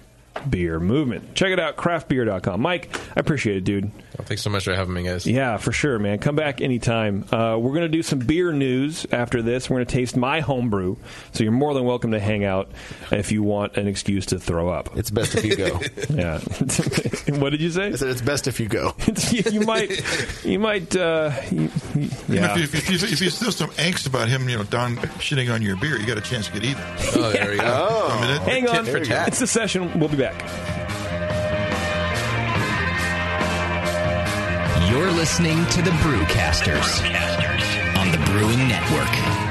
beer movement. Check it out, craftbeer.com. Mike, I appreciate it, dude. Thanks so much for having me, guys. Yeah, for sure, man. Come back anytime. Uh, we're going to do some beer news after this. We're going to taste my homebrew, so you're more than welcome to hang out if you want an excuse to throw up. It's best if you go. [LAUGHS] yeah. what did you say? I said it's best if you go. [LAUGHS] you, [LAUGHS] you might, you might, uh, you, you- You know, [LAUGHS] yeah. if, you, if, you, if you still some angst about him, you know, Don shitting on your beer, you got a chance to get even. Oh, there we [LAUGHS] go. I mean, it- Hang on. There you go. It's the session. We'll be back. You're listening to the Brewcasters, on the Brewing Network.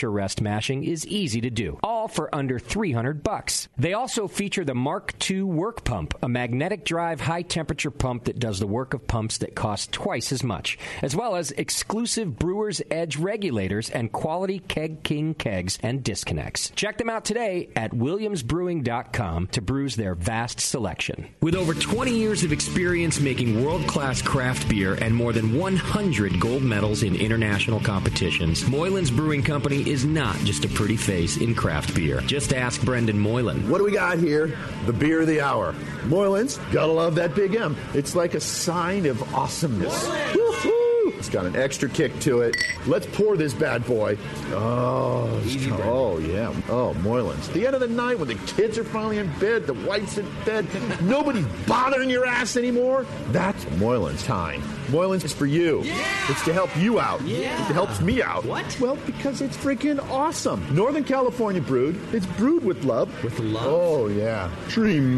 rest mashing is easy to do, all for under 300 bucks. They also feature the Mark II work pump, a magnetic drive high temperature pump that does the work of pumps that cost twice as much, as well as exclusive Brewer's Edge regulators and quality Keg King kegs and disconnects. Check them out today at williamsbrewing.com to brews their vast selection. With over 20 years of experience making world class craft beer and more than 100 gold medals in international competitions, Moylan's Brewing Company is not just a pretty face in craft beer. Just ask Brendan Moylan. What do we got here? The beer of the hour. Moylan's, gotta love that big M. It's like a sign of awesomeness. Woo-hoo! It's got an extra kick to it. Let's pour this bad boy. Oh, it's co- oh yeah. Oh, Moylan's. The end of the night when the kids are finally in bed, the wife's in [LAUGHS] bed, nobody's bothering your ass anymore. That's Moylan's time. Moylan's is for you. It's to help you out. It helps me out. What? Well, because it's freaking awesome. Northern California brewed. It's brewed with love. With love. Oh yeah.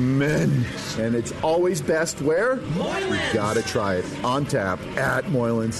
Tremendous. And it's always best where? Moylan's. You gotta try it. On tap at Moylan's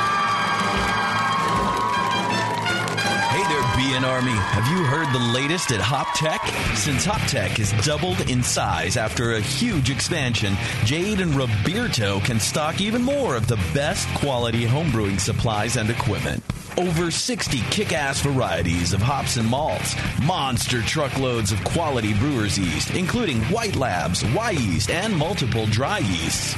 Hey there, BN Army. Have you heard the latest at Hop Tech? Since Hop Tech has doubled in size after a huge expansion, Jade and Roberto can stock even more of the best quality homebrewing supplies and equipment. Over 60 kick ass varieties of hops and malts, monster truckloads of quality brewer's yeast, including white labs, Y yeast, and multiple dry yeasts.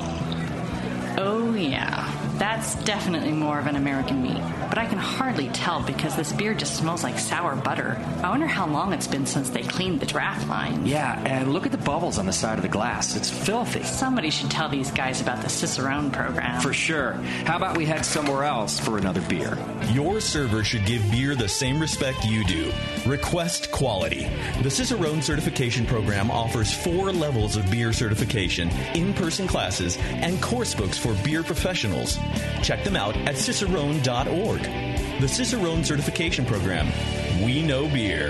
Oh, yeah. That's definitely more of an American meat. But I can hardly tell because this beer just smells like sour butter. I wonder how long it's been since they cleaned the draft line. Yeah, and look at the bubbles on the side of the glass. It's filthy. Somebody should tell these guys about the Cicerone program. For sure. How about we head somewhere else for another beer? Your server should give beer the same respect you do. Request quality. The Cicerone certification program offers four levels of beer certification, in person classes, and course books for beer professionals. Check them out at cicerone.org. The Cicerone certification program. We know beer.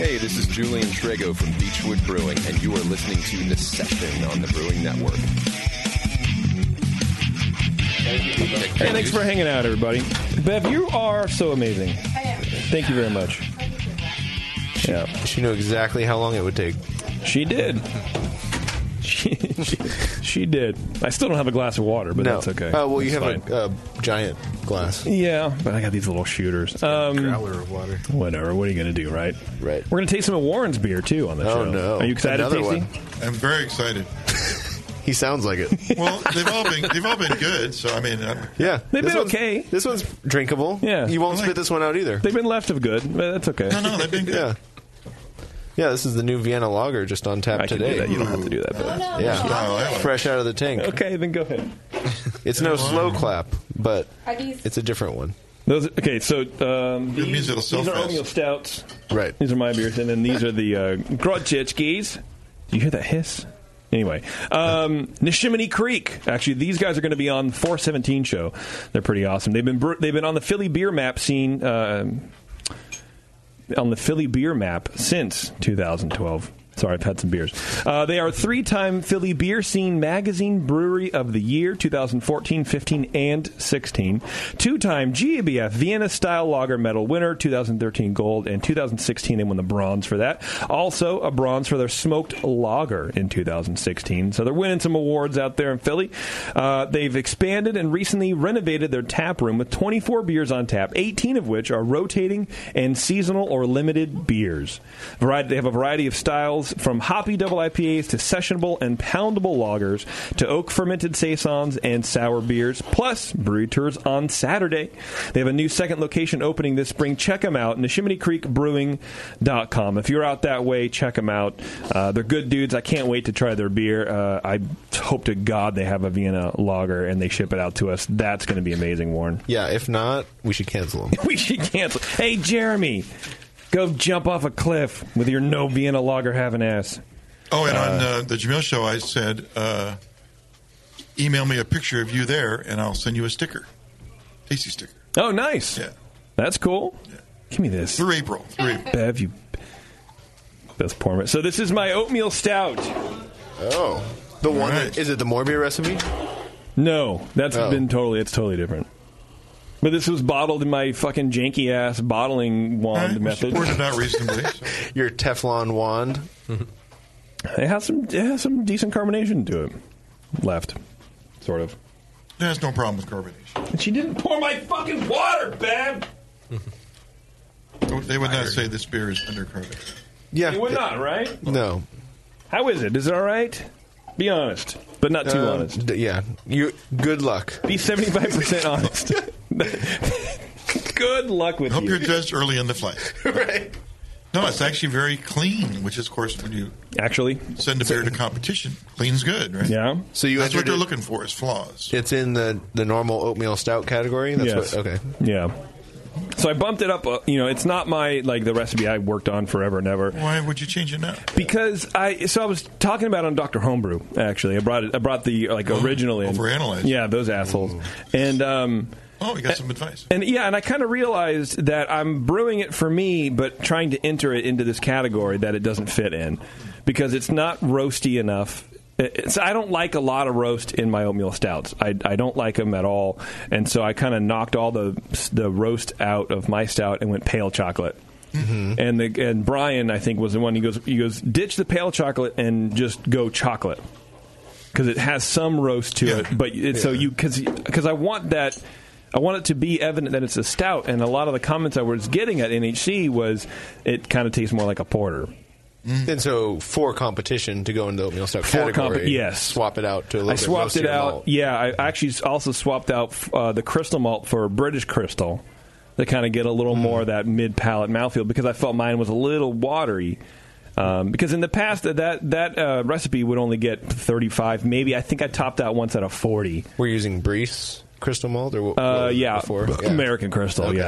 Hey, this is Julian Trego from Beechwood Brewing, and you are listening to Necession on the Brewing Network. Hey, thanks for hanging out, everybody. Bev, you are so amazing. Thank you very much. Yeah, she knew exactly how long it would take. She did. She, she, she did. I still don't have a glass of water, but that's okay. Oh well, you It's have fine. a, uh giant glass. Yeah, but I got these little shooters. Um, growler of water. Whatever. What are you going to do, right? Right. We're going to taste some of Warren's beer too on the show. Oh, no. Are you excited, Another Tasty? one. I'm very excited. He sounds like [LAUGHS] it. well, they've all been they've all been good. So I mean, i Yeah, This They've been one's- okay. This one's drinkable. Yeah. you won't spit this one out either. They've been left of good, but that's okay. No, no, they've been good. yeah. Yeah, this is the new Vienna Lager just on tap I can do today. that. You don't have to do that, but yeah, fresh out of the tank. Okay, then go ahead. It's no slow clap, but Are these- it's a different one. Those okay. So um, these, means it'll sell these are fast. oatmeal stouts. Right. These are my beers, and then these are the uh, Grodziczkis. Do you hear that hiss? Anyway, um, Neshiminy Creek. Actually, these guys are going to be on the 417 show. They're pretty awesome. They've been br- they've been on the Philly beer map scene uh, on the Philly beer map since 2012. Sorry, I've had some beers. Uh, they are three time Philly Beer Scene Magazine Brewery of the Year 2014, 15, and 16. Two time GABF Vienna Style Lager Medal winner, 2013 gold, and 2016 they won the bronze for that. Also, a bronze for their smoked lager in 2016. So they're winning some awards out there in Philly. Uh, they've expanded and recently renovated their tap room with 24 beers on tap, 18 of which are rotating and seasonal or limited beers. Variety, they have a variety of styles from hoppy double IPAs to sessionable and poundable lagers to oak fermented saisons and sour beers, plus brewery tours on Saturday. They have a new second location opening this spring. Check them out, NeshiminyCreekBrewing.com. If you're out that way, check them out. Uh, they're good dudes. I can't wait to try their beer. Uh, I hope to God they have a Vienna lager and they ship it out to us. That's going to be amazing, Warren. Yeah, if not, we should cancel them. [LAUGHS] we should cancel. Hey, Jeremy, go jump off a cliff with your no Vienna lager having ass. Oh, and on uh, the Jamil show, I said, uh, email me a picture of you there, and I'll send you a sticker, tasty sticker. Oh, nice. Yeah, that's cool. Give me this through April. Through April. Bev, you. That's poor. man. So this is my oatmeal stout. Oh, the one that, is it the more beer recipe? No, that's Oh. been totally. It's totally different. But this was bottled in my fucking janky ass bottling wand method. [LAUGHS] reasonably. Your Teflon wand. It has some. It has some decent carbonation to it. Left, sort of. There's no problem with carbonation. And she didn't pour my fucking water, Bev. They would not say this beer is under carbonation. Yeah, you would not, right? No. How is it? Is it all right? Be honest, but not too Um, honest. d- yeah. You. Good luck. Be seventy five [LAUGHS] percent honest. Good luck with Hope you. you're judged early in the [LAUGHS] flight. right. No, it's actually very clean, which is, of course, when you actually send a beer to competition, clean's good, right? Yeah. So you that's what entered they're it- looking for is flaws. It's in the the normal oatmeal stout category. That's Yes. what, okay. Yeah. So I bumped it up. Uh, you know, it's not my like the recipe I worked on forever and ever. Why would you change it now? Because I so I was talking about it on Doctor Homebrew actually. I brought it. I brought the like Oh, original in. overanalyzed. Yeah, those assholes. And um. Oh, you got some advice. And yeah, and I kind of realized that I'm brewing it for me, but trying to enter it into this category that it doesn't fit in because it's not roasty enough. It's, I don't like a lot of roast in my oatmeal stouts. I, I don't like them at all, and so I kind of knocked all the the roast out of my stout and went pale chocolate. And the and Brian I think was the one he goes he goes ditch the pale chocolate and just go chocolate because it has some roast to it. But it, so you because because I want that. I want it to be evident that it's a stout, and a lot of the comments I was getting at NHC was it kind of tastes more like a porter. And so for competition to go into the oatmeal stout Mm. For comp- category, yes. swap it out to a little I bit swapped it roastier out. malt. Yeah, I actually s- also swapped out f- uh, the crystal malt for British crystal. that kind of get a little more of that mid palate mouthfeel because I felt mine was a little watery. Um, because in the past that that, that uh, recipe would only get 35, maybe I think I topped out once at a 40. We're using Brees crystal malt or what? Uh, yeah, before? Yeah. American crystal. Okay.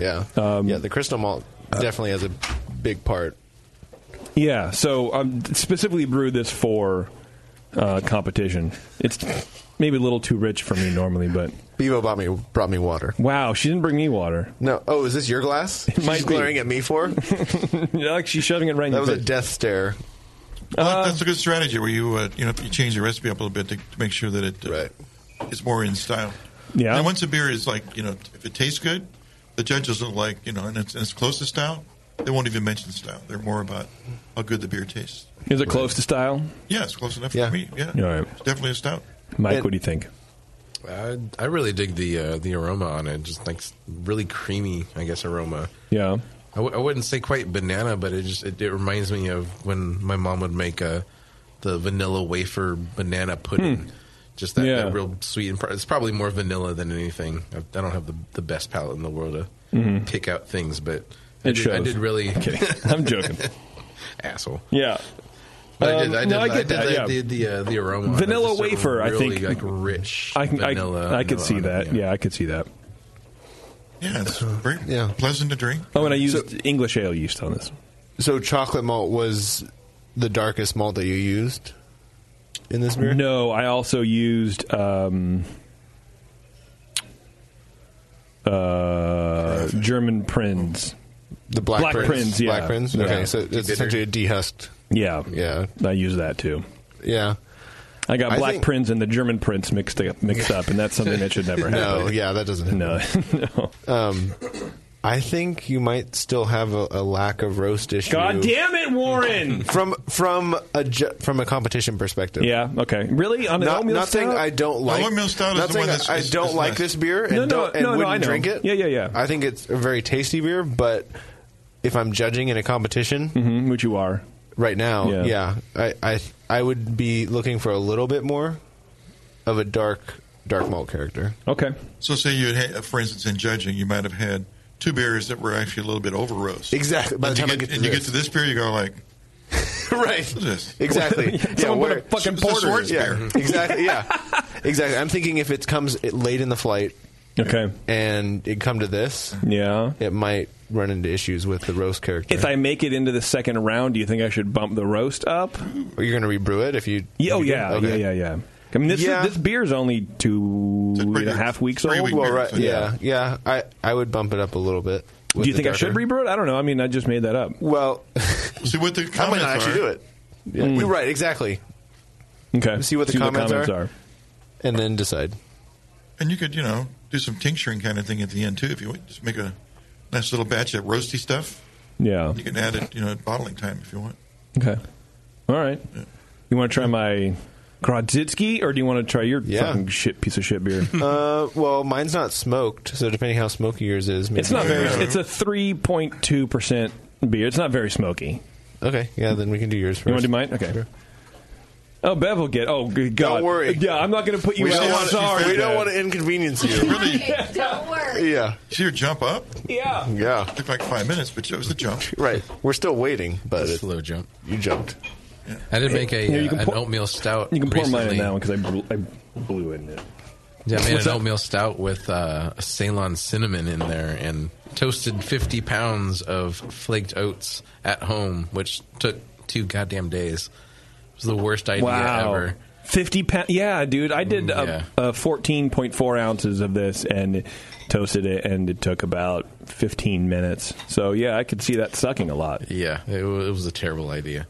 Yeah, Um, yeah, yeah. The crystal malt definitely has a big part. yeah. So um, specifically brewed this for uh, competition. It's maybe a little too rich for me normally, but Bevo bought me brought me water. Wow, she didn't bring me water. No, oh, is this your glass? It might She's be. glaring at me [LAUGHS] for. like she's shoving it right. in That your was a face. Uh, death stare. Well, that's a good strategy where you uh, you know you change the recipe up a little bit to, to make sure that it uh, is more in style. Yeah. And once a beer is like you know if it tastes good, the judge doesn't like you know and it's, and it's close to style. They won't even mention style. They're more about how good the beer tastes. Is it close to style? Yeah, it's close enough Yeah. for me. Yeah. All right. It's definitely a stout. Mike, what do you think? I, I really dig the uh, the aroma on it. Just like s- really creamy, I guess aroma. Yeah. I, w- I wouldn't say quite banana, but it just it, it reminds me of when my mom would make uh the vanilla wafer banana pudding. Hmm. Just that, that real sweet and pro- it's probably more vanilla than anything. I, I don't have the, the best palate in the world to Mhm. pick out things, but I It did, I shows. did really. [LAUGHS] I'm kidding. I'm joking. Asshole. Yeah. But I Um, did. I did. no, I I get did, that, I yeah. did the uh, the aroma. on it. vanilla Just a wafer. I really, think like rich. I can. vanilla, I, I could vanilla see on it, that. Yeah. I could see that. Yeah, it's very pleasant to drink. Oh, and I used English ale yeast on this. So chocolate malt was the darkest malt that you used in this beer. No, I also used. Um, uh, German Prinz. The Black Prinz. Prinz, yeah. Black Prinz? Yeah. Okay, so it's Bitter. essentially a dehusked. Yeah, yeah. I use that too. Yeah, I got I Black think- Prinz and the German Prince mixed up, mixed up, and that's something that should never [LAUGHS] happen. No, yeah, that doesn't. Happen. No, [LAUGHS] Um, I think you might still have a, a lack of roast issue. God damn it, Warren! From from a ju- from a competition perspective. Yeah. Okay. Really? On an not, oatmeal not stout? saying I don't The like oatmeal stout is not the saying one that's- I is- don't is like nice. this beer and No, no, don't and no, no, wouldn't I know. drink it. Yeah, yeah, yeah. I think it's a very tasty beer, but if I'm judging in a competition, Mm-hmm, which you are right now, Yeah. yeah, I, I I would be looking for a little bit more of a dark dark malt character. Okay. So, say you had, had, for instance, in judging, you might have had two beers that were actually a little bit over roast. Exactly. By the time and you I get, get to and you this. get to this beer, you go like, [LAUGHS] right? What's this? [LAUGHS] Exactly. [LAUGHS] Someone put a where- fucking It's a porter in Schwartz Yeah, Mm-hmm. beer. exactly. Yeah, [LAUGHS] exactly. I'm thinking if it comes it- late in the flight, okay, and it come to this, yeah, it might run into issues with the roast character. If I make it into the second round, do you think I should bump the roast up? Or you're going to rebrew it if you? Yeah, oh if you do? yeah, Okay. yeah, yeah, yeah. I mean, this Yeah. this beer's only two and a half weeks old. Well, right, yeah, yeah. I I would bump it up a little bit. Do you think I should rebrew it? I don't know. I mean, I just made that up. Well, see what the I might comments not actually are. do it. Yeah. Mm. You're right. Exactly. Okay. See what the, comments, are, and then decide. [LAUGHS] and you could, you know, do some tincturing kind of thing at the end too, if you want. Just make a nice little batch of roasty stuff. Yeah. You can add it, you know, at bottling time if you want. Okay. All right. You want to try my Grodzitsky, or do you want to try your Yeah. fucking shit piece of shit beer? uh, well, mine's not smoked, so depending how smoky yours is, maybe It's not very. It's a three point two percent beer. It's not very smoky. Okay, yeah, then we can do yours first. You want to do mine? Okay. Oh, Bev will get. Oh, good God. Don't worry. Yeah, I'm not going to put you we out. Don't I'm want, sorry. we don't Bev. want to inconvenience you. Don't worry. yeah. See your jump up? Yeah. Yeah. Took like five minutes, but it was a jump. [LAUGHS] Right. We're still waiting, but it, slow jump. You jumped. I did make Yeah, a you uh, can an pour- oatmeal stout. you can pour mine in recently. that one because I, blew- I blew in it. Yeah, I made What's an that? oatmeal stout with uh, a Ceylon cinnamon in there and toasted 50 pounds of flaked oats at home, which took two goddamn days. It was the worst idea wow. ever. Mm, 50 pounds. Yeah, dude. I did uh yeah. uh, 14.4 ounces of this and toasted it, and it took about 15 minutes. So, yeah, I could see that sucking a lot. Yeah, it, wa- it was a terrible idea.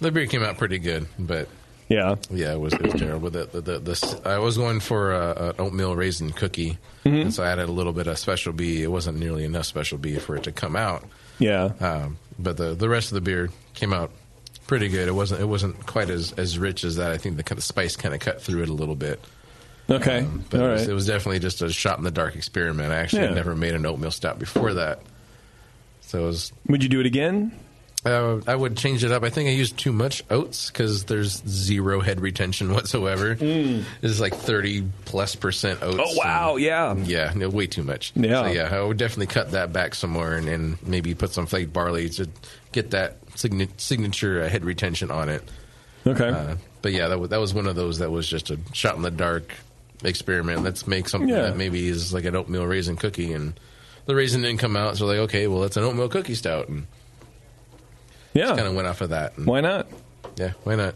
The beer came out pretty good, but yeah, yeah, it was, it was terrible. The, the, the, the, s- I was going for a, an oatmeal raisin cookie, Mm-hmm. and so I added a little bit of special B. It wasn't nearly enough special B for it to come out. Yeah. Um, but the the rest of the beer came out pretty good. It wasn't it wasn't quite as, as rich as that. I think the kind of spice kind of cut through it a little bit. Um, Okay. But All it, was, right. it was definitely just a shot in the dark experiment. I actually had Yeah. never made an oatmeal stout before that, so it was. Would you do it again? Uh, I would change it up. I think I used too much oats because there's zero head retention [LAUGHS] whatsoever. Mm. It's like 30 plus percent oats. Oh, wow. yeah. Yeah. No, way too much. Yeah. So, yeah. I would definitely cut that back some more and, and maybe put some flaked barley to get that signa- signature uh, head retention on it. Okay. Uh, but yeah, that, was that was one of those that was just a shot in the dark experiment. Let's make something Yeah. that maybe is like an oatmeal raisin cookie. And the raisin didn't come out. So, like, okay, well, it's an oatmeal cookie stout. And yeah. Kind of went off of that. And Why not? Yeah, why not?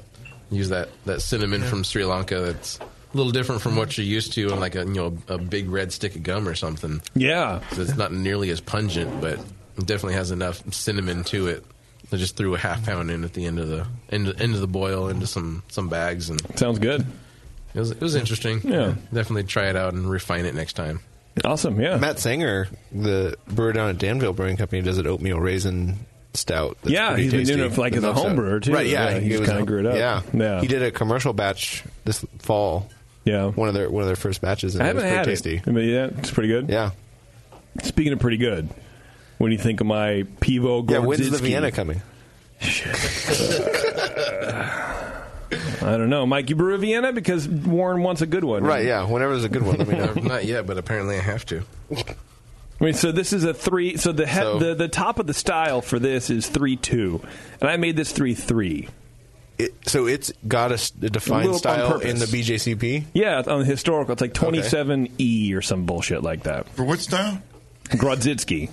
Use that, that cinnamon from Sri Lanka that's a little different from what you're used to on like a you know a big red stick of gum or something. Yeah. So it's not nearly as pungent, but it definitely has enough cinnamon to it. I just threw a half pound in at the end of the end, end of the boil into some some bags and sounds good. It was it was interesting. Yeah. Definitely try it out and refine it next time. Awesome, yeah. Matt Sanger, the brewer down at Danville Brewing Company, does an oatmeal raisin stout. Yeah, pretty he's been doing tasty. it like as a The milk home stout. brewer, too. Right? Yeah, Yeah, he he just was- kinda grew it up. Yeah, Yeah. He did a commercial batch this fall. Yeah, one of their one of their first batches. And I it was haven't pretty had tasty. it. I mean, yeah, it's pretty good. Yeah. Speaking of pretty good, what do you think of my Pivo Gorodzinski? Yeah, when's the Vienna coming? [LAUGHS] I don't know, Mike. You brew a Vienna because Warren wants a good one, Right, yeah, whenever there's a good one, uh, let me [LAUGHS] know. Not yet, but apparently I have to. I mean, so this is a three. So the he- So- the the top of the style for this is three two, and I made this three three. It, so it's got a, s- a A defined little on style purpose. in the BJCP. Yeah, it's on the historical, it's like twenty seven E or some bullshit like that. For what style? Grodzitsky,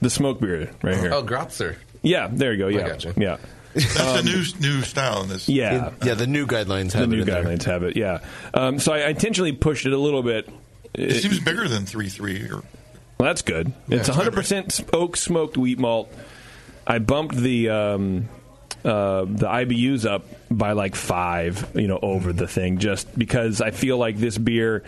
the smoke beer right here. Oh, Grotzer. Yeah, there you go. Yeah, gotcha. yeah. That's the new new style in this. Um, Yeah, yeah. The new guidelines have the new guidelines have it. Yeah. Um, so I intentionally pushed it a little bit. It, seems bigger than three three. Or Well, that's good. Yeah, it's it's 100 percent oak smoked wheat malt. I bumped the um, uh, the IBUs up by like five, you know, over the thing, just because I feel like this beer.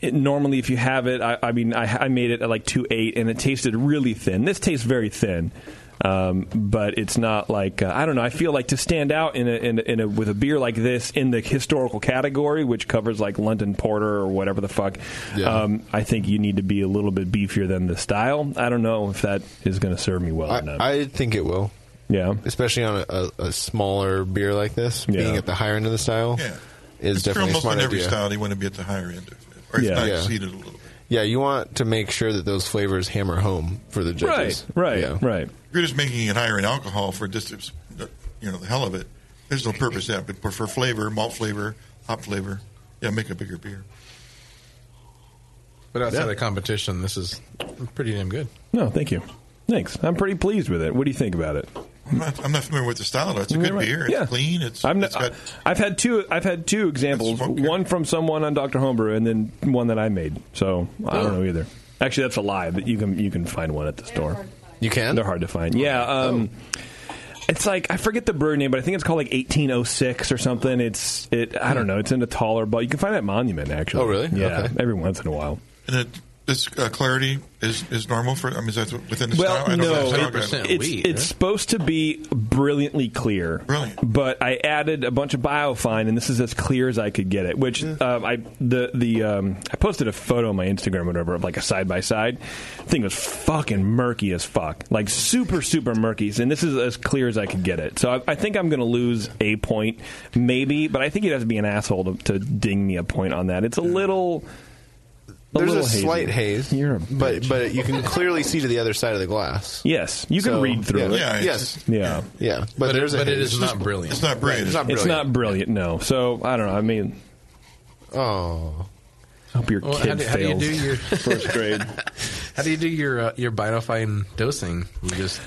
It, normally, if you have it, I, I mean, I, I made it at like two eight, and it tasted really thin. This tastes very thin. Um, but it's not like uh, I don't know. I feel like to stand out in a, in a, in a with a beer like this in the historical category, which covers like London Porter or whatever the fuck. Um, I think you need to be a little bit beefier than the style. I don't know if that is going to serve me well I, or not. I think it will. Yeah, especially on a, a, a smaller beer like this, being Yeah. at the higher end of the style, Yeah. is it's true definitely a almost smart in every idea. style. You want to be at the higher end, of it, or it's Yeah. not Yeah. exceeded a little. Yeah, you want to make sure that those flavors hammer home for the judges. Yeah. right. You're just making it higher in alcohol for distance. You know the hell of it. There's no purpose to that, but for- for flavor, malt flavor, hop flavor, yeah, make a bigger beer. But outside Yeah. of competition, this is pretty damn good. No, thank you. Thanks. I'm pretty pleased with it. What do you think about it? I'm not, I'm not familiar with the style. though. It's a good beer. It's Yeah. clean. It's, I'm it's got I've had two. I've had two examples. One from someone on Doctor Homebrew, and then one that I made. So I don't know either. Actually, that's a lie. But you can you can find one at the store. You can. They're hard to find. Yeah. Oh. Um, It's like I forget the brewery name, but I think it's called like 1806 or something. It's it. I don't know. It's in a taller, but you can find that monument actually. Oh, really? Yeah. Okay. Every once in a while. and it, this uh, clarity is, is normal for. I mean, is that within the Well, style? I don't no, know. it- it's, it's supposed to be brilliantly clear. Brilliant. But I added a bunch of biofine, and this is as clear as I could get it. Which um, I the the um, I posted a photo on my Instagram, or whatever, of like a side by side. Thing was fucking murky as fuck, like super super murky. And this is as clear as I could get it. So I, I think I'm going to lose a point, maybe. But I think you'd have to be an asshole to, to ding me a point on that. It's a little. There's a, little hazy. slight haze, but but you can clearly see to the other side of the glass. Yes, you can So, read through yeah. it. Yeah, yes. yeah, yeah. But, But it- there's a but it haze. is not brilliant. It's not brilliant. It's not brilliant. No. So I don't know. I mean, oh, I hope your Well, kid how, do, how do you fails do your [LAUGHS] first grade. [LAUGHS] How do you do your uh, your biofine dosing? You just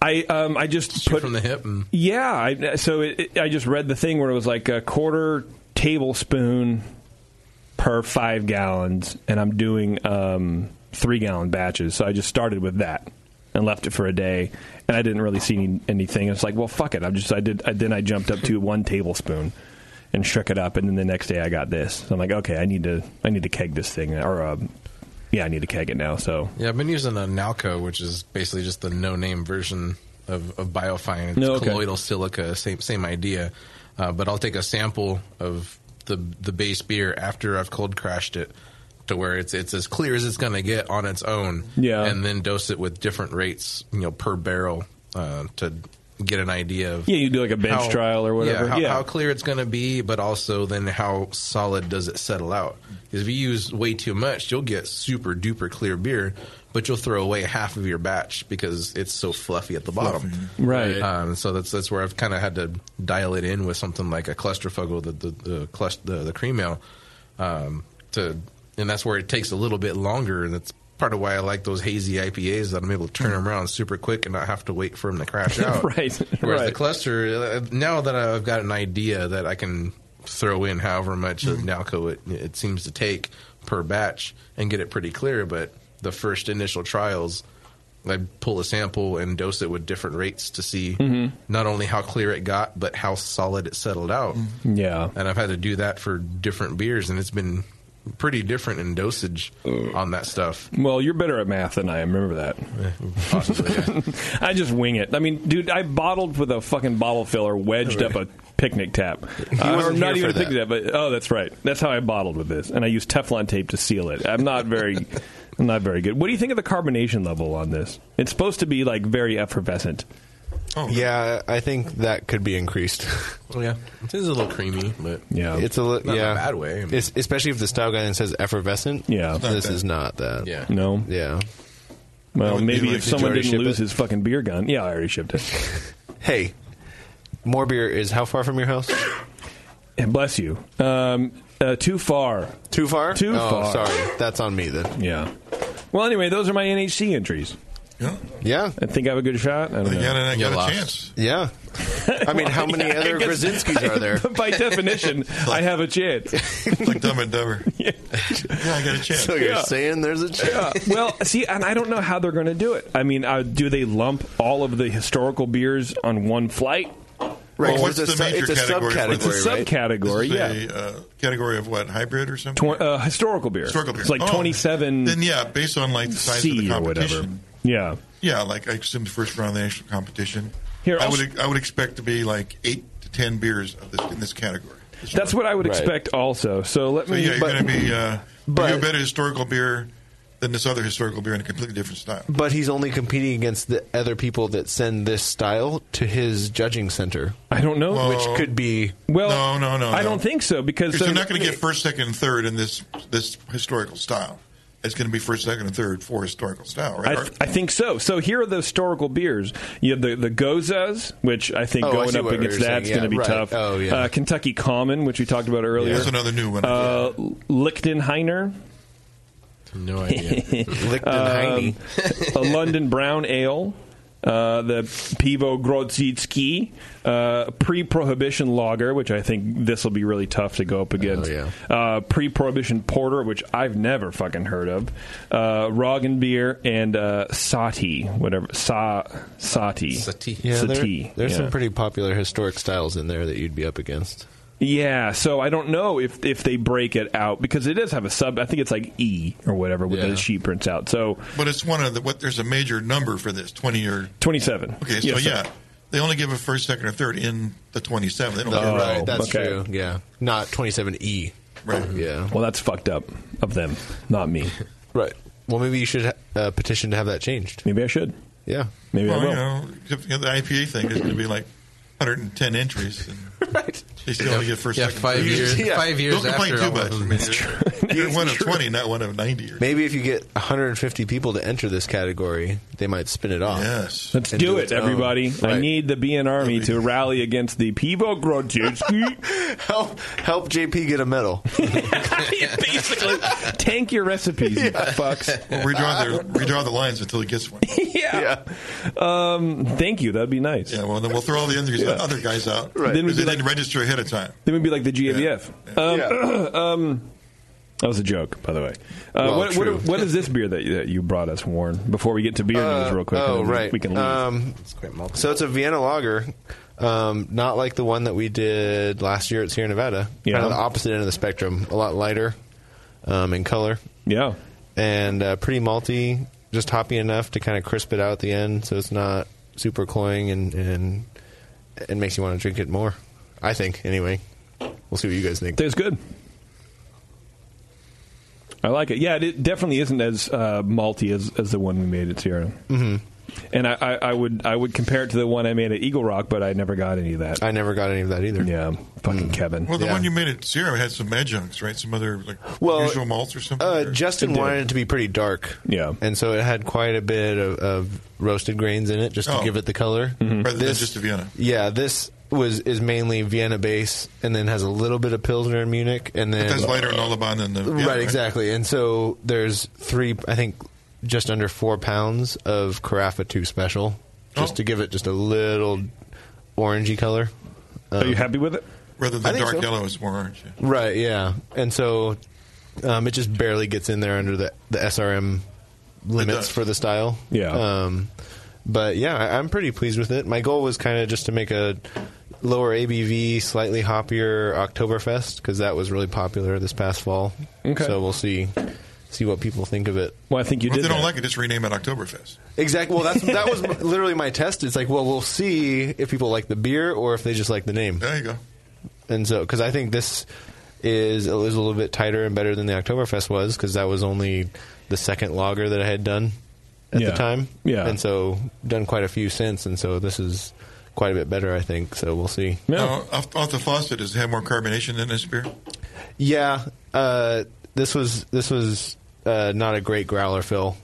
I um I just put from the hip and Yeah. I, so it, it- I just read the thing where it was like a quarter tablespoon per five gallons, and I'm doing um, three gallon batches. So I just started with that and left it for a day, and I didn't really see any, anything. It's like, well, fuck it. I'm just I did. I, then I jumped up to one tablespoon. And shook it up, and then the next day I got this. So I'm like, okay, I need to, I need to keg this thing, or uh, yeah, I need to keg it now. So yeah. I've been using a Nalco, which is basically just the no name version of, of biofine. It's No, okay. colloidal silica, same same idea. Uh, but I'll take a sample of the the base beer after I've cold crashed it to where it's it's as clear as it's going to get on its own. Yeah. and then dose it with different rates, you know, per barrel uh, to get an idea of Yeah, you do like a bench trial or whatever. Yeah, how, Yeah. how clear it's going to be, but also then how solid does it settle out? Because if you use way too much, you'll get super duper clear beer, but you'll throw away half of your batch because it's so fluffy at the bottom. Right. Um, so that's that's where I've kind of had to dial it in with something like a clusterfugle, the the the, clus- the, the cream ale, um, to, and that's where it takes a little bit longer, and that's part of why I like those hazy IPAs that I'm able to turn them around super quick and not have to wait for them to crash out. Right, Whereas the right. cluster, uh, now that I've got an idea that I can throw in however much Mm-hmm. of Nalco it, it seems to take per batch and get it pretty clear, but the first initial trials. I'd pull a sample and dose it with different rates to see Mhm. not only how clear it got, but how solid it settled out. Mm-hmm. Yeah. And I've had to do that for different beers, and it's been pretty different in dosage on that stuff. Well, you're better at math than I am. Remember that. [LAUGHS] I just wing it. I mean, dude, I bottled with a fucking bottle filler wedged up a picnic tap. Uh, wasn't or not here even for a picnic tap, but oh, that's right. That's how I bottled with this, and I used Teflon tape to seal it. I'm [LAUGHS] not very, I'm not very good. What do you think of the carbonation level on this? It's supposed to be like very effervescent. oh. Yeah, I think that could be increased. Well, yeah, it is a little creamy, but [LAUGHS] yeah, it's a li- not in yeah a bad way. I mean, It's- especially if the style guide says effervescent. Yeah, It's not this that. is not that. Yeah, no, yeah. Oh, Well, Um, maybe if someone didn't lose his fucking beer gun. Yeah, I already [LAUGHS] shipped it. hey, more beer is how far from your house? And bless you. Um, uh, too far. Too far. Too Oh, far. Sorry, that's on me then. Yeah. Well, anyway, those are my NHC entries. Yeah. I think I have a good shot. I don't know. Yeah, I You got a lost. chance. [LAUGHS] Yeah. I mean, how many Yeah, I other guess- Krasinskis are there? [LAUGHS] By definition, I have a chance. [LAUGHS] like Dumb and Dumber. [LAUGHS] Yeah, I got a chance. So you're saying there's a Yeah. chance? Well, see, and I don't know how they're going to do it. I mean, uh, do they lump all of the historical beers on one flight? Right, Well, 'cause what's it's a the sub- major it's a category for subcategory, this? It's a right? subcategory, This yeah. is a, uh, category of what hybrid or something? Twen- uh, historical beer. Historical beer. It's like Oh. 27 Then yeah, based on like the size of C the or whatever. competition. Yeah. Yeah, like I assume the first round of the national competition. Here, I I'll would I would expect to be like eight to ten beers of this in this category. That's what I would Right. expect also. So let So me. yeah, you're but- going to be uh, but, a better historical beer than this other historical beer in a completely different style. But he's only competing against the other people that send this style to his judging center. I don't know. Which could be well. No, no, no. I no. don't think so, because you're then- not going to get first, second, and third in this this historical style. It's going to be first, second, and third for historical style, right? I, th- I think so. So here are the historical beers. You have the, the Gozas, which I think Oh, I going see up what against you're that's saying. going to be Yeah, right. tough. Oh, yeah. Uh, Kentucky Common, which we talked about earlier. That's another new one. Uh, Lichtenheiner. No [LAUGHS] Lichtenheiny. Um, a London Brown Ale. Uh, the Pivo Grodzicki, uh, pre-prohibition lager, which I think this will be really tough to go up against. uh, pre-prohibition porter, which I've never fucking heard of. Uh, Roggen beer and uh, sati, whatever sa sati sati Yeah, there- sati. there's yeah. some pretty popular historic styles in there that you'd be up against. Yeah, so I don't know if if they break it out because it does have a sub. I think it's like E or whatever with the sheet prints out. So But it's one of the what. There's a major number for this twenty or twenty-seven. Okay, so Yes, sir. yeah, they only give a first, second, or third in the twenty-seven. They don't give Oh, it right, that's okay. true. Yeah, not 27E. Right. Yeah. Well, that's fucked up of them, not me. [LAUGHS] right. Well, maybe you should uh, petition to have that changed. Maybe I should. Yeah. Maybe well, you know, except, you know, the IPA thing is going to be like 110 entries. And right. They still only get first, Yeah, second, five third. years- Yeah. five years Don't complain after too all of much. them. I mean, you're one of 20, not one of 90. Or Maybe if you get 150 people to enter this category, they might spin it off. Yes. Let's And do it, its own. everybody. I Right. need the BN Army to rally against the Pivo [LAUGHS] Grodziewski. help, help JP get a [LAUGHS] medal. Basically, tank your [LAUGHS] recipes, you fucks. Well, redraw the redraw the lines until he gets one. [LAUGHS] yeah. Um, thank you. That'd be nice. Yeah, well, then we'll throw all the other guys, Yeah. other guys out. Right. Then Then we'd we be didn't register ahead of time. Then we'd be like the GABF. Um, [CLEARS THROAT] um, that was a joke, by the way. Uh, Well, what, what- true. what is this beer that, that you brought us, Warren? Before we get to beer news, Uh, real quick. and Oh, then right. We can leave. Um, so it's a Vienna lager, um, not like the one that we did last year at Sierra Nevada. Yeah. Kind of the opposite end of the spectrum. A lot lighter um, in color. Yeah. And uh, pretty malty, just hoppy enough to kind of crisp it out at the end so it's not super cloying and, and it makes you want to drink it more. I think, anyway. We'll see what you guys think. Tastes good. I like it. Yeah, it, it definitely isn't as uh, malty as, as the one we made at Sierra. hmm And I, I, I would I would compare it to the one I made at Eagle Rock, but I never got any of that. I never got any of that either. Mm. Yeah, fucking Kevin. Well, the one you made at Zero had some adjuncts, right? Some other like Well, usual malts or something. Uh, or- Justin wanted it to be pretty dark. Yeah. And so it had quite a bit of, of roasted grains in it just to Oh. give it the color. Mm-hmm. Mhm. Rather than just a Vienna. Yeah, this was is mainly Vienna base and then has a little bit of Pilsner in Munich and then But that's lighter in Olaban than the Vienna, right, exactly. And so there's three I think just under four pounds of Carafa two special. Oh. Just to give it just a little orangey color. Um, Are you happy with it? Rather I than think dark so. yellow, it's more orange. Right, yeah. And so um, it just barely gets in there under the, the SRM limits for the style. Yeah. Um, but yeah, I, I'm pretty pleased with it. My goal was kind of just to make a lower ABV, slightly hoppier Oktoberfest because that was really popular this past fall. Okay. So we'll see see what people think of it. Well, I think Well, if they don't like it, just rename it Oktoberfest. Exactly. Well, that's [LAUGHS] that was literally my test. It's like, well, we'll see if people like the beer or if they just like the name. There you go. And so, because I think this is it was a little bit tighter and better than the Oktoberfest was, because that was only the second lager that I had done at Yeah. the time. Yeah. And so, done quite a few since, and so this is quite a bit better, I think. So we'll see. Now, off, off the faucet, does it have more carbonation than this beer? Yeah, uh, this was this was uh, not a great growler fill.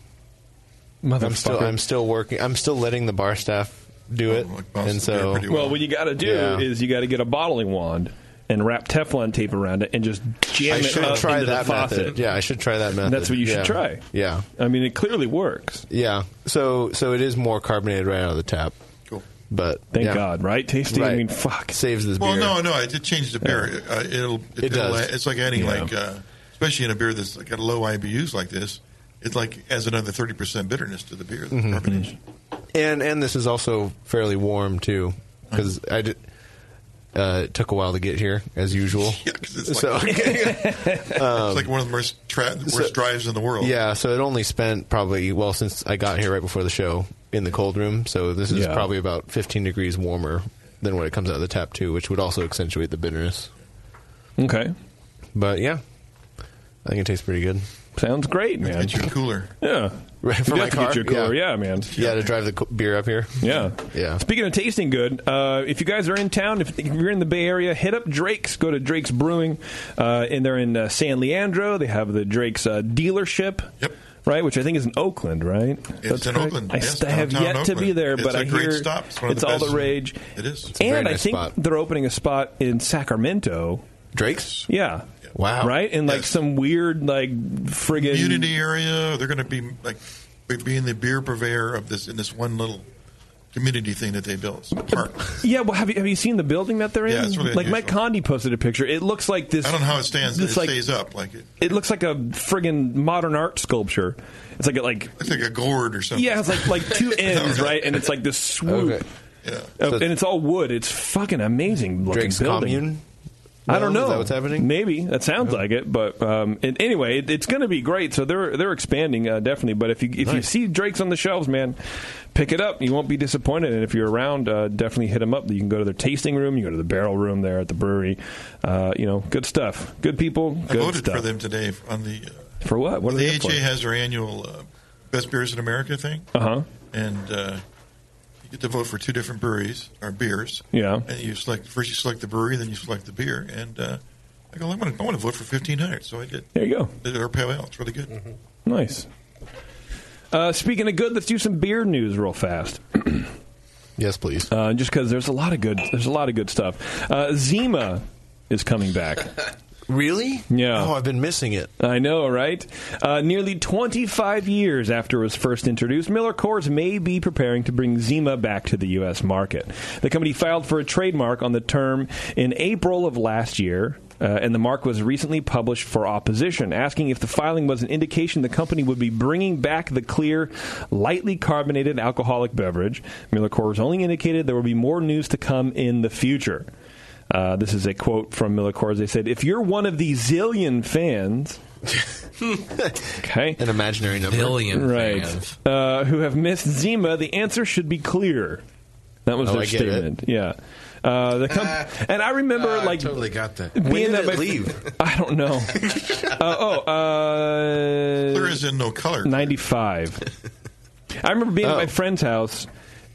I'm still Motherfucker. I'm still working. I'm still letting the bar staff do it, and so well. what you got to do Yeah. is you got to get a bottling wand and wrap Teflon tape around it and just jam I it should up try into that the faucet. method. Yeah, I should try that method. That's what you should Yeah. try. Yeah, I mean it clearly works. Yeah, so so it is more carbonated right out of the tap. Cool, but Thank yeah. God, right? Tasty. I Right. mean, fuck. Saves this Well, beer. no, no, it, it changes the beer. Uh, it'll, It it, will does. It's like adding Yeah. like, uh, especially in a beer that's got low IBUs like this, it's like adds another thirty percent bitterness to the beer. the Mhm. carbonation. and and this is also fairly warm too because I did. Uh, it took a while to get here, as [LAUGHS] usual. Yeah, It's so, Um, like, [LAUGHS] it's like one of the most tra- worst so- drives in the world. yeah, so it only spent probably well since I got here right before the show in the cold room. So this is Yeah. probably about 15 degrees warmer than when it comes out of the tap too, which would also accentuate the bitterness. Okay. But yeah, I think it tastes pretty good. Sounds great, man. Get your cooler. Yeah. Right, [LAUGHS] You for do my have to car? get your cooler. Yeah, man. Yeah, to drive the co- beer up here. Yeah. Yeah. Speaking of tasting good, uh, if you guys are in town, if, if you're in the Bay Area, hit up Drake's. Go to Drake's Brewing, uh, and they're in uh, San Leandro. They have the Drake's uh, dealership. Yep. Right, which I think is in Oakland, right? It's in Oakland, I, yes, st- I have yet downtown to be Oakland. there, It's but a I great hear stop. It's one of the all best. the rage. It is. It's a very and I nice think spot. they're opening a spot in Sacramento. Drake's, yeah, wow, right, in like some weird like friggin' community area. They're going to be like being the beer purveyor of this in this one little community thing that they built. It's a park. Yeah, well, have you have you seen the building that they're in? Yeah, it's really like Mike Condi posted a picture. It looks like this. I don't know how it stands. It's It like, stays up like it. It looks like a friggin' modern art sculpture. It's like a, like It's like a gourd or something. yeah, it's like like [LAUGHS] two ends, right? And it's like this swoop. Yeah. Uh, and it's all wood. It's fucking amazing looking Drake's building. commune? I don't No? know. Is that what's happening? Maybe that sounds like it, but um, and anyway, it, it's going to be great. So they're they're expanding uh, definitely. But if you if you Nice. see Drake's on the shelves, man, pick it up. You won't be disappointed. And if you're around, uh, definitely hit them up. You can go to their tasting room. You go to the barrel room there at the brewery. Uh, you know, good stuff. Good people. I Good voted stuff. for them today on the. Uh, For what? What are the they in for? AHA has their annual uh, best beers in America thing, Uh huh. and uh, you get to vote for two different breweries or beers. Yeah. And you select first you select the brewery, then you select the beer, and uh, I go, I want to, I want to vote for fifteen hundred, so I did. There you go. Did our pale ale. It's really good. Mm-hmm. Nice. Uh, speaking of good, let's do some beer news real fast. [CLEARS THROAT] yes, please. Uh, just because there's a lot of good, there's a lot of good stuff. Uh, Zima is coming back. [LAUGHS] Really? Yeah. Oh, I've been missing it. I know, right? Uh, nearly 25 years after it was first introduced, Miller Coors may be preparing to bring Zima back to the U.S. market. The company filed for a trademark on the term in April of last year. Uh, and the mark was recently published for opposition, asking if the filing was an indication the company would be bringing back the clear, lightly carbonated alcoholic beverage. Miller Coors only indicated there will be more news to come in the future. Uh, this is a quote from Miller Coors. They said, "If you're one of the [LAUGHS] zillion fans." [LAUGHS] okay. An imaginary number. Zillion right. fans. Uh, who have missed Zima, the answer should be clear. That was Oh, their I get it. Ah. statement. Yeah. Uh, the comp- and I remember like totally got that. being that my- [LAUGHS] I [LAUGHS] don't know. Uh, oh, uh, Clear as in no color. Ninety-five. I remember being at Oh. my friend's house,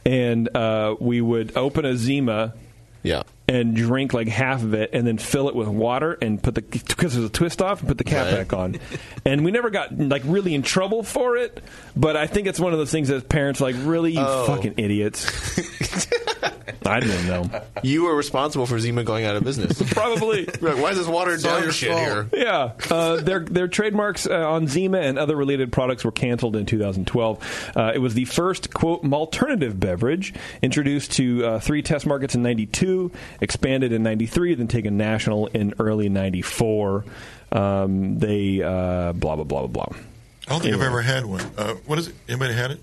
and uh, we would open a Zima. Yeah. And drink like half of it, and then fill it with water, and put the because it was a twist off, and put the cap back on. And we never got like really in trouble for it, but I think it's one of those things that parents are like really you Oh. fucking idiots. [LAUGHS] I didn't know. You were responsible for Zima going out of business. [LAUGHS] Probably. why is this watered It's all down your shit fault. here? Yeah, uh, their their trademarks uh, on Zima and other related products were canceled in 2012. Uh, it was the first quote alternative beverage introduced to uh, three test markets in '92, expanded in '93, then taken national in early '94. Um, they uh, blah blah blah blah blah. I don't think I've ever had one. Uh, what is it? Anybody had it?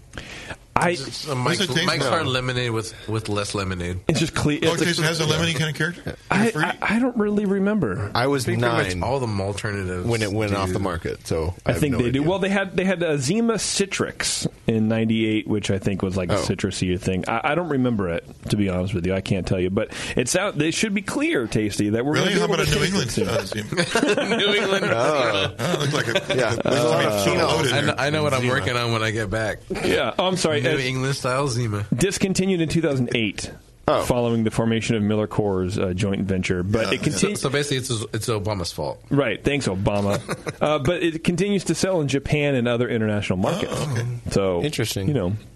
I What's Uh, Mike's, it taste Mike's like? Hard lemonade with, with less lemonade. It's just clear. Oh, it tastes- has a lemony kind of character. I, I, I don't really remember. I was Pretty much nine all the alternatives when it went do. off the market. So I, I, have think no they [LAUGHS] idea. do. Well, they had they had a Zima Citrix in '98, which I think was like a Oh. citrusy thing. I, I don't remember it to be honest with you. I can't tell you, but it sound they should be clear, tasty. That we're Really? How Gonna be about a able to New taste England it uh, soon. Zima? [LAUGHS] New England. Oh. [LAUGHS] Look like a, Yeah. there's a lot of Uh, soda loaded I there. know, I know what I'm Zima. working on when I get back. Yeah. Oh, I'm sorry. New Uh, England style Zima. [LAUGHS] Discontinued in 2008, Oh. following the formation of Miller Coors uh, joint venture, but it so, continues. so basically, it's it's Obama's fault. Right, thanks [LAUGHS] Obama. uh, but it continues to sell in Japan and other international markets. So interesting, you know. Oh,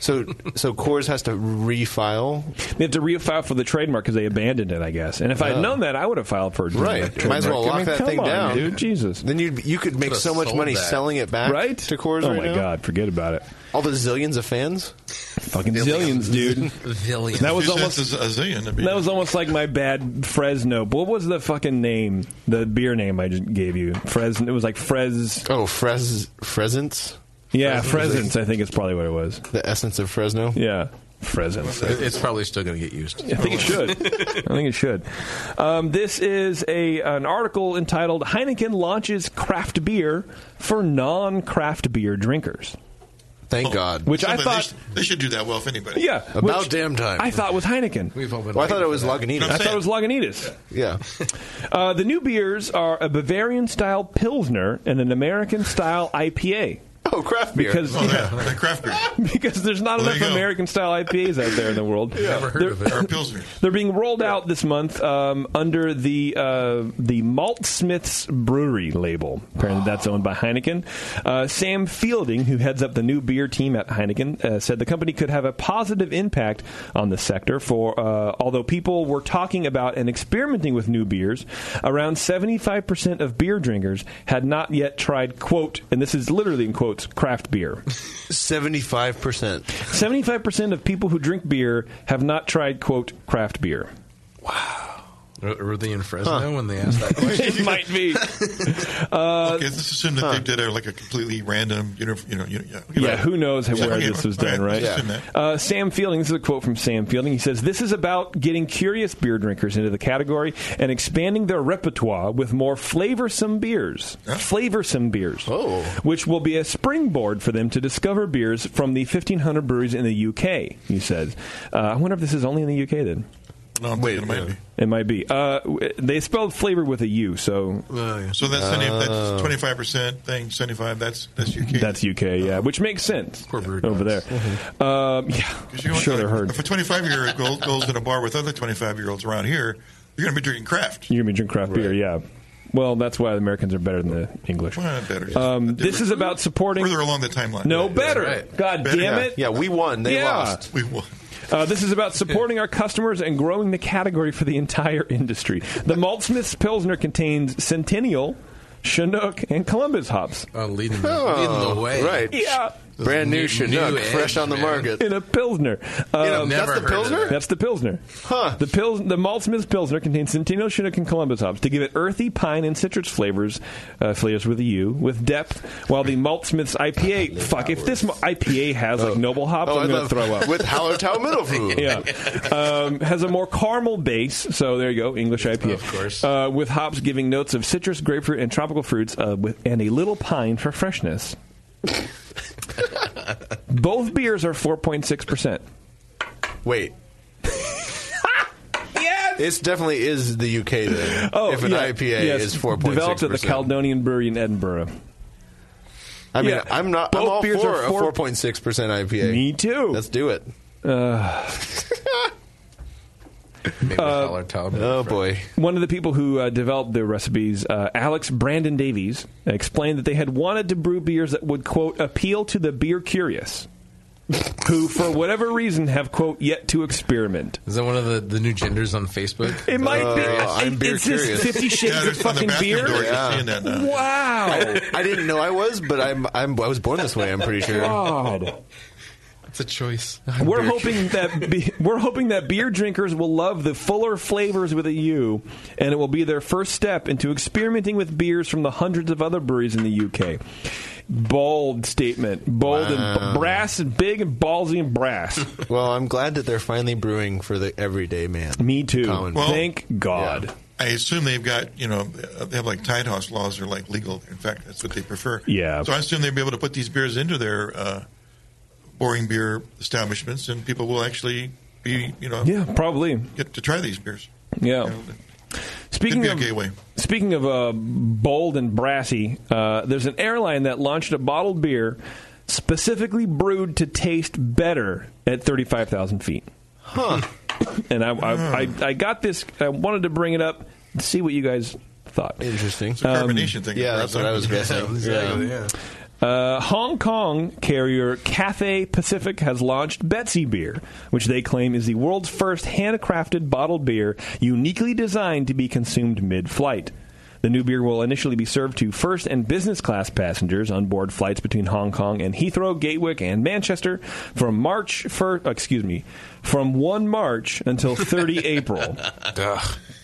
So so Coors has to refile. They have to refile for the trademark because they abandoned it, I guess. And if I'd Oh. known that, I would have filed for a Right. trademark. Might as well I lock mean, that come thing on, down, dude. Jesus. Then you you could make Could've so much sold money that. selling it back Right? to Coors. Oh right my now. God, forget about it. All the zillions of fans. Fucking zillions, [LAUGHS] dude. Zillions. That was Two almost cents is a zillion. That'd be- That was almost like my bad Fresno. What was the fucking name? The beer name I just gave you. Fresno. It was like Frez. Oh, Frez Fresence. Yeah, Fresence. Fresence. I think it's probably what it was. The essence of Fresno. Yeah, Fresence. It- It's probably still going to get used. I think it should. I think it should. Um, this is a an article entitled "Heineken launches craft beer for non-craft beer drinkers." Thank God. Which I Something thought- They should, they should do that well if anybody. Yeah, About which damn time. I thought was Heineken. We've all been Well, I thought waiting it was for that. Lagunitas. I thought it was Lagunitas. Yeah. [LAUGHS] Uh, the new beers are a Bavarian style Pilsner and an American style IPA. Oh, craft beer. Because- oh, [LAUGHS] yeah. yeah. the craft beer. Because there's not Well, there enough you go. American style IPAs out there in the [LAUGHS] world. Never heard They're- of it. Or Pilsner. They're being rolled out this month um, under the uh, the Malt Smiths Brewery label. Apparently, that's owned by Heineken. Uh, Sam Fielding, who heads up the new beer team at Heineken, uh, said the company could have a positive impact on the sector. For uh, although people were talking about and experimenting with new beers, around seventy five percent of beer drinkers had not yet tried quote, and this is literally in quotes, craft beer. Seventy-five percent. Seventy five percent of people who drink beer have not tried quote craft beer. Were were they in Fresno when they asked [LAUGHS] that question? it [LAUGHS] might be. Uh, okay, let's assume that they did a, like a completely random, you know, you know, you know yeah. okay, Yeah, right. who knows Yeah, where okay, this was all done, right? let's assume that. Uh, Sam Fielding, this is a quote from Sam Fielding. He says, This is about getting curious beer drinkers into the category and expanding their repertoire with more flavorsome beers. Flavorsome beers. Oh. Which will be a springboard for them to discover beers from the 1,500 breweries in the UK, he says. Uh, I wonder if this is only in the UK then. No, I'm thinking it might be. It might be. Uh, w- they spelled flavor with a U, so So that's, 70, Oh. that's 25% thing, 75 that's that's your case. that's UK, yeah, which makes sense over there. Mm-hmm. Um, yeah, You I'm know, sure they're heard. If a 25 year old goes in a bar with other 25 year olds around here, you're going to be drinking craft. You're gonna be drinking craft beer, yeah. Well, that's why the Americans are better than the English. Well, better. Um, this is about supporting. Further along the timeline. No, Right. better. Right. God Better. damn Yeah. it. Yeah, we won. They Yeah. lost. We won. Uh, this is about supporting our customers and growing the category for the entire industry. The Maltsmith's Pilsner contains Centennial, Chinook, and Columbus hops. Uh, leading, Oh, leading the way. Right. Yeah. Brand new, New- Chinook, new fresh edge, on the man. market. In a Pilsner. Uh, I've never that's the heard of Pilsner? that. That's the Pilsner. Huh. The Pils- the Maltsmith's Pilsner contains Centennial, Chinook, and Columbus hops to give it earthy pine and citrus flavors, uh, flavors with a U, with depth. While the Maltsmith's IPA, fuck, if this mo- IPA has like noble hops, Oh. I I'm gonna love- throw up. With Hallowtown [LAUGHS] Middle Food. [LAUGHS] yeah, um, has a more caramel base. So there you go, English IPA, Of course. uh, with hops giving notes of citrus, grapefruit, and tropical fruits, uh, with and a little pine [LAUGHS] for freshness. Both beers are 4.6 percent. Wait. yes. It definitely is the UK then. if an Oh, yeah, IPA yes, is four point six developed at the Caledonian Brewery in Edinburgh. I mean, Yeah. I'm not. I'm Both all beers for are a four- 4.6 percent IPA. Me too. Uh, Let's do it. Maybe a dollar tub. Oh boy. One of the people who uh, developed the recipes, uh, Alex Brandon Davies, explained that they had wanted to brew beers that would, quote, appeal to the beer curious, who, for whatever reason, have, quote, yet to experiment. Is that one of the, the new genders on Facebook? It might be. Oh, Uh, I'm beer It's just curious. 50 Shades Yeah, of there's- on the fucking bathroom beer? door, you're seeing that now. Wow. I, I didn't know I was, but I'm, I'm. I was born this way. I'm pretty sure. God. It's a choice. We're hoping that be- [LAUGHS] we're hoping that beer drinkers will love the fuller flavors with a U, and it will be their first step into experimenting with beers from the hundreds of other breweries in the UK. Bold statement, bold and b- brass and big and ballsy and brass. [LAUGHS] Well, I'm glad that they're finally brewing for the everyday man. Me too. Well- Thank God. I assume they've got, you know, they have like tight house laws are like legal. In fact, that's what they prefer. Yeah. So I assume they'll be able to put these beers into their uh, boring beer establishments, and people will actually be, you know, yeah, probably get to try these beers. Yeah. Speaking be a of gateway. speaking of uh, bold and brassy, uh, there's an airline that launched a bottled beer specifically brewed to taste better at 35,000 feet. Huh. [LAUGHS] and I, I, I, I got this. I wanted to bring it up, and see what you guys thought. Um, Interesting. It's a carbonation thing. Yeah, that's what I was guessing. Exactly, yeah. Uh, Hong Kong carrier Cathay Pacific has launched Betsy Beer, which they claim is the world's first handcrafted bottled beer uniquely designed to be consumed mid flight. The new beer will initially be served to first and business class passengers on board flights between Hong Kong and Heathrow, Gatwick, and Manchester from March fir- uh, excuse me, from 1 March until [LAUGHS] 30 April.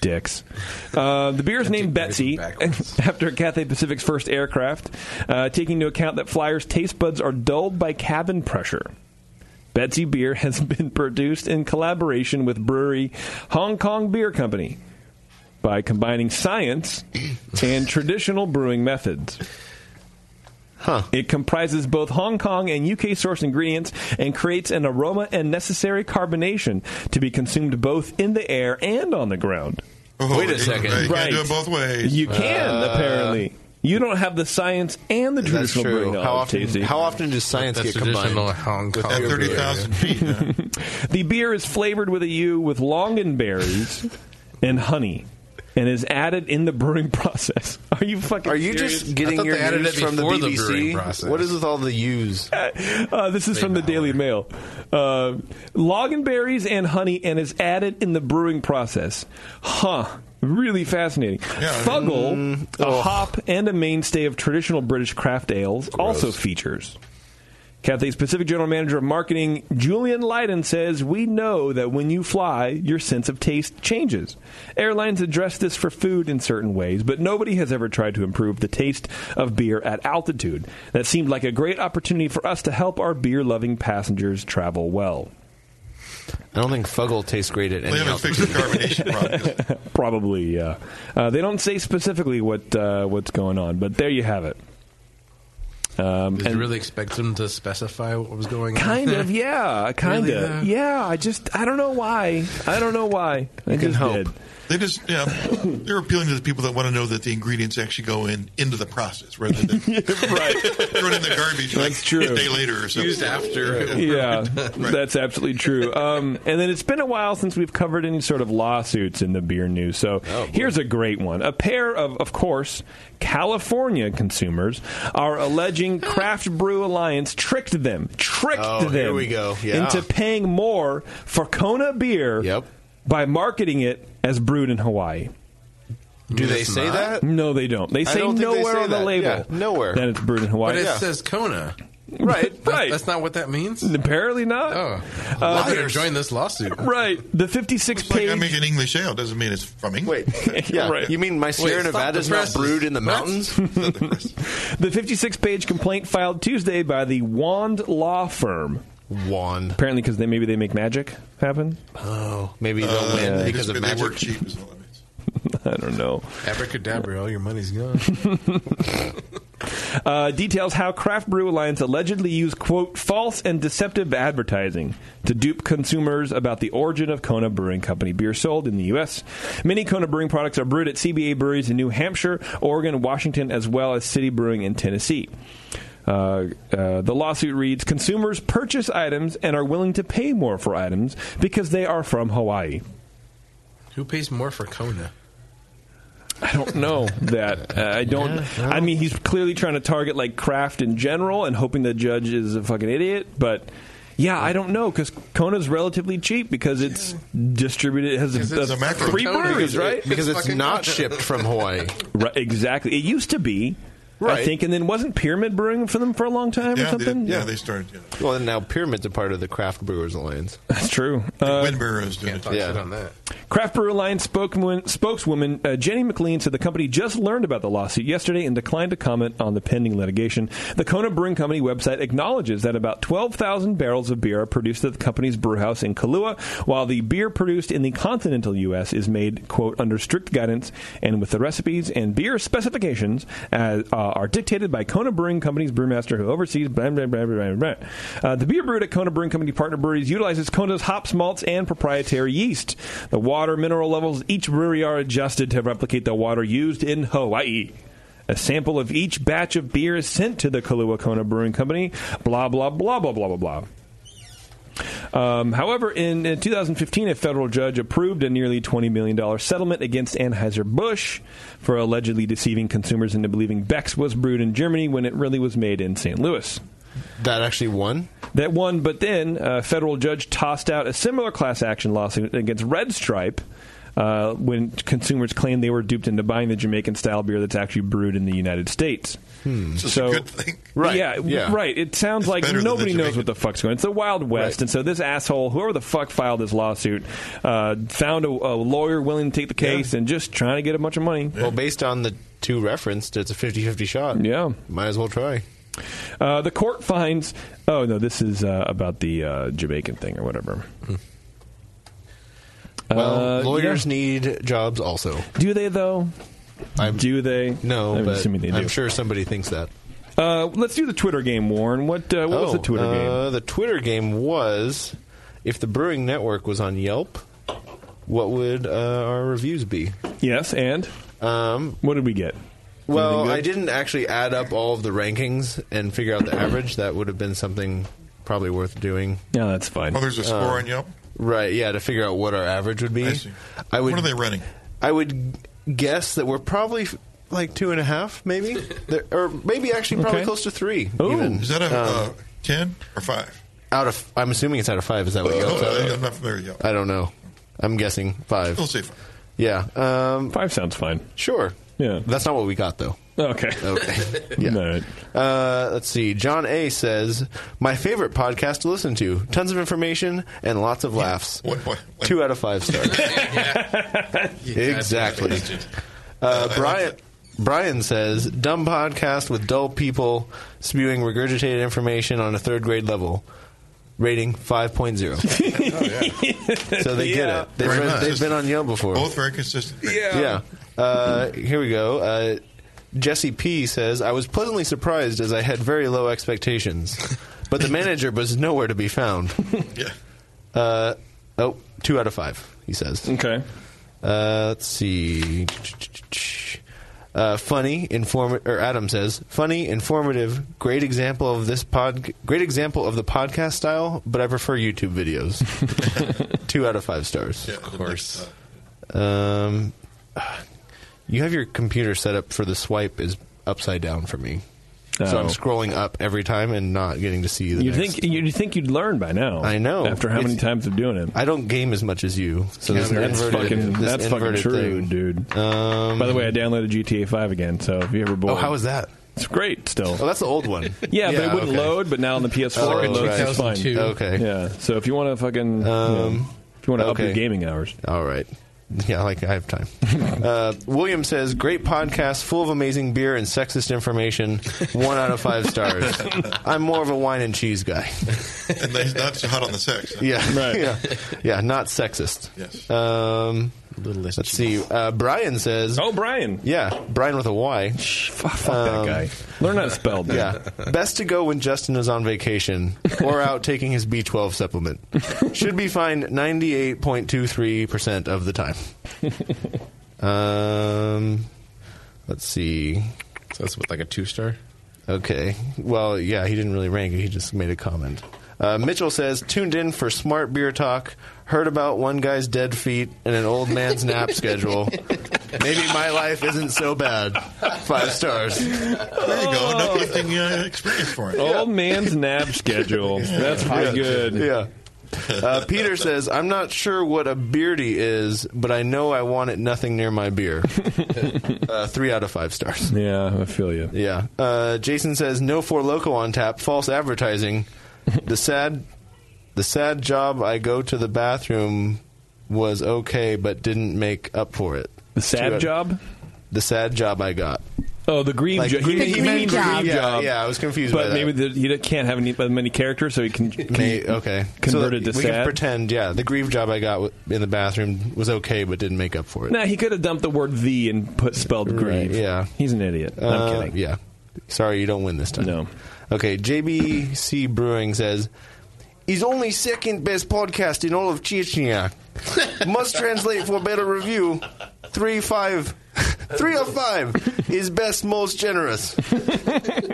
Dicks. Uh, the beer is named Betsy [LAUGHS] after Cathay Pacific's first aircraft, uh, taking into account that flyers' taste buds are dulled by cabin pressure. Betsy beer [LAUGHS] has been produced in collaboration with brewery Hong Kong Beer Company by combining [CLEARS THROAT] science and traditional brewing methods. Huh. It comprises both Hong Kong and UK source ingredients and creates an aroma and necessary carbonation to be consumed both in the air and on the ground. Oh, Wait a you- second. you can't Right. do it both ways. You can, Uh, apparently. You don't have the science and the That's traditional true. brewing. How knowledge, often? Tasty. How often does science get combined? with At your beer? 30,000 feet. [LAUGHS] The beer is flavored with a U with longanberries and honey, and is added in the brewing [LAUGHS] process. Are you fucking? Are you serious? just getting your news from the BBC? what is with all the U's? [LAUGHS] Uh, this is from the Daily Mail. Uh, longanberries and honey, and is added in the brewing process. Huh. Really fascinating. Fuggle, Mm-hmm. a Oh. hop and a mainstay of traditional British craft ales, also features. Cathay's Pacific General Manager of Marketing, Julian Leiden, says, We know that when you fly, your sense of taste changes. Airlines address this for food in certain ways, but nobody has ever tried to improve the taste of beer at altitude. That seemed like a great opportunity for us to help our beer loving passengers travel well. [LAUGHS] I don't think Fuggle tastes great at any. altitude. Probably, yeah. Uh, they don't say specifically what uh, what's going on, but there you have it. Um, Did you really expect them to specify what was going on? [LAUGHS] Kind of, yeah, kind Really, of, though? yeah. I just, I don't know why. I don't know why. I just did. They just, yeah, they're appealing to the people that want to know that the ingredients actually go in into the process rather than [LAUGHS] [LAUGHS] right. thrown in the garbage like a day later or something. Used after. [LAUGHS] [LAUGHS] Yeah, that's absolutely true. Um, and then it's been a while since we've covered any sort of lawsuits in the beer news. So Oh, here's a great one. A pair of, of course, California consumers are alleging Craft Brew Alliance tricked them, tricked Oh, them here we go. Yeah. into paying more for Kona beer by marketing it as brewed in Hawaii. Do they say that? No, they don't. They I say don't think they nowhere say on the that. label. Yeah, nowhere. That it's brewed in Hawaii. But it says Kona. [LAUGHS] Right, right. That's not what that means. Apparently not. Oh, Uh, I better join this lawsuit. Right. The 56 it's page. Like I make an English ale doesn't mean it's from England. [LAUGHS] Wait. Yeah, you mean my Sierra Nevada's not brewed in the [LAUGHS] mountains? The 56 page complaint filed Tuesday by the Wand Law Firm. Wand. Apparently, because they, maybe they make magic happen. Oh, maybe they'll Uh, win because of magic. [LAUGHS] [LAUGHS] I don't know. Abracadabra, all your money's [LAUGHS] gone. Uh, details how Craft Brew Alliance allegedly used, quote, false and deceptive advertising to dupe consumers about the origin of Kona Brewing Company beer sold in the U.S. Many Kona brewing products are brewed at CBA breweries in New Hampshire, Oregon, Washington, as well as city brewing in Tennessee. Uh, uh, the lawsuit reads Consumers purchase items and are willing to pay more for items because they are from Hawaii. Who pays more for Kona? I don't know that. Uh, I don't. I mean, he's clearly trying to target like craft in general and hoping the judge is a fucking idiot. But yeah, I don't know because Kona's relatively cheap because it's distributed. It has Because a, it's a a macro three Kona, because breweries, it- right? because it's It's not fucking- shipped from Hawaii. right, exactly. It used to be. I Right. think, and then wasn't Pyramid Brewing for them for a long time or something? started. Well, and now pyramids are part of the Craft Brewers Alliance. That's true. Uh, Winburers did Talk shit on that. Craft Brewer Alliance spokeswoman, spokeswoman uh, Jenny McLean said the company just learned about the lawsuit yesterday and declined to comment on the pending litigation. The Kona Brewing Company website acknowledges that about 12,000 barrels of beer are produced at the company's brewhouse in Kailua, while the beer produced in the continental U.S. is made, quote, under strict guidance and with the recipes and beer specifications as, uh, are dictated by Kona Brewing Company's brewmaster who oversees blah, blah, blah, blah, blah, blah. Uh, the beer brewed at Kona Brewing Company partner breweries utilizes Kona's hops, malts, and proprietary yeast. The water mineral levels at each brewery are adjusted to replicate the water used in Hawaii. A sample of each batch of beer is sent to the Kalua Kona Brewing Company. Blah, blah, blah, blah, blah, blah, blah. Um, however, in, in 2015, a federal judge approved a nearly $20 million settlement against Anheuser-Busch for allegedly deceiving consumers into believing Beck's was brewed in Germany when it really was made in St. Louis. That actually won? That won, but then a federal judge tossed out a similar class action lawsuit against Red Stripe. Uh, when consumers claimed they were duped into buying the Jamaican style beer that's actually brewed in the United States, Hmm. so Mm-hmm. [LAUGHS] Right, Yeah, w- yeah. right. It sounds like better than the nobody knows what the fuck's going. on. It's the Wild West, Right. and so this asshole, whoever the fuck filed this lawsuit, uh, found a, a lawyer willing to take the case and just trying to get a bunch of money. Well, based on the two referenced, it's a 50 50 shot. Yeah. Might as well try. Uh, the court finds. Oh no, this is uh, about the uh, Jamaican thing or whatever. Hmm. Well, Uh, lawyers yeah. need jobs also. Do they though? I'm, do they? No, I'm but assuming they do. I'm sure somebody thinks that. Uh, let's do the Twitter game, Warren. What, uh, what was the Twitter game? uh, The Twitter game was if the Brewing Network was on Yelp, what would uh, our reviews be? Yes, and um, what did we get? Well, Anything good? I didn't actually add up all of the rankings and figure out the average. That would have been something probably worth doing. Yeah, that's fine. Oh, there's a score on Yelp? Uh, Right. Yeah, to figure out what our average would be. I see. What are they running? I would guess that we're probably f- like two and a half, maybe, There- or maybe [LAUGHS] actually probably Okay. close to three. Ooh. even. Um, Is that a, uh, ten or five? Out of, I'm assuming it's out of five. Is that what Yelp's Oh, out of? I- I'm not familiar with Yelp. I don't know. I'm guessing five. We'll say five. Yeah. Um, five sounds fine. Sure. Yeah. That's not what we got, though. Okay. [LAUGHS] Okay. yeah. All right. Uh, let's see. John A says, "My favorite podcast to listen to. Tons of information and lots of laughs. Two out of five [LAUGHS] stars. exactly. Uh, Brian." Brian says, "Dumb podcast with dull people spewing regurgitated information on a third grade level. Rating 5.0. so they Yeah. get it. They've, Very read- nice. they've been on Yelp before. Both very consistent. Yeah. Uh, here we go. Uh, Jesse P says, I was pleasantly surprised as I had very low expectations, but the manager was nowhere to be found. [LAUGHS] Yeah. Uh, oh, two out of five, he says. Okay. Uh, let's see. Uh, funny, informative, or Adam says, funny, informative, great example of this pod, great example of the podcast style, but I prefer YouTube videos. [LAUGHS] two out of five stars. Yeah, of course. Um, you have your computer set up for the swipe is upside down for me, so I'm Oh. scrolling up every time and not getting to see the. You next. think you think you'd learn by now? I know. After how many It's- times of doing it? I don't game as much as you, so this Yeah, that's inverted, fucking this that's fucking inverted true, thing. dude. By the way, I downloaded GTA Five again, so if you ever bored, um, Oh, how was that? It's great still. Oh, that's the old one. [LAUGHS] Yeah, but it wouldn't okay. load. But now on the PS4, Oh, it loads. It's right. fine. Okay. Yeah. So if you want to fucking, um, Um, if you want to up okay. your gaming hours, All right. Yeah, like I have time. [LAUGHS] Uh, William says, "Great podcast, full of amazing beer and sexist information. One out of five stars. I'm more of a wine and cheese guy. and they not so hot on the sex. [LAUGHS] Yeah, yeah, yeah. Not sexist. Yes. Um, let's see. Uh, Brian says, "Oh, Brian. Yeah, Brian with a Y. Um, Fuck, that guy. Learn how to spell. dude. Yeah. Best to go when Justin is on [LAUGHS] vacation or out taking his B12 supplement. Should be fine 98.23% of the [LAUGHS] time. [LAUGHS] Um, let's see. So that's what, like a two star? Okay. Well, yeah, he didn't really rank it. He just made a comment. Uh, Mitchell says, tuned in for smart beer talk, heard about one guy's dead feet and an old man's nap schedule. Maybe my life isn't so bad. Five stars. [LAUGHS] There you go. No Oh. gifting uh, experience for it. Old man's nap [LAUGHS] schedule. That's pretty good. Yeah. Uh, Peter says, I'm not sure what a beardy is, but I know I want it nothing near my beer. [LAUGHS] uh, three out of five stars. Yeah, I feel you. Yeah. Uh, Jason says, no for loco on tap, false advertising. [LAUGHS] The sad, the sad job I go to the bathroom was okay, but didn't make up for it. The sad Two out- job? The sad job I got. Oh, the grieve Like, job. grieve- he, he grieve meant job. grieve Yeah, job. yeah, I was confused But by that. maybe the, he can't have any many characters, so he can, can May, okay. convert so it to we can sad. pretend, yeah, the grieve job I got w- in the bathroom was okay, but didn't make up for it. Nah, he could have dumped the word "the" and put spelled grieve. yeah. he's an idiot. I'm Uh, kidding. Yeah. Sorry, you don't win this time. No. Okay, JBC Brewing says, He's only second best podcast in all of Chechnya. Must translate for better review. Three five, three of five is best, most generous. [LAUGHS]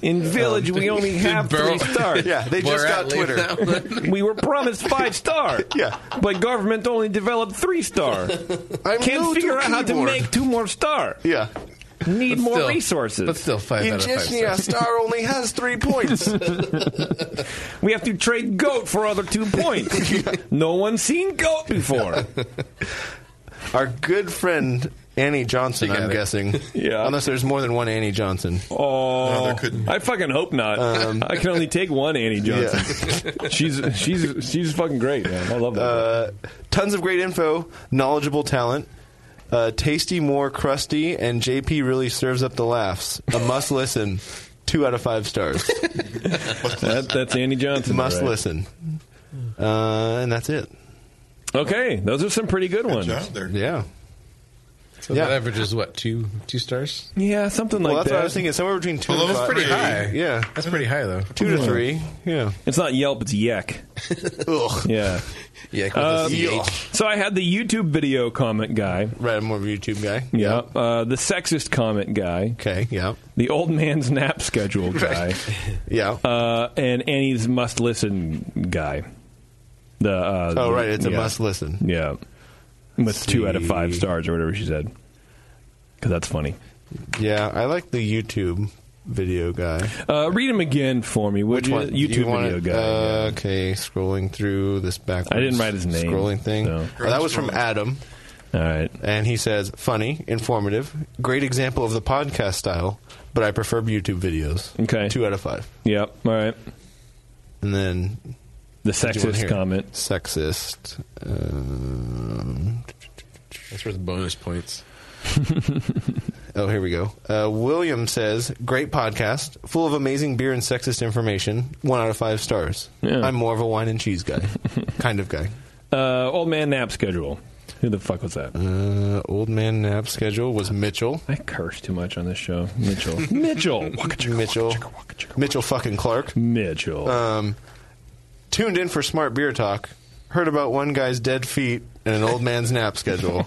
In Village, we [LAUGHS] only have three [LAUGHS] stars. Yeah, they just got Twitter. [LAUGHS] we were promised five star. [LAUGHS] Yeah, but government only developed three [LAUGHS] star. I'm new Can't to figure out how to keyboard. make two more star. Yeah, need more still- resources. but still five In out of five Chechnya, stars. star only has three points. [LAUGHS] we have to trade goat for other two [LAUGHS] points. no one's seen goat before. Our good friend Annie Johnson, I'm guessing. Yeah. Unless there's more than one Annie Johnson. Um, Oh, I fucking hope not. [LAUGHS] I can only take one Annie Johnson. [LAUGHS] she's she's she's fucking great, man. I love that. Uh, tons of great info, knowledgeable talent. Uh, tasty, more crusty, and JP really serves up the laughs. A must listen. Two out of five stars. [LAUGHS] That- that's Andy Johnson. Must right? listen. Uh, and that's it. Okay, those are some pretty good ones. Yeah. So Yeah. that averages what two two stars? Yeah, something well, like that's that. what I was thinking. Somewhere between two. Well, and that's five. pretty high. Yeah, that's pretty high though. Two to three. Yeah. It's not Yelp, it's Yek. Ugh. [LAUGHS] Yeah. Yek with a Um, CH. so I had the YouTube video comment guy. E Right, I'm more of a YouTube guy. Yeah. Uh, the sexist comment guy. Okay, yeah. The old man's [LAUGHS] nap schedule guy. yeah. Uh, and Annie's must listen guy. The uh, Oh, right, it's a yeah. must listen. Yeah. With two out of five stars or whatever she said. Because that's funny. Yeah, I like the YouTube video guy. Uh, read him again for me, would Which you? one? Do YouTube you want video it? guy. Uh, Okay, scrolling through this backwards. I didn't write his name, Scrolling thing. so. Oh, that was from Adam. All right. And he says, funny, informative, great example of the podcast style, but I prefer YouTube videos. Okay. Two out of five. Yep. All right. And then. The Did you wanna sexist hear it? comment. Sexist. Um, That's worth bonus points. [LAUGHS] Oh, here we go. Uh, William says, "Great podcast, full of amazing beer and sexist information. One out of five stars. I'm more of a wine and cheese [LAUGHS] guy, kind of guy. Uh, old man nap schedule. Who the fuck was that? Uh, old man nap schedule was Mitchell. I curse too much on this show. [LAUGHS] Mitchell. Mitchell. Mitchell. Mitchell fucking Clark. [LAUGHS] Mitchell. Um, tuned in for smart beer talk. Heard about one guy's dead feet and an old man's nap [LAUGHS] schedule.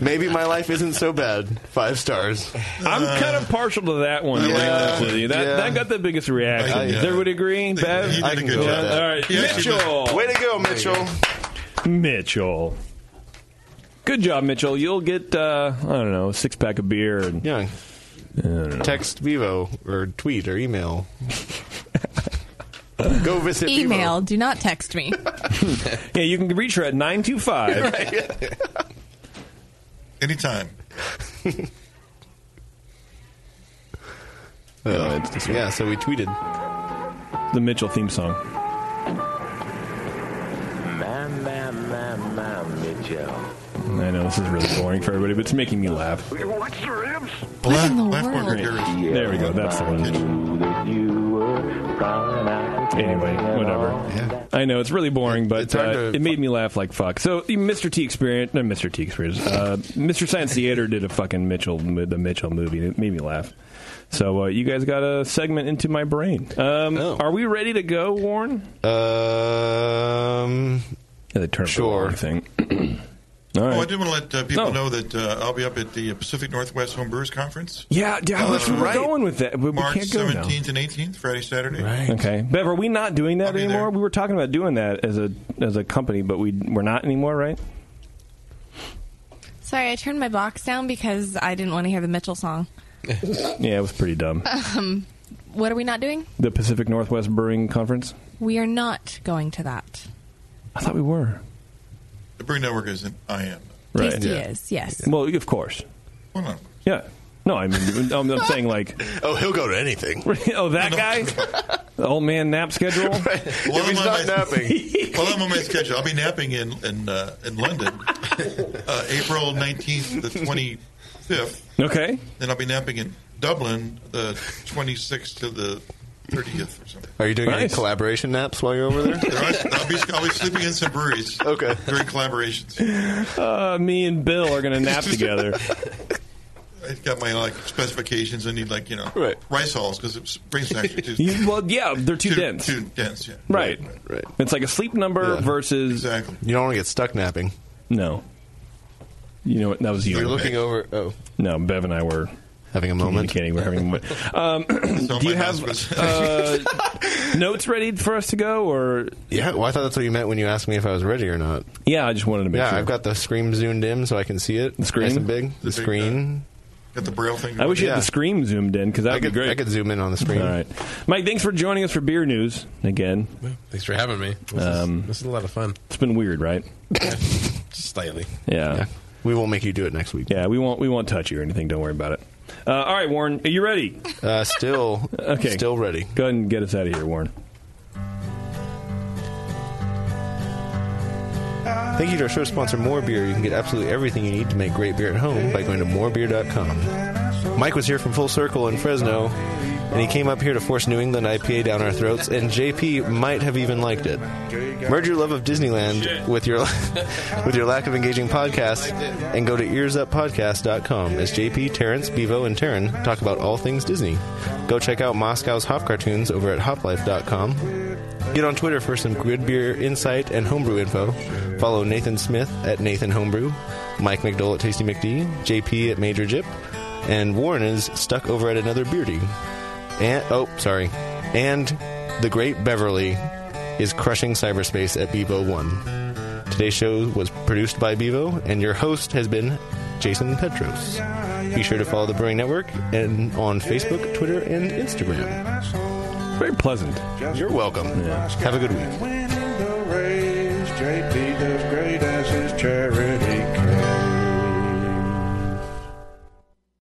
Maybe my life isn't so bad. Five stars. I'm kind of partial to that one. to be Yeah. honest with you. That, Yeah. that got the biggest reaction. I- uh, Does everybody agree? Bev? I can go with Yeah, that. All right. Yeah, she Mitchell. did. Way to go, Mitchell. Mitchell. Good job, Mitchell. You'll get, uh, I don't know, a six pack of beer. And, yeah. I don't know. Text Vivo or tweet or [LAUGHS] email. Go visit Vivo. [LAUGHS] [LAUGHS] Email. Do not text [LAUGHS] me. Yeah, you can reach her at [LAUGHS] 925. Anytime. Oh, it's this yeah, so we tweeted. The Mitchell theme song. Ma, ma, ma, ma, Mitchell. I know this is really boring for everybody, but it's making me laugh. What's the ribs? Black, There we go. That's the one. Anyway, whatever. I know it's really boring, but hard uh, to- it made me laugh like fuck. So Mr. T experience, no Mr. T experience, uh, Mr. Science Theater did a fucking Mitchell, mo- the Mitchell movie. and It made me laugh. So uh, you guys got a segment into my brain. Um, Are we ready to go, Warren? Um, yeah, they turned [CLEARS THROAT] sure. thing. All right. Oh, I did want to let uh, people know that uh, I'll be up at the Pacific Northwest Home Brewers Conference. Yeah, yeah, Uh, that's where we're going with that. We, we March can't go now. 17th and 18th, Friday, Saturday. Okay, Bev, are we not doing that anymore? We were talking about doing that as a as a company, but we we're not anymore, right? Sorry, I turned my box down because I didn't want to hear the Mitchell song. Yeah, it was pretty dumb. Um, what are we not doing? The Pacific Northwest Brewing Conference. We are not going to that. I thought we were. The Brewing Network is an I am. Right. Tasty is, yes. Well, of course. Yeah. No, I mean, I'm, I'm saying like. Oh, he'll go to anything. [LAUGHS] oh, that guy, the old man nap schedule. While I'm on not [LAUGHS] napping. while I'm on my schedule, I'll be napping in in, uh, in London, uh, April 19th, the 25th. Okay. Then I'll be napping in Dublin, the 26th to the 30th or something. Are you doing any Nice. collaboration naps while you're over there? [LAUGHS] There are- I'll be, I'll be sleeping in some breweries. Okay. During collaborations, Uh, me and Bill are going to nap together. I've got my like specifications. I need like you know rice halls because it brings actually too You- well, yeah, they're too, dense. too dense. Yeah. Right. Right. It's like a sleep number Yeah. versus. Exactly. You don't want to get stuck napping. No. You know what? That was you. You're looking over. [CLEARS THROAT] Oh. No, Bev and I were having a moment. Communicating. We're having a [LAUGHS] moment. Um, do you have uh, notes ready for us to go, or Yeah, well, I thought that's what you meant when you asked me if I was ready or not. Yeah, I just wanted to make yeah, sure. I've got the screen zoomed in so I can see it. The screen? nice and big. uh, The, screen. Got the braille thing. I wish you had the screen zoomed in because that would be great. I could zoom in on the screen. Um, All right, Mike. Thanks for joining us for beer news again. Thanks for having me. This, Um, is, this is a lot of fun. It's been weird, right? Slightly. Yeah. We won't make you do it next week. Yeah, we won't. We won't touch you or anything. Don't worry about it. Uh, all right, Warren, are you ready? Uh, still, [LAUGHS] okay, still ready. Go ahead and get us out of here, Warren. Thank you to our show sponsor, More Beer. You can get absolutely everything you need to make great beer at home by going to morebeer.com. Mike was here from Full Circle in Fresno, and he came up here to force New England IPA down our throats, and JP might have even liked it. Merge your love of Disneyland with your [LAUGHS] with your lack of engaging podcasts, and go to earsuppodcast.com as JP, Terrence, Bevo, and Taryn talk about all things Disney. Go check out Moscow's Hop Cartoons over at hoplife.com. Get on Twitter for some good beer insight and homebrew info. Follow Nathan Smith at Nathan Homebrew, Mike McDowell at Tasty McD, JP at Major Jip, and Warren is stuck over at another beardy. And oh, sorry. And the great Beverly is crushing cyberspace at Bevo One. Today's show was produced by Bevo, and your host has been Jason Petros. Be sure to follow the Brewing Network and on Facebook, Twitter, and Instagram. Very pleasant. You're welcome. Have a good week. race. JP does great as his charity case.